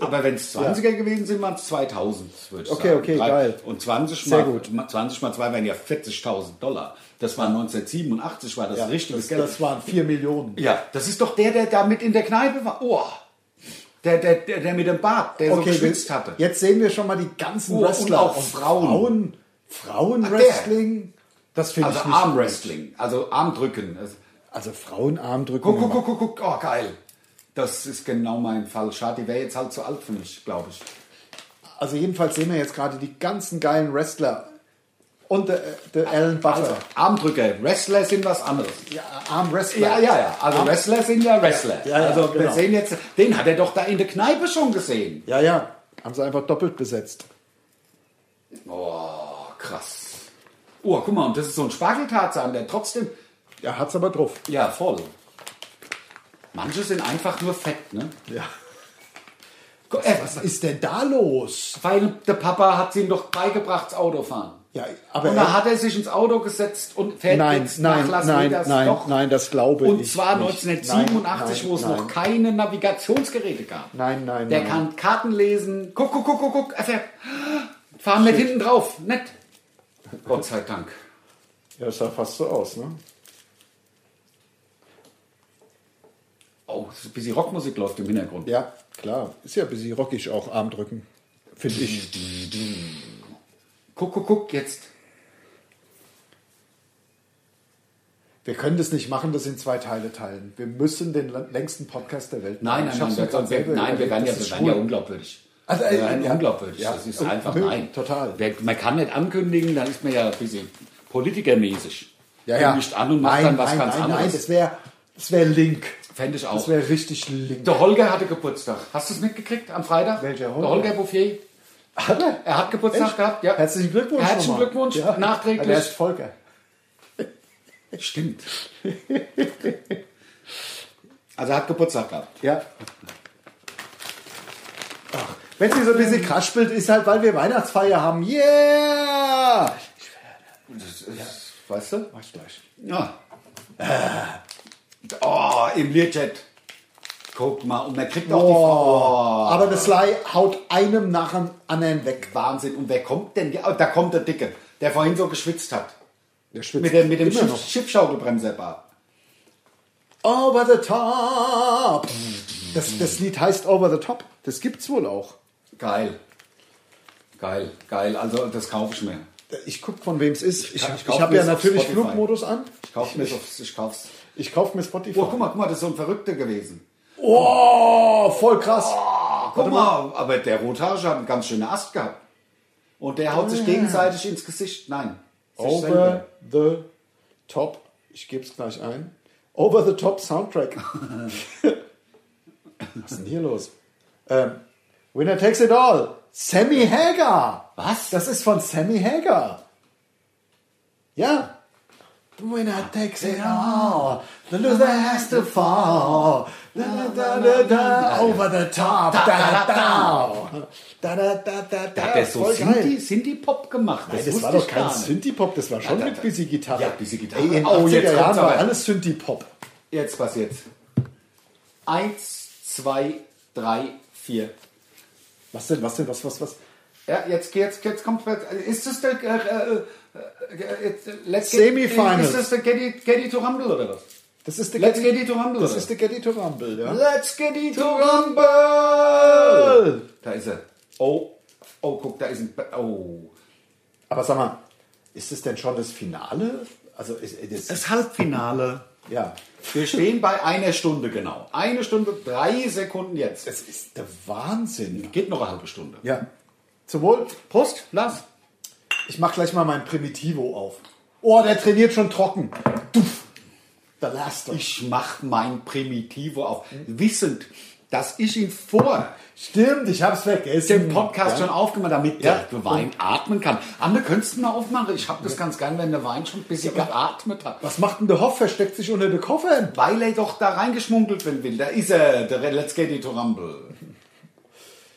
S1: Aber wenn es 20er gewesen sind, waren es 2000, würde ich
S2: Okay,
S1: sagen.
S2: okay, geil.
S1: Und 20 mal,
S2: Sehr gut.
S1: 20 mal 2 wären ja 40.000 Dollar. Das war 1987, war das richtiges
S2: das,
S1: Geld.
S2: das waren 4 Millionen.
S1: ja, das ist doch der, der da mit in der Kneipe war. Oh, der, der, der, der mit dem Bart, der so geschwitzt
S2: wir-
S1: hatte.
S2: jetzt sehen wir schon mal die ganzen
S1: Oh, und
S2: Wrestler.
S1: auch Frauen.
S2: Frauen, Frauenwrestling, das finde
S1: Also
S2: ich nicht.
S1: Armwrestling, also Armdrücken. Also,
S2: Also Frauenarmdrücken.
S1: guck, guck, guck, guck, guck, oh geil. Das ist genau mein Fall. Schade, die wäre jetzt halt zu alt für mich, glaube ich.
S2: Also jedenfalls sehen wir jetzt gerade die ganzen geilen Wrestler. Und der, der Alan Butler.
S1: Also Armdrücker, Wrestler sind was anderes.
S2: ja, Armwrestler.
S1: Ja, ja, ja. Also Wrestler sind ja Wrestler.
S2: Ja, ja,
S1: also wir
S2: genau.
S1: sehen jetzt, den hat er doch da in der Kneipe schon gesehen.
S2: Ja, ja. Haben sie einfach doppelt besetzt.
S1: Oh, krass. Oh, guck mal, und das ist so ein Spargeltarzan, der trotzdem,
S2: Er hat's aber drauf.
S1: ja, voll. Manche sind einfach nur fett, ne?
S2: Ja.
S1: Guck, äh,
S2: Was ist denn da los?
S1: Weil der Papa hat ihm doch beigebracht, das Autofahren.
S2: Ja, aber
S1: und da
S2: er-
S1: hat er sich ins Auto gesetzt und fährt
S2: Nein,
S1: jetzt
S2: nein,
S1: nach Las
S2: nein,
S1: Vegas
S2: nein,
S1: doch.
S2: nein, das glaube
S1: und
S2: ich
S1: zwar
S2: nicht.
S1: 1987,
S2: Nein,
S1: wo es
S2: nein,
S1: noch
S2: nein.
S1: keine Navigationsgeräte gab.
S2: Nein, nein,
S1: Der
S2: nein.
S1: kann Karten lesen. Guck, guck, guck, guck, guck. Er fährt. Fahren mit hinten drauf. Nett. Gott sei Dank.
S2: Ja, das sah fast so aus, ne?
S1: Oh, so ein bisschen Rockmusik läuft im Hintergrund.
S2: Ja, klar. Ist ja ein bisschen rockig auch, Armdrücken. Finde ich.
S1: Guck, guck, guck, jetzt.
S2: Wir können das nicht machen, das in zwei Teile teilen. Wir müssen den la- längsten Podcast der Welt
S1: Nein, nein,
S2: machen.
S1: nein,
S2: Ich hab's mir
S1: wir,
S2: grad
S1: wir,
S2: selber
S1: nein, wir
S2: überlegt,
S1: werden ja,
S2: das
S1: wir
S2: ist
S1: werden ja um-
S2: schwul.
S1: unglaubwürdig.
S2: Also,
S1: wir
S2: äh,
S1: werden
S2: ja.
S1: unglaubwürdig,
S2: Ja.
S1: das ist
S2: Und-
S1: einfach
S2: nö,
S1: nein.
S2: total.
S1: Wer, man kann nicht ankündigen, dann ist man ja ein bisschen politikermäßig.
S2: Ja, ja.
S1: Kündigt um an und macht dann was
S2: nein,
S1: ganz
S2: nein, Nein,
S1: anderes.
S2: das wäre das wär Link.
S1: Fände ich auch.
S2: Das wäre richtig Link.
S1: Der Holger hatte Geburtstag. Hast du es mitgekriegt am Freitag?
S2: Welcher
S1: Der
S2: Holger?
S1: Holger Bouffier.
S2: Hat er?
S1: Er hat Geburtstag
S2: Echt?
S1: gehabt, ja.
S2: Herzlichen Glückwunsch.
S1: Herzlichen
S2: nochmal.
S1: Glückwunsch,
S2: Ja.
S1: nachträglich.
S2: Der ist Volker.
S1: Stimmt. *laughs* also er hat Geburtstag gehabt.
S2: Ja. Ach, wenn sie so ein bisschen kraspelt, ist halt, weil wir Weihnachtsfeier haben. Yeah!
S1: Das ist, Weißt du?
S2: Mach ich gleich.
S1: Ja. Oh, im Learjet. Guck mal, und man kriegt auch die Frau.
S2: Aber das Sly haut einem nach dem anderen weg.
S1: Wahnsinn. Und wer kommt denn? Ja, da kommt der Dicke, der vorhin so geschwitzt hat.
S2: Der schwitzt
S1: mit dem, mit dem
S2: immer
S1: Schiff,
S2: noch.
S1: Schiffschaukelbremserbar.
S2: Over the Top! Das, das Lied heißt Over the Top. Das gibt's wohl auch.
S1: Geil. Geil, geil. Also, das kaufe ich mir.
S2: Ich guck, von wem es ist. Ich, ich,
S1: ich kauf
S2: habe
S1: mir
S2: ja
S1: es auf
S2: natürlich
S1: Spotify.
S2: Flugmodus an.
S1: Ich kaufe mir auf, ich kauf's.
S2: Ich kaufe mir Spotify.
S1: Oh, guck mal, guck mal, das ist so ein Verrückter gewesen.
S2: Oh, voll krass.
S1: Ah, guck mal. aber der Rothaarige hat einen ganz schönen Ast gehabt. Und der haut sich gegenseitig ins Gesicht. Nein. sich selber.
S2: Over the Top. Ich gebe es gleich ein. Over-the-top-Soundtrack. Was ist denn hier los? Ähm, Winner takes it all. Sammy Hagar.
S1: Was?
S2: Das ist von Sammy Hagar. Ja. The winner takes it all. The loser has to fall. Da, da, da, da, da. Over the top. Da, da, da. Da, da, da, da, da.
S1: Hat der so
S2: Voll geil.
S1: Sinti- Sinti-Pop gemacht?
S2: Nein, das
S1: wusste
S2: war doch
S1: ich gar
S2: kein
S1: nicht.
S2: Synthie-Pop, das war schon
S1: Ja,
S2: mit
S1: da-
S2: Busy-Gitarre.
S1: Ja, Busy-Gitarre.
S2: Ey, In
S1: Oh,
S2: 80er
S1: jetzt
S2: Jahren
S1: kommt's
S2: war
S1: aber.
S2: alles Synthie-Pop.
S1: Jetzt was jetzt? Eins, zwei, drei, vier.
S2: Was denn, was denn, was, was, was?
S1: Ja, jetzt, jetzt, jetzt kommt. Ist das der. Äh, äh, äh, jetzt, äh, let's get,
S2: Semifinals.
S1: Ist das der Get It, get it to Rumble oder was?
S2: Das ist der
S1: Let's get it to Rumble.
S2: Das
S1: oder?
S2: ist der Getty to Rumble, ja.
S1: Let's get it to Rumble! Da ist er. Oh, oh, guck, da ist ein. Ba- Oh.
S2: Aber sag mal, ist es denn schon das Finale? Also, ist, ist,
S1: Das Halbfinale.
S2: ja.
S1: Wir stehen bei einer Stunde genau. Eine Stunde, drei Sekunden jetzt.
S2: Das ist der Wahnsinn.
S1: Geht noch eine halbe Stunde.
S2: Ja. Zum Wohl.
S1: Prost, Lars.
S2: Ich mach gleich mal mein Primitivo auf. Oh, der trainiert schon trocken. Duff. The Last of.
S1: Ich mach mein Primitivo auf. Wissend, dass ich ihn vor
S2: Stimmt, ich hab's vergessen.
S1: dem Podcast
S2: ja.
S1: schon aufgemacht damit
S2: Ja.
S1: der Wein atmen kann. Anne, könntest du mal aufmachen? Ich habe das ganz gern, wenn der Wein schon ein bisschen geatmet hat.
S2: Was macht denn der Hoff? Versteckt sich unter den Koffern.
S1: Weil er doch da reingeschmuggelt werden will. Da ist er, der Let's Get It to Rumble.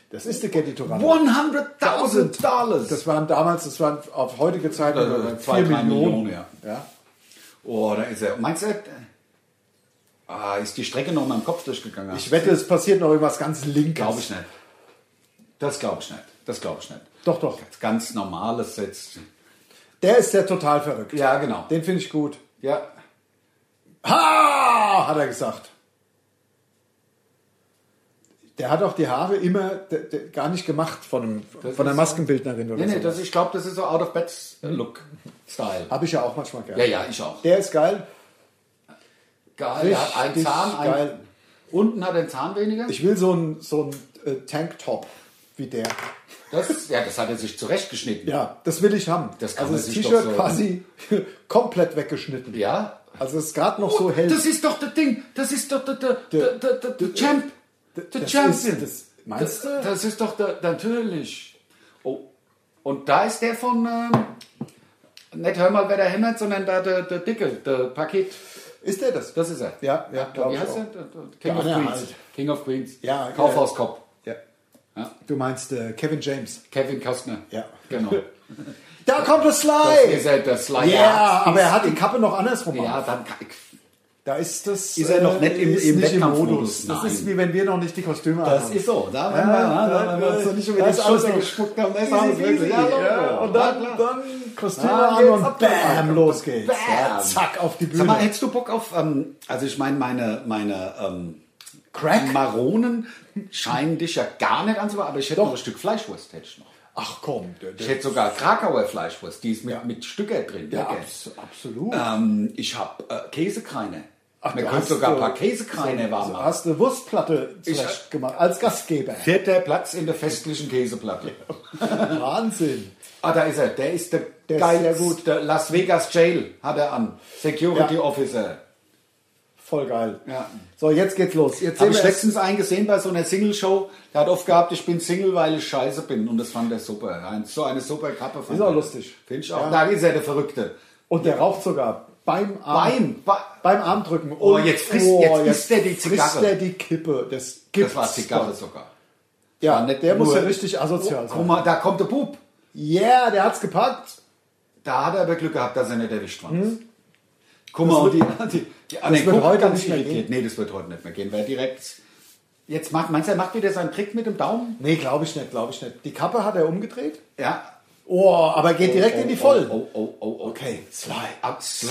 S2: Das ist der Getty to Rumble.
S1: 100.000 Dollars.
S2: Das waren damals, das waren auf heutige Zeit
S1: Äh, zwei,
S2: 4
S1: drei
S2: Millionen.
S1: Millionen, ja.
S2: ja.
S1: Oh, da ist er. Meinst du, äh, ah, ist die Strecke noch mal im Kopf durchgegangen?
S2: Ich wette, es passiert noch irgendwas ganz Linkes.
S1: glaube ich nicht. Das glaube ich nicht. Das glaube ich nicht.
S2: Doch, doch.
S1: Ganz- Ganz normales jetzt.
S2: Der ist ja total verrückt.
S1: Ja, genau.
S2: Den finde ich gut.
S1: Ja.
S2: Ha! Hat er gesagt. Der hat auch die Haare immer der, der, gar nicht gemacht von, einem,
S1: Das
S2: von einer
S1: ist-
S2: Maskenbildnerin oder
S1: Nee, nee,
S2: so.
S1: das, ich glaube, das ist so out of bed look style
S2: Habe ich ja auch manchmal gerne.
S1: Ja, ja, ich auch.
S2: Der ist geil.
S1: Geil, er hat einen
S2: Richtig
S1: Zahn,
S2: geil.
S1: einen, unten hat er einen Zahn weniger.
S2: Ich will so ein, so ein äh, Tanktop wie der.
S1: Das, ja, das hat er sich zurechtgeschnitten.
S2: Ja, das will ich haben.
S1: Das kann
S2: also
S1: man
S2: das
S1: sich
S2: T-Shirt
S1: doch so-
S2: quasi *laughs* komplett weggeschnitten.
S1: Ja. Oh,
S2: Also es ist gerade noch so hell.
S1: Das ist doch das Ding, das ist doch der, der, der,
S2: Der-
S1: der, der, der Champ, der
S2: das
S1: Champion.
S2: ist- das- meinst
S1: das,
S2: du?
S1: Das ist doch der, natürlich. Oh, und da ist der von, ähm, nicht hör mal, wer da hämmert, sondern da der, der Dicke, der Paket,
S2: Ist der das?
S1: das ist er.
S2: Ja, ja, glaub
S1: Wie
S2: ich
S1: heißt
S2: auch.
S1: er? Der- der King
S2: Ja,
S1: of
S2: der
S1: Queens.
S2: halt.
S1: King of Queens.
S2: Ja,
S1: Kaufhauskopf.
S2: Ja.
S1: Ja.
S2: Du meinst äh, Kevin James.
S1: Kevin Costner.
S2: Ja.
S1: *laughs* Genau.
S2: Da kommt das Sly!
S1: Das ist er, der Sly.
S2: ja, aber er hat die Kappe noch andersrum.
S1: Ja,
S2: auf.
S1: dann kann ich.
S2: Da ist das. äh,
S1: Ist er noch nicht im-
S2: ist
S1: im
S2: nicht
S1: Wettkampfmodus?
S2: Das
S1: Nein.
S2: ist wie wenn wir noch nicht die Kostüme
S1: Das
S2: anhaben.
S1: ist so. Da,
S2: Ja,
S1: wenn wir, da,
S2: da-
S1: wenn wir uns noch nicht über
S2: da
S1: die
S2: ist alles
S1: Schulter
S2: noch-
S1: gespuckt haben, dann
S2: Easy,
S1: haben wir es wirklich.
S2: easy.
S1: Ja, doch,
S2: Ja,
S1: doch.
S2: und dann,
S1: Ja, klar.
S2: dann Kostüme
S1: Ah,
S2: an
S1: geht's
S2: und
S1: ab,
S2: bam,
S1: ab,
S2: los geht's.
S1: bam.
S2: Ja, zack, auf die Bühne.
S1: Sag mal, hättest du Bock auf, ähm, also ich meine, meine, meine ähm,
S2: Crack?
S1: Maronen scheinen dich ja gar nicht anzubauen, aber ich hätte noch ein Stück Fleischwurst, hätte ich noch.
S2: Ach komm. Der,
S1: Ich
S2: der,
S1: hätte sogar Krakauer Fleischwurst, die ist mit, mit Stücker drin.
S2: ja,
S1: lecker.
S2: abs absolut.
S1: ähm, ich habe äh, Käsekreine.
S2: Ach,
S1: Man
S2: du
S1: könnte
S2: hast,
S1: sogar ein
S2: äh,
S1: paar Käsekreine warm
S2: Du
S1: machen.
S2: hast eine Wurstplatte
S1: Ich-
S2: zurecht gemacht, als Gastgeber.
S1: Vierter Platz in der festlichen Käseplatte.
S2: Wahnsinn.
S1: Ah, da ist er. Der ist der,
S2: Der ist
S1: geilste.
S2: sehr gut.
S1: Der Las Vegas Jail hat er an. Security
S2: Ja.
S1: Officer.
S2: Voll geil.
S1: Ja.
S2: So, jetzt geht's los. Jetzt
S1: Habe ich
S2: sehen wir erst-
S1: letztens einen gesehen bei so einer Single-Show. Der hat oft gehabt, ich bin Single, weil ich scheiße bin. Und das fand er super. Ein, so eine super Kappe. fand
S2: Ist auch
S1: er.
S2: lustig.
S1: Finde ich auch.
S2: Ja.
S1: Da ist er, der Verrückte.
S2: Und der raucht sogar beim Arm,
S1: Beim- bei-
S2: beim Armdrücken.
S1: Oh,
S2: Und-
S1: jetzt frisst- jetzt isst der die
S2: Frisst
S1: Zigarre.
S2: der die Kippe. Das gibt's
S1: Das war Zigarre
S2: doch.
S1: sogar.
S2: Ja,
S1: War nicht
S2: der muss
S1: nur- Oh,
S2: ja richtig asozial
S1: Guck
S2: sein.
S1: mal, da kommt der Bub.
S2: Yeah, der hat's gepackt.
S1: Da hat er aber Glück gehabt, dass er nicht erwischt worden ist. Guck mal, und die, die, die ah, nee,
S2: Hm? wird
S1: guck,
S2: heute
S1: ganz
S2: nicht mehr
S1: irritiert. Nee, das wird heute nicht mehr gehen, weil direkt. Jetzt macht, meinst du, er macht wieder seinen Trick mit dem Daumen?
S2: Nee, glaube ich nicht, glaube ich nicht. Die Kappe hat er umgedreht.
S1: Ja,
S2: Oh, aber geht direkt in die Vollen.
S1: Oh, oh, oh, oh.
S2: Okay, Sly,
S1: Ab, Sly,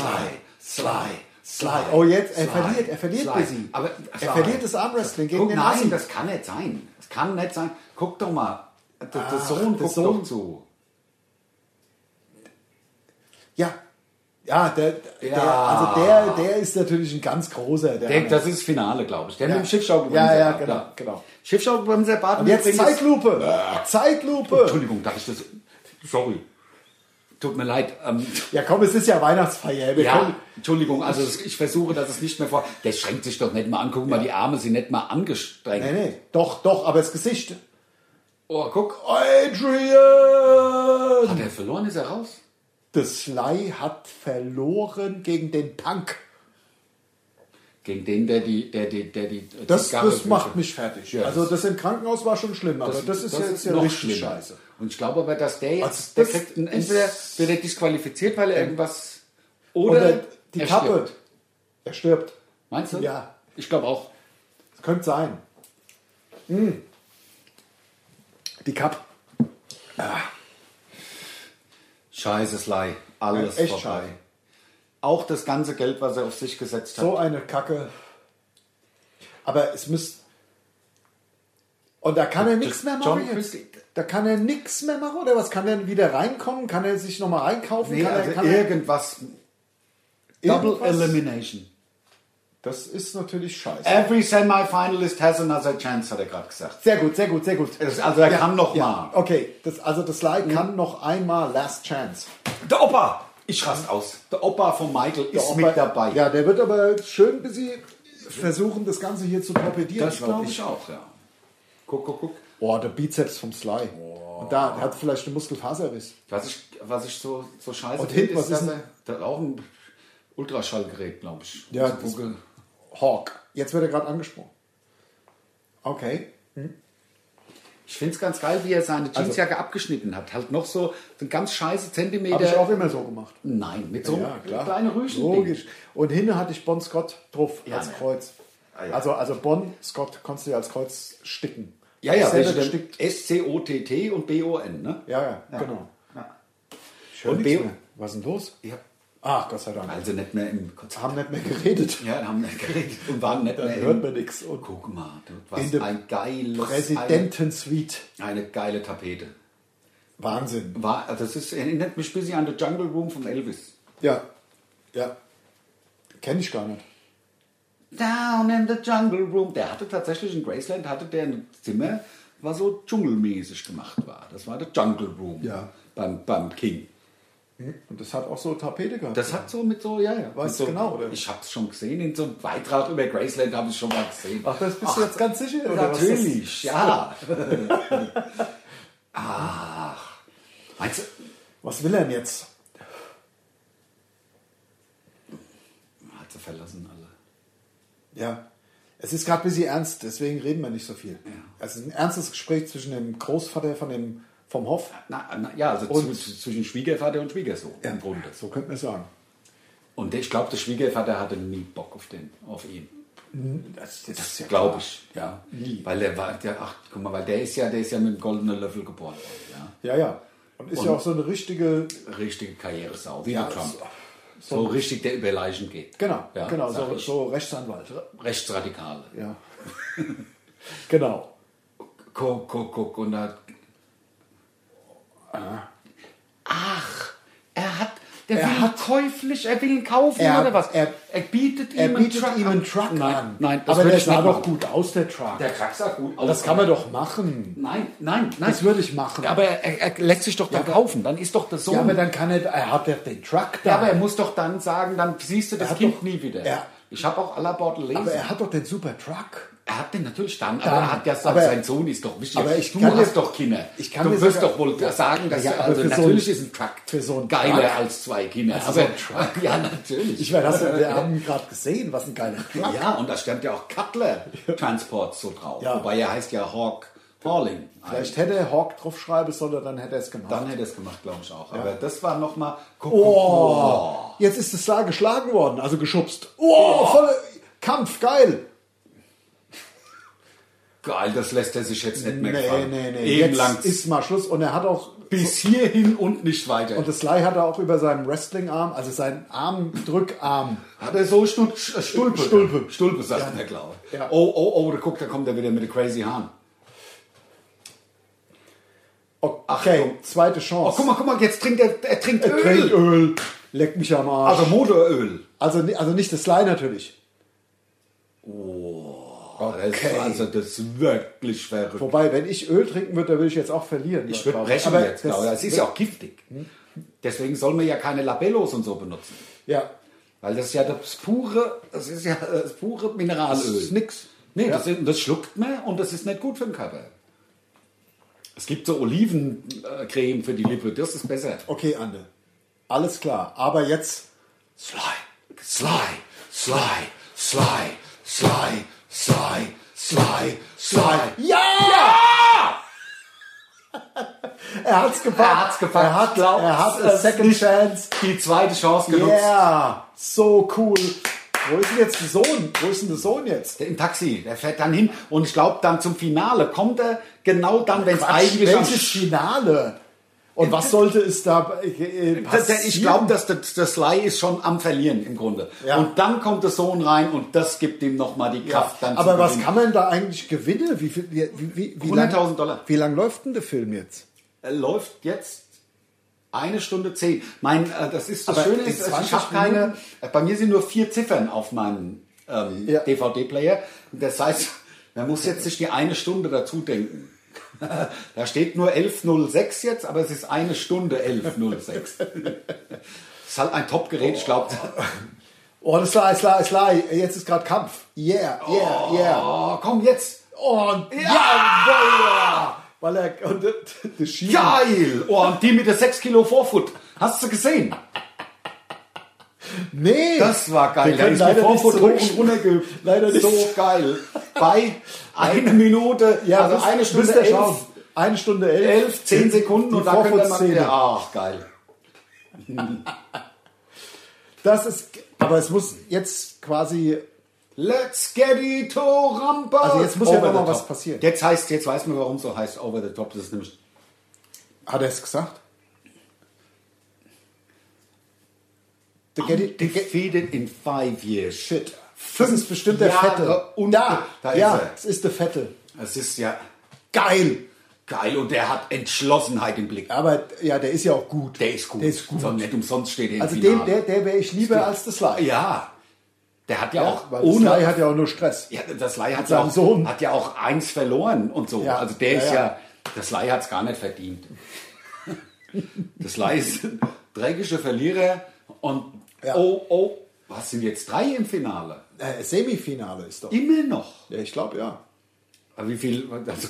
S1: Sly, Sly.
S2: Oh, jetzt, er
S1: Sly,
S2: verliert, er verliert Busy.
S1: Aber,
S2: Er
S1: Sly.
S2: verliert das Armwrestling gegen
S1: Guck,
S2: den
S1: Nein,
S2: Nazi.
S1: das kann nicht sein. Das kann nicht sein. Guck doch mal. Der, der
S2: Ach,
S1: Sohn
S2: der
S1: guckt
S2: Sohn.
S1: doch zu.
S2: Ja. Ja, der, der,
S1: Ja.
S2: also der, der ist natürlich ein ganz großer. Der
S1: Der,
S2: Arme.
S1: das ist das Finale, glaube ich. Der
S2: Ja.
S1: mit dem Schiffschaubremser.
S2: Ja, ja,
S1: Bart,
S2: genau, genau. Äh.
S1: Schiffschaubremser Bart.
S2: Und jetzt
S1: übrigens-
S2: Zeitlupe. Zeitlupe.
S1: Entschuldigung, darf ich das? Sorry. Tut mir leid. Ähm,
S2: Ja, komm, es ist ja Weihnachtsfeier. Wir
S1: ja,
S2: können,
S1: Entschuldigung, also es- ich versuche, dass es nicht mehr vor. Der schränkt sich doch nicht mal an. Guck mal, die Arme sind nicht mal angestrengt.
S2: nee, nee, doch, doch, aber das Gesicht.
S1: Oh, guck.
S2: Adrian!
S1: Hat er verloren, ist er raus?
S2: Das Sly hat verloren gegen den Punk.
S1: Gegen den, der die, der, der, der die.
S2: Das,
S1: die Garre-
S2: das macht mich fertig.
S1: Ja,
S2: also
S1: das-
S2: das im Krankenhaus war schon schlimm, aber das, ist jetzt ja richtig scheiße.
S1: Und ich glaube aber, dass der jetzt,
S2: Also
S1: der
S2: das
S1: kriegt
S2: ist-
S1: entweder wird er disqualifiziert, weil er irgendwas
S2: Und
S1: oder
S2: er, die
S1: er
S2: Kappe.
S1: stirbt.
S2: Er stirbt.
S1: Meinst du?
S2: Ja.
S1: Ich glaube auch.
S2: Das könnte sein. Hm. Die Kappe.
S1: Scheiße, Sly. Alles
S2: Ja, echt
S1: vorbei.
S2: schade.
S1: Auch das ganze Geld, was er auf sich gesetzt hat.
S2: So eine Kacke. Aber es müsste. Und da kann er nichts mehr
S1: John
S2: machen. Jetzt.
S1: Christie-
S2: Da kann er nichts mehr machen. Oder was? Kann er wieder reinkommen? Kann er sich nochmal einkaufen?
S1: nee,
S2: kann
S1: also
S2: er, kann er
S1: irgendwas. Double
S2: irgendwas?
S1: Elimination.
S2: Das ist natürlich scheiße.
S1: Every semifinalist has another chance, hat er gerade gesagt.
S2: Sehr gut, sehr gut, sehr gut.
S1: Es- also er kann noch Mhm. mal.
S2: Okay, das, also das Leid kann noch einmal Last Chance.
S1: Der Opa! Ich raste aus. Der Opa von Michael
S2: Der
S1: ist
S2: Opa-
S1: mit dabei.
S2: Ja, der wird aber schön bis sie versuchen, das Ganze hier zu torpedieren,
S1: das glaube ich auch, ja. Guck, guck, guck.
S2: Boah, der Bizeps vom Sly. Und da der hat vielleicht eine Muskelfaserriss.
S1: Was ich, was ich so, so scheiße
S2: Und
S1: finde,
S2: hinten, was
S1: ist,
S2: ist
S1: dass
S2: denn-
S1: er da auch ein Ultraschallgerät, glaube ich.
S2: Ja,
S1: Um zu
S2: das-
S1: gucken.
S2: Hawk. Jetzt wird er gerade angesprungen. Okay.
S1: ich finde es ganz geil, wie er seine
S2: Also-
S1: Jeansjacke abgeschnitten hat. Halt noch so einen ganz scheiße Zentimeter.
S2: Habe ich auch immer so gemacht.
S1: Nein, mit so einem kleinen Rüschen.
S2: Logisch. Und hinten hatte ich Bon Scott drauf
S1: Ja,
S2: als
S1: ne.
S2: Kreuz.
S1: ja.
S2: Also, also Bon Scott konntest du ja als Kreuz sticken.
S1: Ja, ja,
S2: Selber
S1: welche denn?
S2: gestickt.
S1: S-C-O-T-T und B-O-N, ne?
S2: Ja, ja, genau.
S1: Und
S2: nichts
S1: B-
S2: mehr. Was ist denn los?
S1: Ja.
S2: Ach, Gott sei Dank.
S1: Also nicht mehr im Konzert.
S2: haben nicht mehr geredet.
S1: Ja, dann haben wir geredet *laughs* und waren nicht
S2: Dann
S1: mehr
S2: hört Oh,
S1: im-
S2: man nichts. Und
S1: Guck mal, du,
S2: In
S1: was
S2: der
S1: ein geiles...
S2: Präsidentensuite.
S1: Eine, eine geile Tapete.
S2: Wahnsinn.
S1: War, also das ist, erinnert mich ein bisschen an The Jungle Room von Elvis.
S2: Ja. Ja. Kenne ich gar nicht.
S1: Down in the Jungle Room. Der hatte tatsächlich in Graceland, hatte der ein Zimmer, was so dschungelmäßig gemacht war. Das war der Jungle Room
S2: Ja.
S1: beim, beim King.
S2: Und das Hm? hat auch so Tapete gehabt.
S1: Das hat so mit so, ja, ja.
S2: Weißt
S1: mit so,
S2: du genau, oder?
S1: Ich hab's schon gesehen, in so einem Beitrag über Graceland habe ich schon mal gesehen.
S2: Ach, das bist du jetzt ganz sicher? Oder was
S1: Natürlich,
S2: ist das?
S1: ja.
S2: *laughs*
S1: Ach. Meinst du,
S2: Was will er denn jetzt?
S1: hat sie verlassen alle.
S2: Ja. Es ist gerade ein bisschen ernst, deswegen reden wir nicht so viel. Es ist ein ernstes Gespräch zwischen dem Großvater von dem, vom Hof.
S1: Na, na, ja, also
S2: Und-
S1: zu, zwischen Schwiegervater und Schwiegersohn im Grunde.
S2: So könnte man sagen.
S1: Und ich glaube, der Schwiegervater hatte nie Bock auf, den, auf ihn.
S2: Das, das ist ja
S1: Glaube
S2: klar.
S1: ich, ja.
S2: Nie.
S1: Weil der war, der, ach, guck mal, weil der ist ja, der ist ja mit dem goldenen Löffel geboren worden,
S2: Ja, ja. Und ist ja auch so eine richtige.
S1: ja. Richtige Karrieresau, wie
S2: Ja,
S1: der Trump.
S2: so-
S1: So, richtig, der über Leichen geht.
S2: Genau,
S1: ja,
S2: genau,
S1: sag
S2: so,
S1: ich.
S2: so Rechtsanwalt.
S1: Rechtsradikale.
S2: Ja. *laughs* genau.
S1: Guck, guck, guck, und da. Ach, er hat. Der
S2: Ah. Er
S1: will
S2: hat-
S1: käuflich, er will ihn kaufen
S2: Er-
S1: oder was?
S2: er-
S1: bietet ihm
S2: Er
S1: einen
S2: bietet
S1: Truck
S2: ihm einen
S1: an.
S2: Truck
S1: nein,
S2: an.
S1: Nein, das
S2: aber
S1: würde
S2: der
S1: ich nicht
S2: sah doch
S1: machen.
S2: gut aus, der Truck.
S1: Der Truck sah gut aus.
S2: das kann man doch machen.
S1: Nein, nein, nein.
S2: Das würde ich machen.
S1: Aber er, er lässt sich doch dann kaufen. Dann ist doch das so.
S2: ja, aber dann kann er, er hat ja den Truck da.
S1: Ja, aber er muss doch dann sagen, dann siehst du das
S2: hat
S1: Kind
S2: doch-
S1: nie wieder.
S2: Ja.
S1: Ich habe auch à la Bordelaise.
S2: aber
S1: Er,
S2: er hat doch den super Truck.
S1: hat den natürlich dann, aber
S2: Dann.
S1: er hat ja gesagt,
S2: Aber-
S1: sein Sohn ist doch wichtig.
S2: aber ich
S1: du
S2: kann
S1: hast
S2: dir-
S1: doch Kinder.
S2: ich kann
S1: du
S2: dir
S1: wirst
S2: sogar-
S1: doch wohl sagen, dass
S2: Ja,
S1: du,
S2: aber
S1: also
S2: für so
S1: natürlich
S2: einen-
S1: ist ein Truck
S2: für so einen
S1: geiler
S2: Truck-
S1: als zwei Kinder.
S2: Also
S1: aber
S2: so ein
S1: *laughs*
S2: Truck.
S1: ja, natürlich.
S2: Ich meine, das, wir haben gerade gesehen, was ein geiler Truck.
S1: ja, und da stand ja auch Cutler Transport so drauf.
S2: Ja.
S1: Wobei er heißt ja Hawk Hauling.
S2: Vielleicht hätte er Hawk draufschreiben sollen, dann hätte er es gemacht.
S1: Dann hätte er es gemacht, glaube ich auch. Aber das war nochmal.
S2: oh, jetzt ist das da geschlagen worden, also geschubst. Oh, voller Kampf, geil.
S1: Geil, das lässt er sich jetzt nicht mehr
S2: Nee,
S1: gefallen.
S2: nee, nee.
S1: Eben
S2: jetzt
S1: lang
S2: ist mal Schluss. Und er hat auch.
S1: bis hierhin und nicht weiter.
S2: Und das Sly hat er auch über seinem Wrestling-Arm, also seinen Armdrückarm.
S1: hat er so Stu Sch- äh, Stulpe.
S2: Stulpe.
S1: Stulpe sagt er, glaube ich.
S2: Ja.
S1: Oh, oh, oh, da guckt, da kommt er wieder mit der Crazy Hahn.
S2: Okay,
S1: Achtung.
S2: zweite
S1: Oh,
S2: Chance.
S1: guck mal, guck mal, jetzt trinkt er, er trinkt
S2: Er
S1: Öl.
S2: trinkt Öl. Leck mich am Arsch.
S1: Also Motoröl.
S2: Also, ni- also nicht das Sly natürlich.
S1: Okay. Also das ist wirklich verrückt.
S2: Wobei, wenn ich Öl trinken würde, dann würde ich jetzt auch verlieren.
S1: Ich würde
S2: glaube
S1: brechen
S2: Aber
S1: jetzt,
S2: das-
S1: Hm? glaube ich. Es ist ja auch giftig. Deswegen soll man ja keine Labellos und so benutzen.
S2: Ja.
S1: Weil das ist ja das pure, das ist ja das pure Mineralöl.
S2: Das ist nix.
S1: Nee,
S2: Ja.
S1: das, ist- das schluckt man und das ist nicht gut für den Körper. Es gibt so Olivencreme für die Lippe, das ist besser.
S2: Okay, Ande. Alles klar. Aber jetzt.
S1: Sly, Sly, Sly, Sly, Sly, Sly, Sly, Sly.
S2: Ja! er hat's gepackt.
S1: Er hat's gepackt.
S2: Er hat,
S1: Glaub's
S2: er hat a
S1: es
S2: second
S1: nicht.
S2: chance.
S1: Die zweite Chance genutzt.
S2: Yeah. So cool. Wo ist denn jetzt der Sohn? Wo ist denn der Sohn jetzt?
S1: Im Taxi, der fährt dann hin und ich glaube dann zum Finale kommt er genau dann, wenn es eigentlich am
S2: Welches Finale? Und was sollte es da äh, äh,
S1: Das,
S2: passieren?
S1: der, ich glaube, dass der, der Sly ist schon am Verlieren im Grunde.
S2: Ja.
S1: Und dann kommt der Sohn rein und das gibt ihm nochmal die
S2: Ja,
S1: Kraft. Dann
S2: aber
S1: zu
S2: was
S1: gewinnen.
S2: kann man da eigentlich gewinnen? Wie viel, wie, wie, wie
S1: 100.000
S2: lang-
S1: Dollar.
S2: Wie lang läuft denn der Film jetzt?
S1: Er läuft jetzt eine Stunde zehn. Mein, äh, das ist das
S2: Aber
S1: Schöne
S2: die
S1: ist, also ich
S2: 20
S1: habe keine. Äh, bei mir sind nur vier Ziffern auf meinem ähm,
S2: Ja.
S1: DVD-Player. Das heißt, *laughs* man muss jetzt sich die eine Stunde dazu denken. *laughs* da steht nur 11.06 jetzt, aber es ist eine Stunde
S2: *laughs*
S1: 11.06. das ist halt ein Top-Gerät, ich glaube.
S2: Oh, das Sly, Sly, Sly. Jetzt ist gerade Kampf. Yeah, yeah, yeah.
S1: Oh, komm jetzt!
S2: Und ja,
S1: Ja!
S2: weil er und das Schienen.
S1: Geil! Oh, und die mit der 6 Kilo Vorfoot. Hast du gesehen?
S2: Nee,
S1: Das war geil.
S2: Wir können
S1: der ist mit
S2: leider nicht
S1: Vorfoot hoch und
S2: zurück.
S1: runter gehüpft.
S2: *laughs* Leider nicht.
S1: So
S2: *laughs*
S1: geil. Bei einer Minute,
S2: Ja,
S1: also
S2: müsst-
S1: eine Stunde
S2: müsst ihr
S1: elf,
S2: schauen. Eine Stunde elf.
S1: elf, zehn Sekunden
S2: Die
S1: und dann könnt ihr mal
S2: Vorfoot-Szene.
S1: wieder. Ach, geil.
S2: Das ist, aber es muss jetzt quasi.
S1: Let's get it to Rampe.
S2: Also jetzt muss ja noch mal was passieren.
S1: Jetzt heißt, jetzt weiß man, warum es so heißt Over the Top. Das ist nämlich
S2: Hat er es gesagt? The get it, the get,
S1: defeated in five years.
S2: shit. Das ist bestimmt der
S1: Jahre
S2: Fette.
S1: und-
S2: da,
S1: da ist
S2: ja,
S1: er.
S2: es ist der Fette.
S1: Das ist ja
S2: Geil.
S1: geil und der hat Entschlossenheit im Blick.
S2: Aber ja, der ist ja auch gut.
S1: Der ist gut.
S2: Der ist gut.
S1: So, nicht umsonst steht er im
S2: Also dem,
S1: Finale.
S2: der, der wäre ich lieber als das Sly.
S1: Ja. Der hat ja, auch
S2: weil
S1: ohne.
S2: das Sly hat ja auch nur Stress.
S1: ja, das Lai hat,
S2: Mit
S1: ja
S2: seinem
S1: auch,
S2: Sohn.
S1: hat ja auch eins verloren und so.
S2: Ja,
S1: Also der
S2: ja,
S1: ist ja.
S2: ja.
S1: Das Lai hat es gar nicht
S2: *laughs*
S1: verdient. das Lai ist ein dreckiger Verlierer und
S2: Ja.
S1: oh, oh, was sind jetzt drei im Finale?
S2: Äh, Semifinale ist doch.
S1: Immer noch.
S2: Ja, ich glaube ja.
S1: Aber wie viel? Also,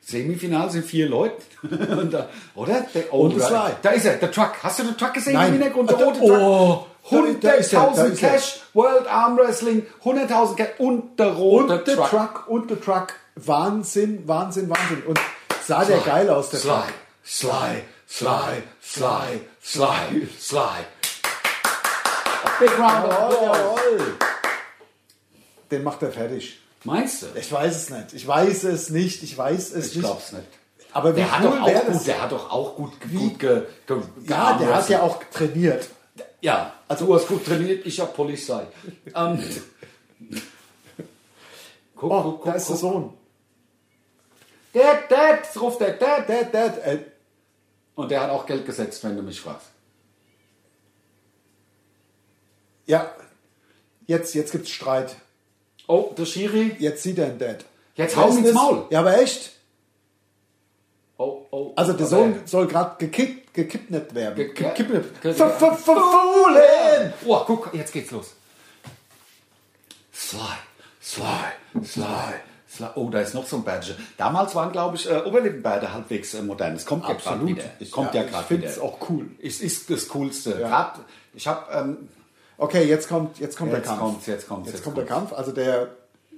S1: Semifinale sind vier Leute. *laughs* und da, oder? Der, oh,
S2: Und das
S1: da,
S2: Lai.
S1: da ist er, der Truck. Hast du den Truck gesehen
S2: Nein.
S1: im Hintergrund? Der
S2: Ah, da-
S1: rote Truck.
S2: oh, da- da ist er, da
S1: 100.000
S2: ist er.
S1: Cash, World Arm Wrestling, 100.000 Cash und der rote
S2: Und der Truck. und der Truck. Wahnsinn, Wahnsinn, Wahnsinn. Und sah der geil aus, der Truck.
S1: Sly, Sly, Sly, Sly, Sly, Sly. Big round of applause.
S2: Jawohl. Den macht er fertig.
S1: Meinst du?
S2: Ich weiß es nicht. Ich weiß es nicht. Ich weiß es
S1: Ich
S2: nicht.
S1: glaub's nicht.
S2: Aber wie
S1: Der hat,
S2: cool
S1: doch auch
S2: wäre
S1: gut,
S2: das?
S1: der hat doch auch gut, gut ge, ge,
S2: Ja, der hat
S1: gearmwrestelt.
S2: ja auch trainiert.
S1: Ja, also du hast gut trainiert, ich hab Polizei. Ähm, guck,
S2: Oh,
S1: guck,
S2: da
S1: guck,
S2: ist der
S1: guck.
S2: Sohn.
S1: Dad, Dad, ruft der Dad, Dad.
S2: Dad, Dad, äh,
S1: Und der hat auch Geld gesetzt, wenn du mich fragst.
S2: ja. Jetzt, jetzt gibt's Streit.
S1: Oh, der Schiri.
S2: Jetzt sieht er einen Dad.
S1: Jetzt
S2: Wer
S1: hau
S2: ist
S1: ihn ins
S2: das?
S1: Maul.
S2: Ja, aber echt.
S1: Oh, oh,
S2: Also der
S1: aber-
S2: Sohn soll gerade gekippt, gekidnappt werden.
S1: Ge-
S2: Ge- Gekidnappt.
S1: ge-
S2: Ver- ver- Verfohlen!
S1: Oh, guck, jetzt geht's los. Sly, Sly, Sly, Sly. Oh, da ist noch so ein Badge. Damals waren, glaube ich, äh, Oberlippenbärte halbwegs äh, modern. Es kommt ja
S2: Absolut.
S1: gerade wieder.
S2: Ich-
S1: Kommt ja,
S2: ja,
S1: gerade
S2: ich find's
S1: wieder.
S2: auch cool.
S1: Es ist das Coolste. Grad, ich habe ähm,
S2: Okay, jetzt kommt, jetzt kommt
S1: Jetzt
S2: der Kampf.
S1: kommt's, jetzt kommt's,
S2: Jetzt,
S1: jetzt
S2: kommt der Kampf, also der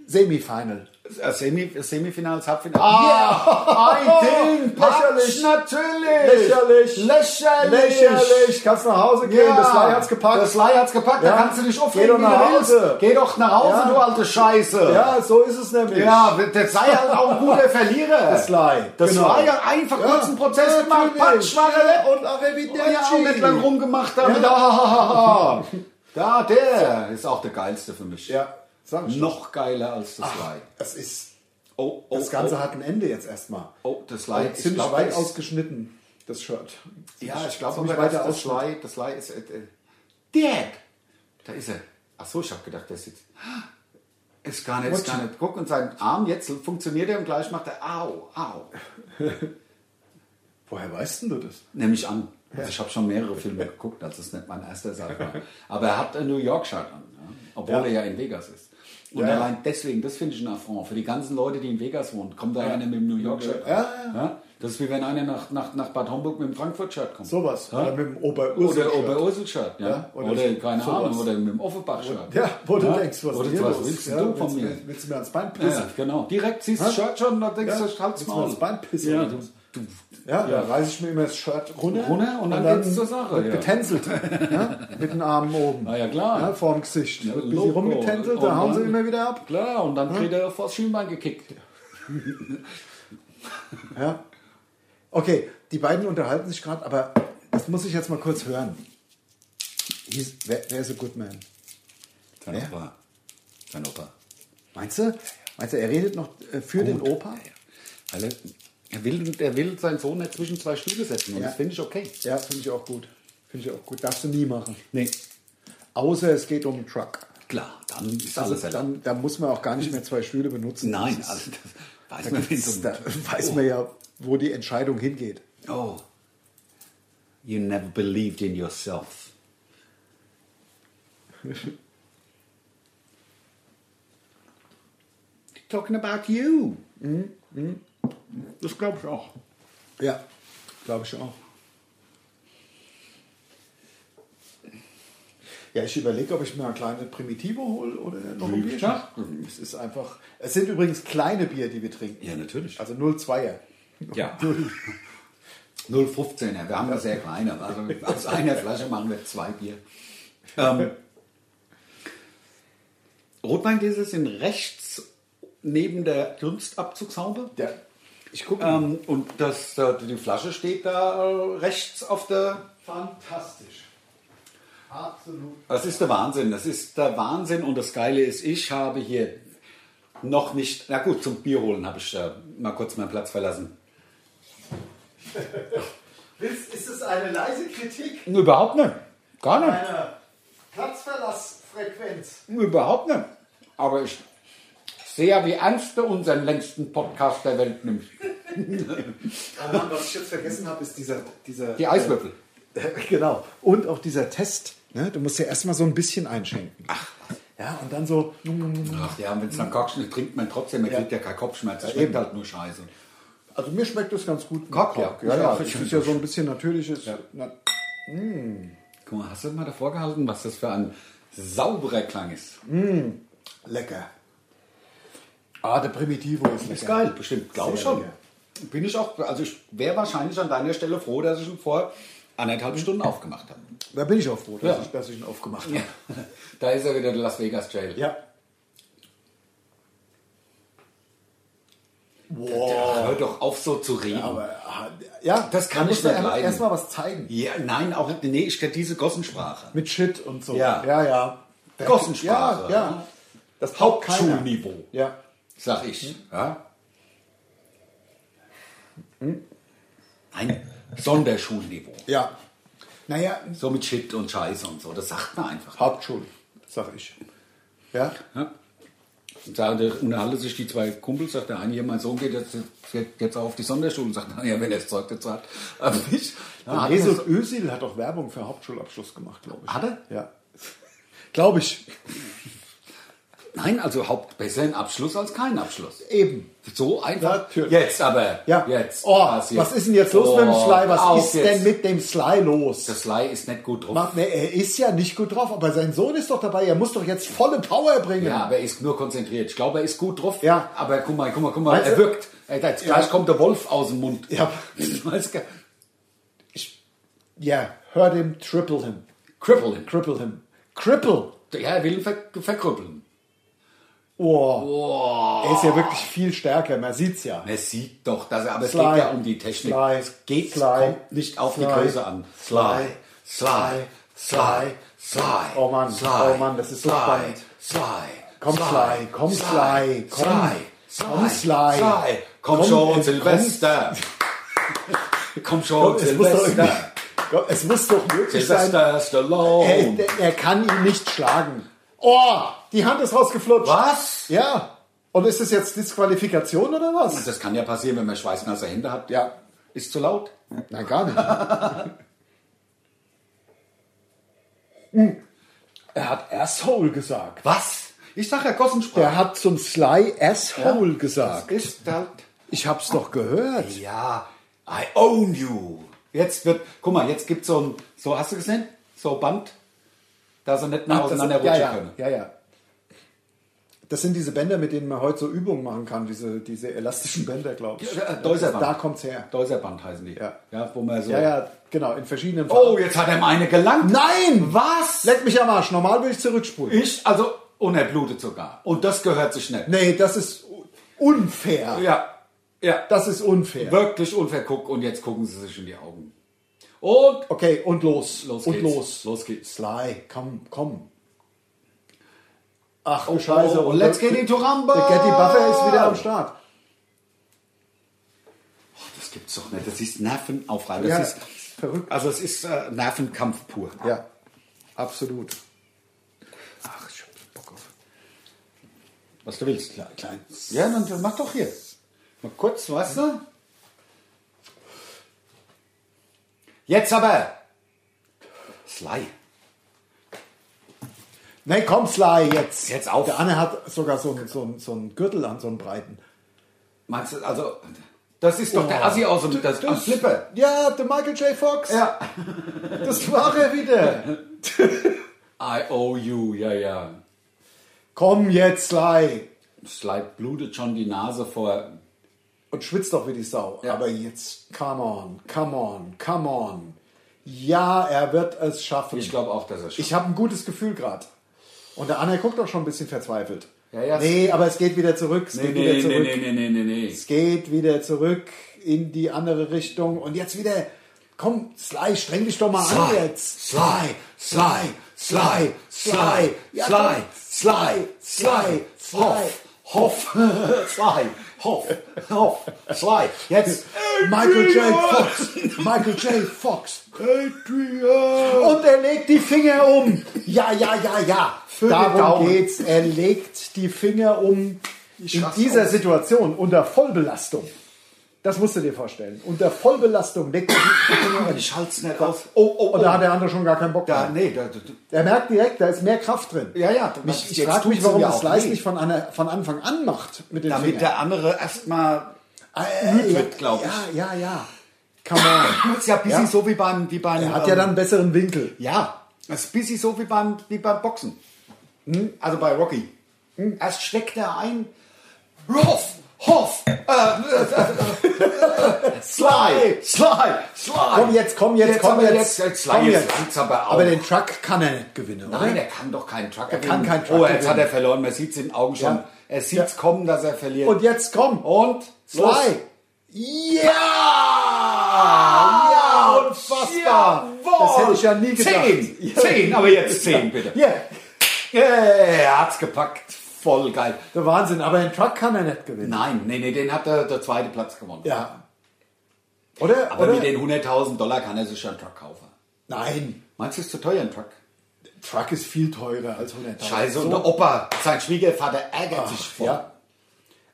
S2: Semifinal.
S1: äh, Semi, Semifinals, Halbfinale. Ah, ein Ding, Patsch,
S2: Lächerlich.
S1: natürlich.
S2: Lächerlich.
S1: Lächerlich.
S2: Lächerlich, kannst nach Hause gehen, das Leih hat's gepackt.
S1: Das Leih hat's gepackt, da
S2: Ja.
S1: kannst du dich aufregen,
S2: Geh doch
S1: wie
S2: nach
S1: du
S2: Hause.
S1: willst. Geh doch nach Hause,
S2: Ja.
S1: du alte Scheiße.
S2: ja, so ist es nämlich.
S1: Ja, der sei halt auch ein guter Verlierer.
S2: Das Leih,
S1: Äh, Das
S2: genau.
S1: war ja einfach
S2: Ja,
S1: kurz einen Prozess gemacht.
S2: natürlich.
S1: Patsch, war er
S2: Und Arrivederci.
S1: ja, und nicht lang rumgemacht damit. Ah, ah, ah, ah. Da, der ist auch der geilste für mich.
S2: Ja, sag ich.
S1: Noch geiler als das Leih.
S2: Das ist,
S1: Oh, oh,
S2: das Ganze
S1: oh,
S2: hat ein Ende jetzt erstmal.
S1: oh, das Leih.
S2: ziemlich
S1: ich glaub,
S2: weit
S1: das-
S2: ausgeschnitten, das Shirt.
S1: Ja, ich glaube,
S2: ziemlich
S1: aber
S2: weiter
S1: das, das
S2: Ausschnitt.
S1: Leih, das Leih ist. Äh, äh, Dad! Da ist er. Ach so, ich habe gedacht, der sitzt. Ist gar nicht, ist gar nicht. Guck, und sein Arm jetzt funktioniert er und gleich macht er Au, Au.
S2: Woher weißt denn du das?
S1: Nehme ich an. Also ich habe schon mehrere Filme geguckt, das ist nicht mein erster, sag ich mal. Aber er hat einen New York-Shirt an, ja? obwohl er ja in Vegas ist. Und
S2: Ja, ja.
S1: allein deswegen, das finde ich ein Affront. Für die ganzen Leute, die in Vegas wohnen, kommt da einer mit dem New York-Shirt an. Ja? Das ist wie wenn einer nach, nach, nach Bad Homburg mit dem Frankfurt-Shirt kommt.
S2: Sowas.
S1: Ja?
S2: Oder mit dem Oberursel.
S1: Oder Oberursel-Shirt. Ja?
S2: Ja,
S1: Oder,
S2: oder
S1: keine
S2: sowas.
S1: Ahnung, oder mit dem Offenbach-Shirt.
S2: Ja, wo du
S1: Ja?
S2: denkst, was
S1: Oder
S2: ist hier
S1: was
S2: los?
S1: willst
S2: Ja,
S1: du von
S2: willst,
S1: mir?
S2: Willst du mir ans Bein pissen?
S1: Ja, genau. Direkt siehst du das Shirt schon und dann denkst
S2: Ja,
S1: du, halt's
S2: willst du mir
S1: mal.
S2: ins Bein pissen,
S1: Ja,
S2: oder
S1: du,
S2: was?
S1: du,
S2: Ja,
S1: Ja.
S2: dann reiße ich mir immer das Shirt runter,
S1: Runter und dann geht's zur Sache,
S2: Wird
S1: ja. *laughs*
S2: getänzelt. ja, mit den Armen oben.
S1: Na ja, klar.
S2: Ja, vorm Gesicht. Wird ein bisschen
S1: Logo. Oh
S2: rumgetänzelt,
S1: Und
S2: da hauen sie
S1: dann-
S2: immer wieder ab.
S1: klar, und dann kriegt er vors Schienbein gekickt.
S2: Ja. Okay, die beiden unterhalten sich gerade, aber das muss ich jetzt mal kurz hören. Hieß, wer, wer ist a good man?
S1: Dein
S2: Ja.
S1: Opa. Dein Opa.
S2: Meinst du? Meinst du, er redet noch äh, für den Opa?
S1: Alle, er, will, er will seinen Sohn nicht zwischen zwei Stühle setzen und
S2: Ja.
S1: das finde ich okay.
S2: Ja, finde ich auch gut. Finde ich auch gut. Darfst du nie machen.
S1: Nee.
S2: Außer es geht um einen Truck.
S1: Klar, dann ist
S2: Also
S1: alles erlaubt.
S2: dann, dann muss man auch gar nicht mehr zwei Stühle benutzen.
S1: Nein,
S2: Das
S1: also,
S2: ist,
S1: das *laughs* weiß
S2: da,
S1: man
S2: gibt's-
S1: nicht.
S2: da weiß man ja, wo die Entscheidung hingeht.
S1: Oh. You never believed in
S2: *laughs*
S1: yourself. Talking about you. Das glaube ich auch.
S2: Ja, glaube ich auch. Ja, ich überlege, ob ich mir eine kleine Primitivo hole oder noch ein Bier.
S1: Klar.
S2: Es ist einfach. Es sind übrigens kleine Bier, die wir trinken.
S1: Ja, natürlich.
S2: Also 0,2er.
S1: *laughs* Ja. 0,15er. Wir haben ja sehr kleine. Also aus einer Flasche machen wir zwei Bier. Ähm, Rotweingläser sind rechts neben der Dunstabzugshaube.
S2: Ja. Ich gucke.
S1: Ähm, und das, äh, die Flasche steht da äh, rechts auf der.
S4: Fantastisch. Absolut.
S1: Das ist der Wahnsinn. Das ist der Wahnsinn. Und das Geile ist, ich habe hier noch nicht. Na gut, zum Bier holen habe ich äh, mal kurz meinen Platz verlassen.
S4: Ist, ist es eine leise Kritik
S1: Überhaupt nicht. Gar nicht.
S4: einer Platzverlassfrequenz?
S1: Überhaupt nicht. Aber ich sehe ja, wie ernst du unseren längsten Podcast der Welt nimmst.
S2: Oh Mann, was ich jetzt vergessen habe, ist dieser. dieser
S1: Die Eiswürfel.
S2: *laughs* Genau. Und auch dieser Test. Ne? Du musst ja erstmal so ein bisschen einschenken. Ach. Ja, und dann so.
S1: Ach ja, wenn es dann Kopfschmerzen trinkt man trotzdem, man kriegt ja keinen Kopfschmerz. Das schmeckt halt nur scheiße.
S2: Also mir schmeckt das ganz gut. mit
S1: Cock,
S2: Cock.
S1: ja.
S2: ja.
S1: Ich
S2: ja,
S1: auch,
S2: das
S1: ich
S2: ist
S1: find's
S2: ja
S1: auch
S2: so ein bisschen natürliches. Na,
S1: Guck mal, hast du mal davor gehalten, was das für ein sauberer Klang ist?
S2: lecker. Ah, der Primitivo ist lecker.
S1: Ist geil, bestimmt. Glaube
S2: Sehr
S1: schon.
S2: lecker.
S1: Bin ich auch, also ich wäre wahrscheinlich an deiner Stelle froh, dass ich ihn vor anderthalb Stunden aufgemacht habe.
S2: Da bin ich auch froh, dass,
S1: Ja.
S2: ich, dass ich ihn aufgemacht habe.
S1: Ja. *laughs* Da ist er wieder, der Las Vegas Jail.
S2: Ja. Wow.
S1: Hör doch auf, so zu reden.
S2: Aber, ah, ja,
S1: Das kann
S2: da
S1: ich
S2: muss man
S1: nicht
S2: erst-
S1: leiden.
S2: Erstmal was zeigen.
S1: ja, nein, auch, nee, ich kenne diese Gossensprache.
S2: Mit Shit und so.
S1: Ja.
S2: ja. ja.
S1: Gossensprache.
S2: Ja, ja. Das braucht keiner. Hm?
S1: Hauptschulniveau,
S2: Ja.
S1: sag ich. Ja? Ein Sonderschulniveau.
S2: Ja. Naja,
S1: So mit Shit und Scheiße und so. Das sagt man einfach.
S2: Hauptschul, sag ich. Ja.
S1: Ja? Und Da unterhalten sich die zwei Kumpels, sagt der eine, hier, mein Sohn geht jetzt, geht jetzt auch auf die Sonderschule und sagt, naja, wenn er das Zeug dazu hat, *laughs* aber nicht. Ja, hat
S2: Jesus Özil hat auch Werbung für Hauptschulabschluss gemacht, glaube ich.
S1: Hat er?
S2: Ja. glaube ich.
S1: Nein, also Haupt besser ein Abschluss als kein Abschluss.
S2: Eben.
S1: So einfach.
S2: Natürlich.
S1: Jetzt aber.
S2: Ja.
S1: Jetzt.
S2: Oh,
S1: passiert.
S2: was ist denn jetzt los mit dem
S1: Oh,
S2: Sly? Was
S1: auf
S2: ist
S1: jetzt.
S2: denn mit dem Sly los?
S1: Der Sly ist nicht gut drauf.
S2: Macht- ne, er ist ja nicht gut drauf, aber sein Sohn ist doch dabei. Er muss doch jetzt volle Power bringen.
S1: Ja, aber er ist nur konzentriert. Ich glaube, er ist gut drauf.
S2: Ja.
S1: Aber guck mal, guck mal, guck mal,
S2: Weißt
S1: er
S2: du-
S1: wirkt. Er, jetzt gleich kommt der Wolf aus dem Mund. *laughs*
S2: Ja.
S1: Ich weiß gar-
S2: Ja, hurt him, triple him.
S1: Cripple him.
S2: Cripple him. Cripple.
S1: Ja, er will ihn ver verkrüppeln.
S2: Oh. Er ist ja wirklich viel stärker, man sieht's ja.
S1: Man sieht doch, dass er, aber
S2: Sly.
S1: es geht ja um die Technik.
S2: Sly.
S1: Es geht
S2: Sly.
S1: kommt nicht auf die
S2: Sly.
S1: Größe an. Sly. Sly. Sly. Sly.
S2: Oh Mann.
S1: Sly.
S2: Oh Mann, das ist so
S1: Sly.
S2: spannend.
S1: Sly.
S2: Komm, Sly. Komm, Sly.
S1: Sly.
S2: Komm. Komm, Sly.
S1: Sly. Komm
S2: Komm,
S1: schon,
S2: komm.
S1: Silvester.
S2: *laughs*
S1: Komm schon,
S2: Es muss, doch irgendwie,
S1: Silvester.
S2: Gott, es muss doch möglich sein.
S1: Silvester
S2: Oh.
S1: Stallone.
S2: Er, er kann ihn nicht schlagen. Oh, die Hand ist rausgeflutscht.
S1: Was?
S2: Ja. Und ist das jetzt Disqualifikation oder was?
S1: Das kann ja passieren, wenn man schweißnasse Hände hat.
S2: Ja.
S1: Ist zu laut.
S2: *laughs* Nein, gar nicht. Hm. Er hat Asshole gesagt.
S1: Was? Ich sag ja Gossensprache.
S2: Der hat zum Sly Asshole gesagt.
S1: Ist halt.
S2: Ich hab's doch gehört.
S1: Ja, I own you. Jetzt wird, guck mal, jetzt gibt's so ein, so hast du gesehen? So ein Band, da sie nicht mehr
S2: Das-
S1: auseinanderrutschen
S2: ja, ja,
S1: können.
S2: ja, ja. Das sind diese Bänder, mit denen man heute so Übungen machen kann, diese, diese elastischen Bänder, glaube ich. Also
S1: Ja, äh, Deuserband.
S2: da kommt's her.
S1: Deuserband heißen die.
S2: Ja.
S1: ja wo man so.
S2: Ja, ja, genau, in verschiedenen
S1: Oh, jetzt hat er meine gelangt.
S2: Nein!
S1: Was?
S2: Leck mich am Arsch, normal würde ich zurückspulen.
S1: Ich, also, und er blutet sogar. Und das gehört sich nicht.
S2: Nee, das ist unfair.
S1: Ja, ja.
S2: Das ist unfair.
S1: Wirklich unverguckt. Und jetzt gucken sie sich in die Augen. Und
S2: Okay, und los.
S1: los
S2: und
S1: geht's.
S2: los.
S1: Los geht's.
S2: Sly, komm, komm. Ach,
S1: Oh,
S2: du Scheiße.
S1: oh, let's get into Rumble.
S2: Der Getty Buffer ist wieder am Start.
S1: Das gibt's doch nicht. Das ist Nervenaufreiber.
S2: Ja,
S1: Das ist
S2: verrückt.
S1: Also es ist äh, Nervenkampf pur.
S2: Ja, absolut. Ach, ich hab Bock auf.
S1: Was du willst. Klar,
S2: klein.
S1: Ja, dann dann mach doch hier. Mal kurz, weißt du? Jetzt aber. Sly.
S2: Nee, komm, Sly, jetzt.
S1: Jetzt auf.
S2: Der Anne hat sogar so einen so einen- so einen Gürtel an, so einen breiten.
S1: Meinst du, also, das ist doch der
S2: Oh.
S1: Assi aus dem das, am Flipper.
S2: Ja, der Michael J. Fox.
S1: Ja.
S2: Das war er wieder.
S1: I owe you, ja, ja.
S2: Komm jetzt, Sly.
S1: Sly blutet schon die Nase vor.
S2: Und schwitzt doch wie die Sau.
S1: Ja.
S2: Aber jetzt, come on, come on, come on. Ja, er wird es schaffen.
S1: Ich glaube auch, dass er schon.
S2: Ich habe ein gutes Gefühl gerade. Und der Anne guckt auch schon ein bisschen verzweifelt.
S1: Ja, ja.
S2: Nee, aber es geht wieder zurück. Es
S1: Nee,
S2: geht
S1: nee,
S2: wieder
S1: nee,
S2: zurück.
S1: nee, nee, nee, nee, nee.
S2: Es geht wieder zurück in die andere Richtung. Und jetzt wieder. Komm, Sly, streng dich doch mal an jetzt.
S1: Sly, Sly, Sly, Sly,
S2: Ja,
S1: Sly,
S2: komm.
S1: Sly, Sly,
S2: Sly,
S1: Hoff, Hoff, *laughs* Sly, Hoff, Hoff, Sly. Jetzt
S2: Michael J. Fox. Michael J. Fox.
S1: Adrian.
S2: Und er legt die Finger um. Ja, ja, ja, ja.
S1: Für den
S2: Darum
S1: Daumen.
S2: geht's. Er legt die Finger um. In
S1: raste
S2: dieser
S1: aus.
S2: Situation unter Vollbelastung. Das musst du dir vorstellen. Unter Vollbelastung legt er die Finger um.
S1: Ich halt's nicht aus.
S2: Oh, oh, Und da hat der andere schon gar keinen Bock
S1: Da,
S2: mehr.
S1: nee, da, da,
S2: Er merkt direkt, da ist mehr Kraft drin.
S1: Ja, ja,
S2: Mich, ich
S1: jetzt
S2: frage
S1: tut's
S2: mich,
S1: ihm
S2: warum
S1: ja
S2: das
S1: auch
S2: Leis
S1: weh.
S2: nicht von, einer, von Anfang an macht mit den
S1: damit
S2: Fingern.
S1: der andere erstmal
S2: Äh,
S1: müde
S2: ja,
S1: wird, glaub ich.
S2: Ja, ja, ja. Come on.
S1: ist ja ein bisschen
S2: Ja.
S1: so wie beim wie beim ähm,
S2: Er hat ja dann einen besseren Winkel.
S1: Ja, das ist ein bisschen so wie beim, wie beim Boxen. Also bei Rocky. Hm? Erst steckt er ein. Hoff, Hoff, äh, äh, äh, äh, Sly, Sly, Sly.
S2: Komm jetzt, komm jetzt, komm
S1: aber
S2: jetzt.
S1: jetzt, jetzt Sly,
S2: komm
S1: jetzt langt's aber auch.
S2: aber den Truck kann er nicht gewinnen, oder?
S1: Nein, er kann doch keinen Truck
S2: Er kann keinen Truck
S1: Oh, jetzt hat
S2: gewinnen.
S1: er verloren. Man sieht es in den Augen schon.
S2: Ja.
S1: Er sieht es kommen, dass er verliert.
S2: Und jetzt komm.
S1: Und
S2: Sly.
S1: Los.
S2: Ja! Ja, unfassbar. Das hätte ich ja nie gedacht.
S1: Zehn, zehn, aber jetzt zehn, bitte.
S2: Ja,
S1: Yeah, er hat's gepackt. Voll geil.
S2: der Wahnsinn. Aber den Truck kann er nicht gewinnen.
S1: Nein, nee, nee, den hat der, der zweite Platz gewonnen.
S2: Ja. Oder?
S1: Aber
S2: oder?
S1: mit den 100.000 Dollar kann er sich schon einen Truck kaufen.
S2: Nein.
S1: Meinst du, ist zu teuer ein Truck?
S2: Truck ist viel teurer als 100.000.
S1: Scheiße, und
S2: So.
S1: der Opa, sein Schwiegervater ärgert sich
S2: Ach,
S1: voll.
S2: ja.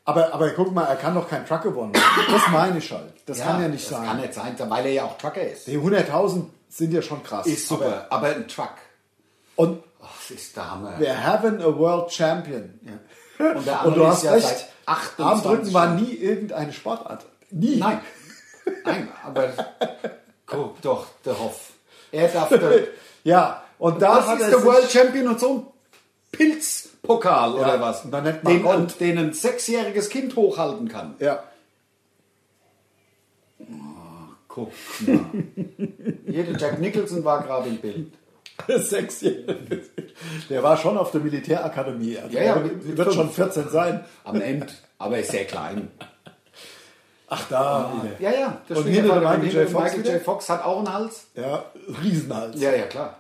S2: Aber, aber guck mal, er kann doch keinen Truck gewonnen haben. Das meine ich halt. Das
S1: Ja,
S2: kann ja nicht
S1: das
S2: sein.
S1: kann nicht sein, weil er ja auch Trucker ist.
S2: Die 100.000 sind ja schon krass.
S1: Ist super, aber, ein Truck.
S2: Und
S1: Ach, das ist der Hammer.
S2: wir haben a World Champion.
S1: Und, der
S2: Und
S1: andere
S2: du
S1: ist
S2: hast
S1: ja
S2: recht,
S1: seit 28
S2: Armdrücken war nie irgendeine Sportart. Nie.
S1: Nein. Nein, aber guck doch, der Hoff. Er darf der,
S2: Ja, und da
S1: das
S2: hat
S1: ist
S2: er
S1: der
S2: sich-
S1: World Champion und so ein Pilzpokal oder was.
S2: und dann nennt man
S1: den,
S2: Gold.
S1: den ein sechsjähriges Kind hochhalten kann.
S2: Ja. *laughs*
S1: Guck mal. Hier, der Jack Nicholson war gerade im Bild.
S2: Sexy. Der war schon auf der Militärakademie. Also
S1: Ja, ja,
S2: der
S1: mit- mit
S2: wird
S1: fünf.
S2: schon 14 sein.
S1: Am Ende, aber ist sehr klein.
S2: Ach, da. wieder.
S1: Ja, ja. Der
S2: Und hinter
S1: Schwiegervater
S2: der Michael
S1: von
S2: J.
S1: hinten, Michael
S2: Fox wieder?
S1: J. Fox hat auch einen Hals.
S2: Ja, Riesenhals.
S1: Ja, ja, klar.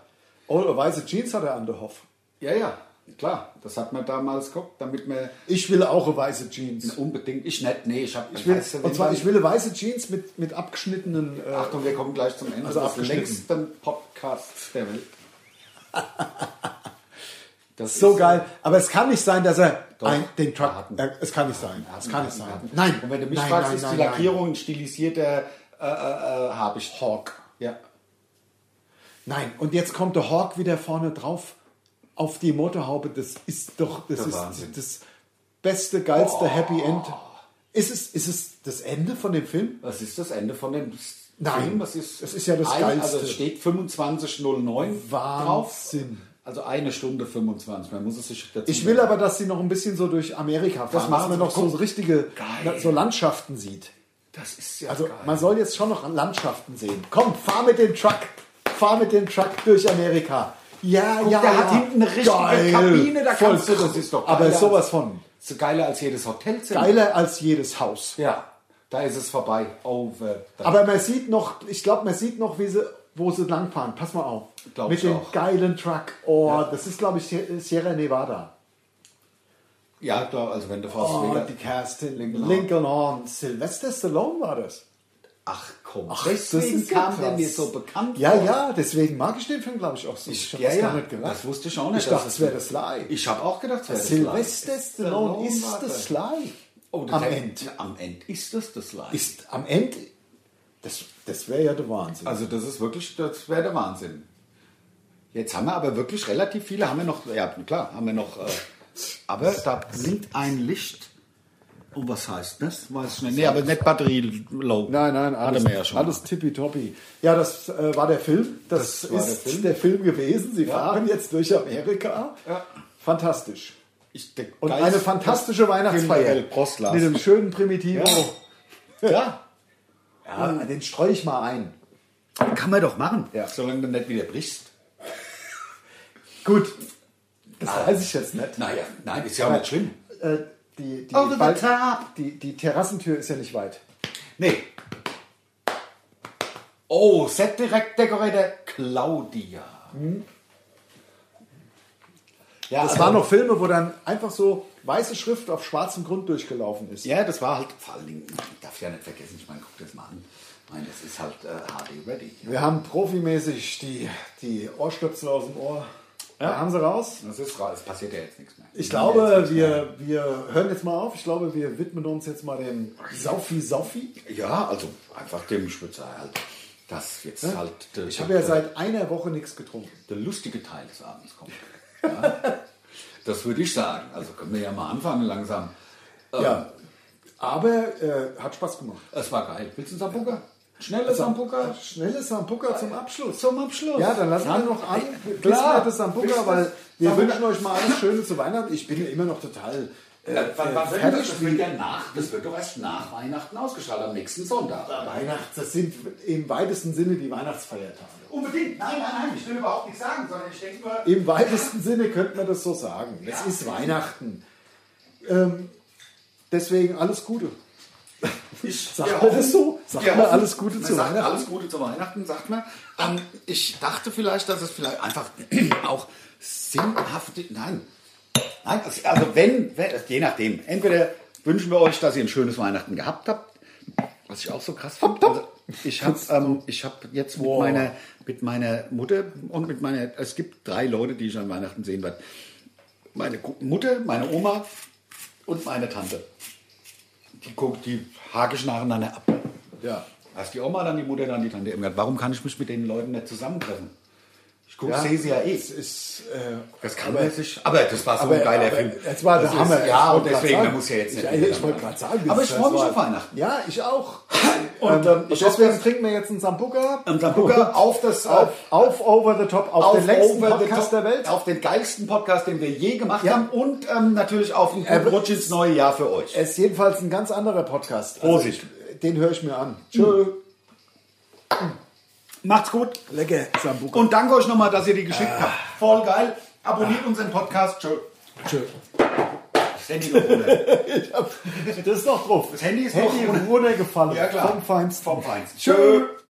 S2: Oh, weiße Jeans hat er an, der Hoff.
S1: Ja, ja, klar. Das hat man damals geguckt, damit man
S2: Ich will auch eine weiße Jeans.
S1: unbedingt. Ich nicht, nee, ich habe.
S2: Ich will, und zwar, ich will eine weiße Jeans mit, mit abgeschnittenen... Äh,
S1: Achtung, wir kommen gleich zum Ende
S2: Also
S1: des
S2: abgeschnitten.
S1: längsten Podcasts der
S2: *laughs*
S1: Welt. Das
S2: so
S1: ist- äh,
S2: geil. Aber es kann nicht sein, dass er
S1: Doch.
S2: ein, den
S1: Er
S2: Truck...
S1: hat einen-
S2: Äh, es kann nicht sein. Es kann nicht sein. Nein.
S1: Und wenn du mich
S2: nein,
S1: fragst,
S2: nein,
S1: ist
S2: nein,
S1: die
S2: nein.
S1: Lackierung ein stilisierter äh, äh, äh, Habicht. Hawk. Ja.
S2: Nein, und jetzt kommt der Hawk wieder vorne drauf auf die Motorhaube. Das ist doch, das
S4: Der
S2: ist
S4: Wahnsinn.
S2: das beste, geilste Happy End. Ist es, ist es das Ende von dem Film?
S1: Was ist das Ende von dem
S2: Nein,
S1: Film? Was ist,
S2: es ist ja das
S1: ein, Also
S2: Geilste.
S1: es steht 25.09 drauf.
S2: Wahnsinn.
S1: Also eine Stunde 25. Man muss es sich dazu
S2: Ich will aber, dass sie noch ein bisschen so durch Amerika fahren, dass
S1: machen
S2: man
S1: sie.
S2: noch so richtige
S1: Geil.
S2: so Landschaften sieht.
S1: Das ist ja
S2: Also
S1: geil.
S2: man soll jetzt schon noch Landschaften sehen. Komm, fahr mit dem Truck, fahr mit dem Truck durch Amerika. Ja, ja,
S1: der
S2: ja.
S1: hat hinten eine richtige Kabine, da kannst du- das ist doch
S2: Aber
S1: geiler
S2: sowas
S1: als-
S2: von
S1: Das ist geiler als jedes Hotelzimmer.
S2: geiler als jedes Haus.
S1: Ja, da ist es vorbei. Over.
S2: Aber man sieht noch, ich glaube, man sieht noch, wie sie, wo sie langfahren. Pass mal auf.
S1: Glaub
S2: mit
S1: ich
S2: dem
S1: auch.
S2: geilen Truck. Oh, das ist glaube ich Sier- Sierra Nevada.
S1: ja, klar, also wenn du fast
S2: Oh,
S1: wieder.
S2: die Kerstin
S1: Genau.
S2: Lincoln, Horn. Sylvester Stallone war das.
S1: Ach komm,
S2: Ach,
S1: deswegen
S2: das ist
S1: kam
S2: krass.
S1: der mir so bekannt
S2: Ja,
S1: vor.
S2: ja, deswegen mag ich den Film, glaube ich, auch so.
S1: Ich,
S2: hab
S1: ja,
S2: das
S1: ja,
S2: gar nicht gedacht.
S1: das wusste ich auch nicht,
S2: Ich
S1: dass
S2: dachte,
S1: es-
S2: es wäre das Sly.
S1: Ich habe auch gedacht, das wäre das
S2: Sylvester
S1: Gleiche.
S2: Stallone ist das Sly.
S1: Oh, das
S2: am
S1: hätte-
S2: Ende.
S1: Am Ende ist das das Leid.
S2: Ist am Ende. Das, das wäre ja der Wahnsinn.
S1: Also das ist wirklich, das wäre der Wahnsinn. Jetzt haben wir aber wirklich relativ viele, haben wir noch, ja klar, haben wir noch, äh, aber da blinkt ein Licht. Oh, was heißt das? Weiß ich nicht. Nee, aber nicht Batterie low.
S2: Nein, nein,
S1: alles,
S2: alles,
S1: wir ja schon.
S2: alles tippitoppi. Ja, das äh, war der Film. Das,
S1: Das war der
S2: ist der
S1: Film.
S2: Film. gewesen. Sie fahren jetzt durch Amerika.
S1: Ja.
S2: Fantastisch.
S1: Ich, der
S2: Und
S1: Geist-
S2: eine fantastische Weihnachtsfeier.
S1: Kriminell Prostlas.
S2: Mit einem schönen Primitivo.
S1: Ja,
S2: Ja. den streue ich mal ein.
S1: kann man doch machen,
S2: Ja.
S1: solange du nicht wieder brichst.
S2: Gut. Das weiß ich jetzt nicht.
S1: Naja, nein, ist ja auch nicht schlimm.
S2: Äh, die, die,
S1: Over the
S2: Bal-
S1: top.
S2: Die, die Terrassentür ist ja nicht weit.
S1: Nee. Oh, Set direkt Decorator Claudia. Ja,
S2: Das
S1: also-
S2: waren noch Filme, wo dann einfach so weiße Schrift auf schwarzem Grund durchgelaufen ist.
S1: Ja, das war halt vor allen Dingen, ich darf ja nicht vergessen, ich meine, guck das mal an. Ich meine, das ist halt äh, HD ready.
S2: Wir haben profimäßig die, die Ohrstöpsel aus dem Ohr. Da haben sie raus.
S1: Das ist ra- es passiert ja jetzt nichts mehr.
S2: Ich glaube, wir, wir hören jetzt mal auf. Ich glaube, wir widmen uns jetzt mal dem Saufi Saufi.
S1: Ja, also einfach dem Spitzer halt. Das jetzt halt der,
S2: Ich habe ja seit einer Woche nichts getrunken.
S1: der lustige Teil des Abends kommt. Ja? das würde ich sagen. Also können wir ja mal anfangen langsam. Ähm.
S2: Ja. Aber äh, hat Spaß gemacht.
S1: Es war geil. Willst du einen Sambuka? Schnelles
S2: Also,
S1: Sambuka?
S2: Schnelles Sambuca zum Abschluss.
S1: Zum Abschluss.
S2: Ja, dann lassen wir noch an. Klar, das Sambuca, weil wir
S1: Sambuca.
S2: wünschen euch mal alles Schöne zu Weihnachten. Ich bin ja immer noch total äh,
S1: Wann, wann
S2: äh,
S1: wird das?
S2: fertig.
S1: Das wird ja nach, das wird doch erst nach Weihnachten ausgestrahlt, am nächsten Sonntag.
S2: Weihnachts, das sind im weitesten Sinne die Weihnachtsfeiertage.
S1: Unbedingt, nein, nein, nein, ich will überhaupt nichts sagen, sondern ich denke nur.
S2: Im weitesten Sinne könnte man das so sagen. Es ist Weihnachten. Ähm, deswegen alles Gute.
S1: Ich
S2: Sagt man das so? Sagt man alles Gute zu
S1: sagt
S2: Weihnachten?
S1: Alles Gute zu Weihnachten, sagt man. Ähm, ich dachte vielleicht, dass es vielleicht einfach *clears throat* auch sinnhafte. Nein. Nein, es- also wenn, wenn, je nachdem. Entweder wünschen wir euch, dass ihr ein schönes Weihnachten gehabt habt, was ich auch so krass finde. Also ich habe ähm, ich hab jetzt mit,
S2: Wow.
S1: meiner, mit meiner Mutter und mit meiner. Es gibt drei Leute, die ich an Weihnachten sehen werde. Meine Gu- Mutter, meine Oma und meine Tante. Die guckt, die hake ich nacheinander ab.
S2: Ja.
S1: Erst die Oma, dann die Mutter, dann die Tante Irmgard. Warum kann ich mich mit den Leuten nicht zusammentreffen? Ich gucke,
S2: Ja.
S1: sehe sie ja eh.
S2: Es ist, äh,
S1: Das kann man sich. Aber das war so ein geiler
S2: aber
S1: Film.
S2: Es war
S1: das
S2: der Hammer.
S1: Ist, ja,
S2: Ich
S1: und
S2: wollte grad
S1: deswegen,
S2: sagen,
S1: man muss ja jetzt nicht.
S2: Ich,
S1: wieder-
S2: ich wollte gerade sagen, wie
S1: Aber
S2: das
S1: ich freue mich
S2: war.
S1: auf Weihnachten.
S2: Ja, ich auch.
S1: *laughs* Und, ähm, ich hoffe,
S2: deswegen
S1: dass-
S2: trinken wir jetzt einen Sambuca.
S1: Einen Sambuca auf das-
S2: auf, auf Over the Top, auf, den längsten
S1: Over the Top-
S2: Podcast der Welt.
S1: Auf den geilsten Podcast, den wir je gemacht
S2: Ja.
S1: haben. Und ähm, natürlich auf einen guten
S2: Er-
S1: Rutsch ins neue Jahr für euch.
S2: Es ist jedenfalls ein ganz anderer Podcast.
S1: Prosit.
S2: ich- den höre ich mir an. Tschö.
S1: Hm. Macht's gut.
S2: Lecker Sambuca.
S1: Und danke euch nochmal, dass ihr die geschickt habt. Voll geil. Abonniert unseren Podcast. Tschö.
S2: Tschö.
S1: Das Handy noch runter.
S2: Das ist noch drauf.
S1: Das Handy ist
S2: Handy
S1: noch runter.
S2: runtergefallen.
S1: Ja, klar.
S2: Vom Feinsten.
S1: Vom Feinsten.
S2: Tschö.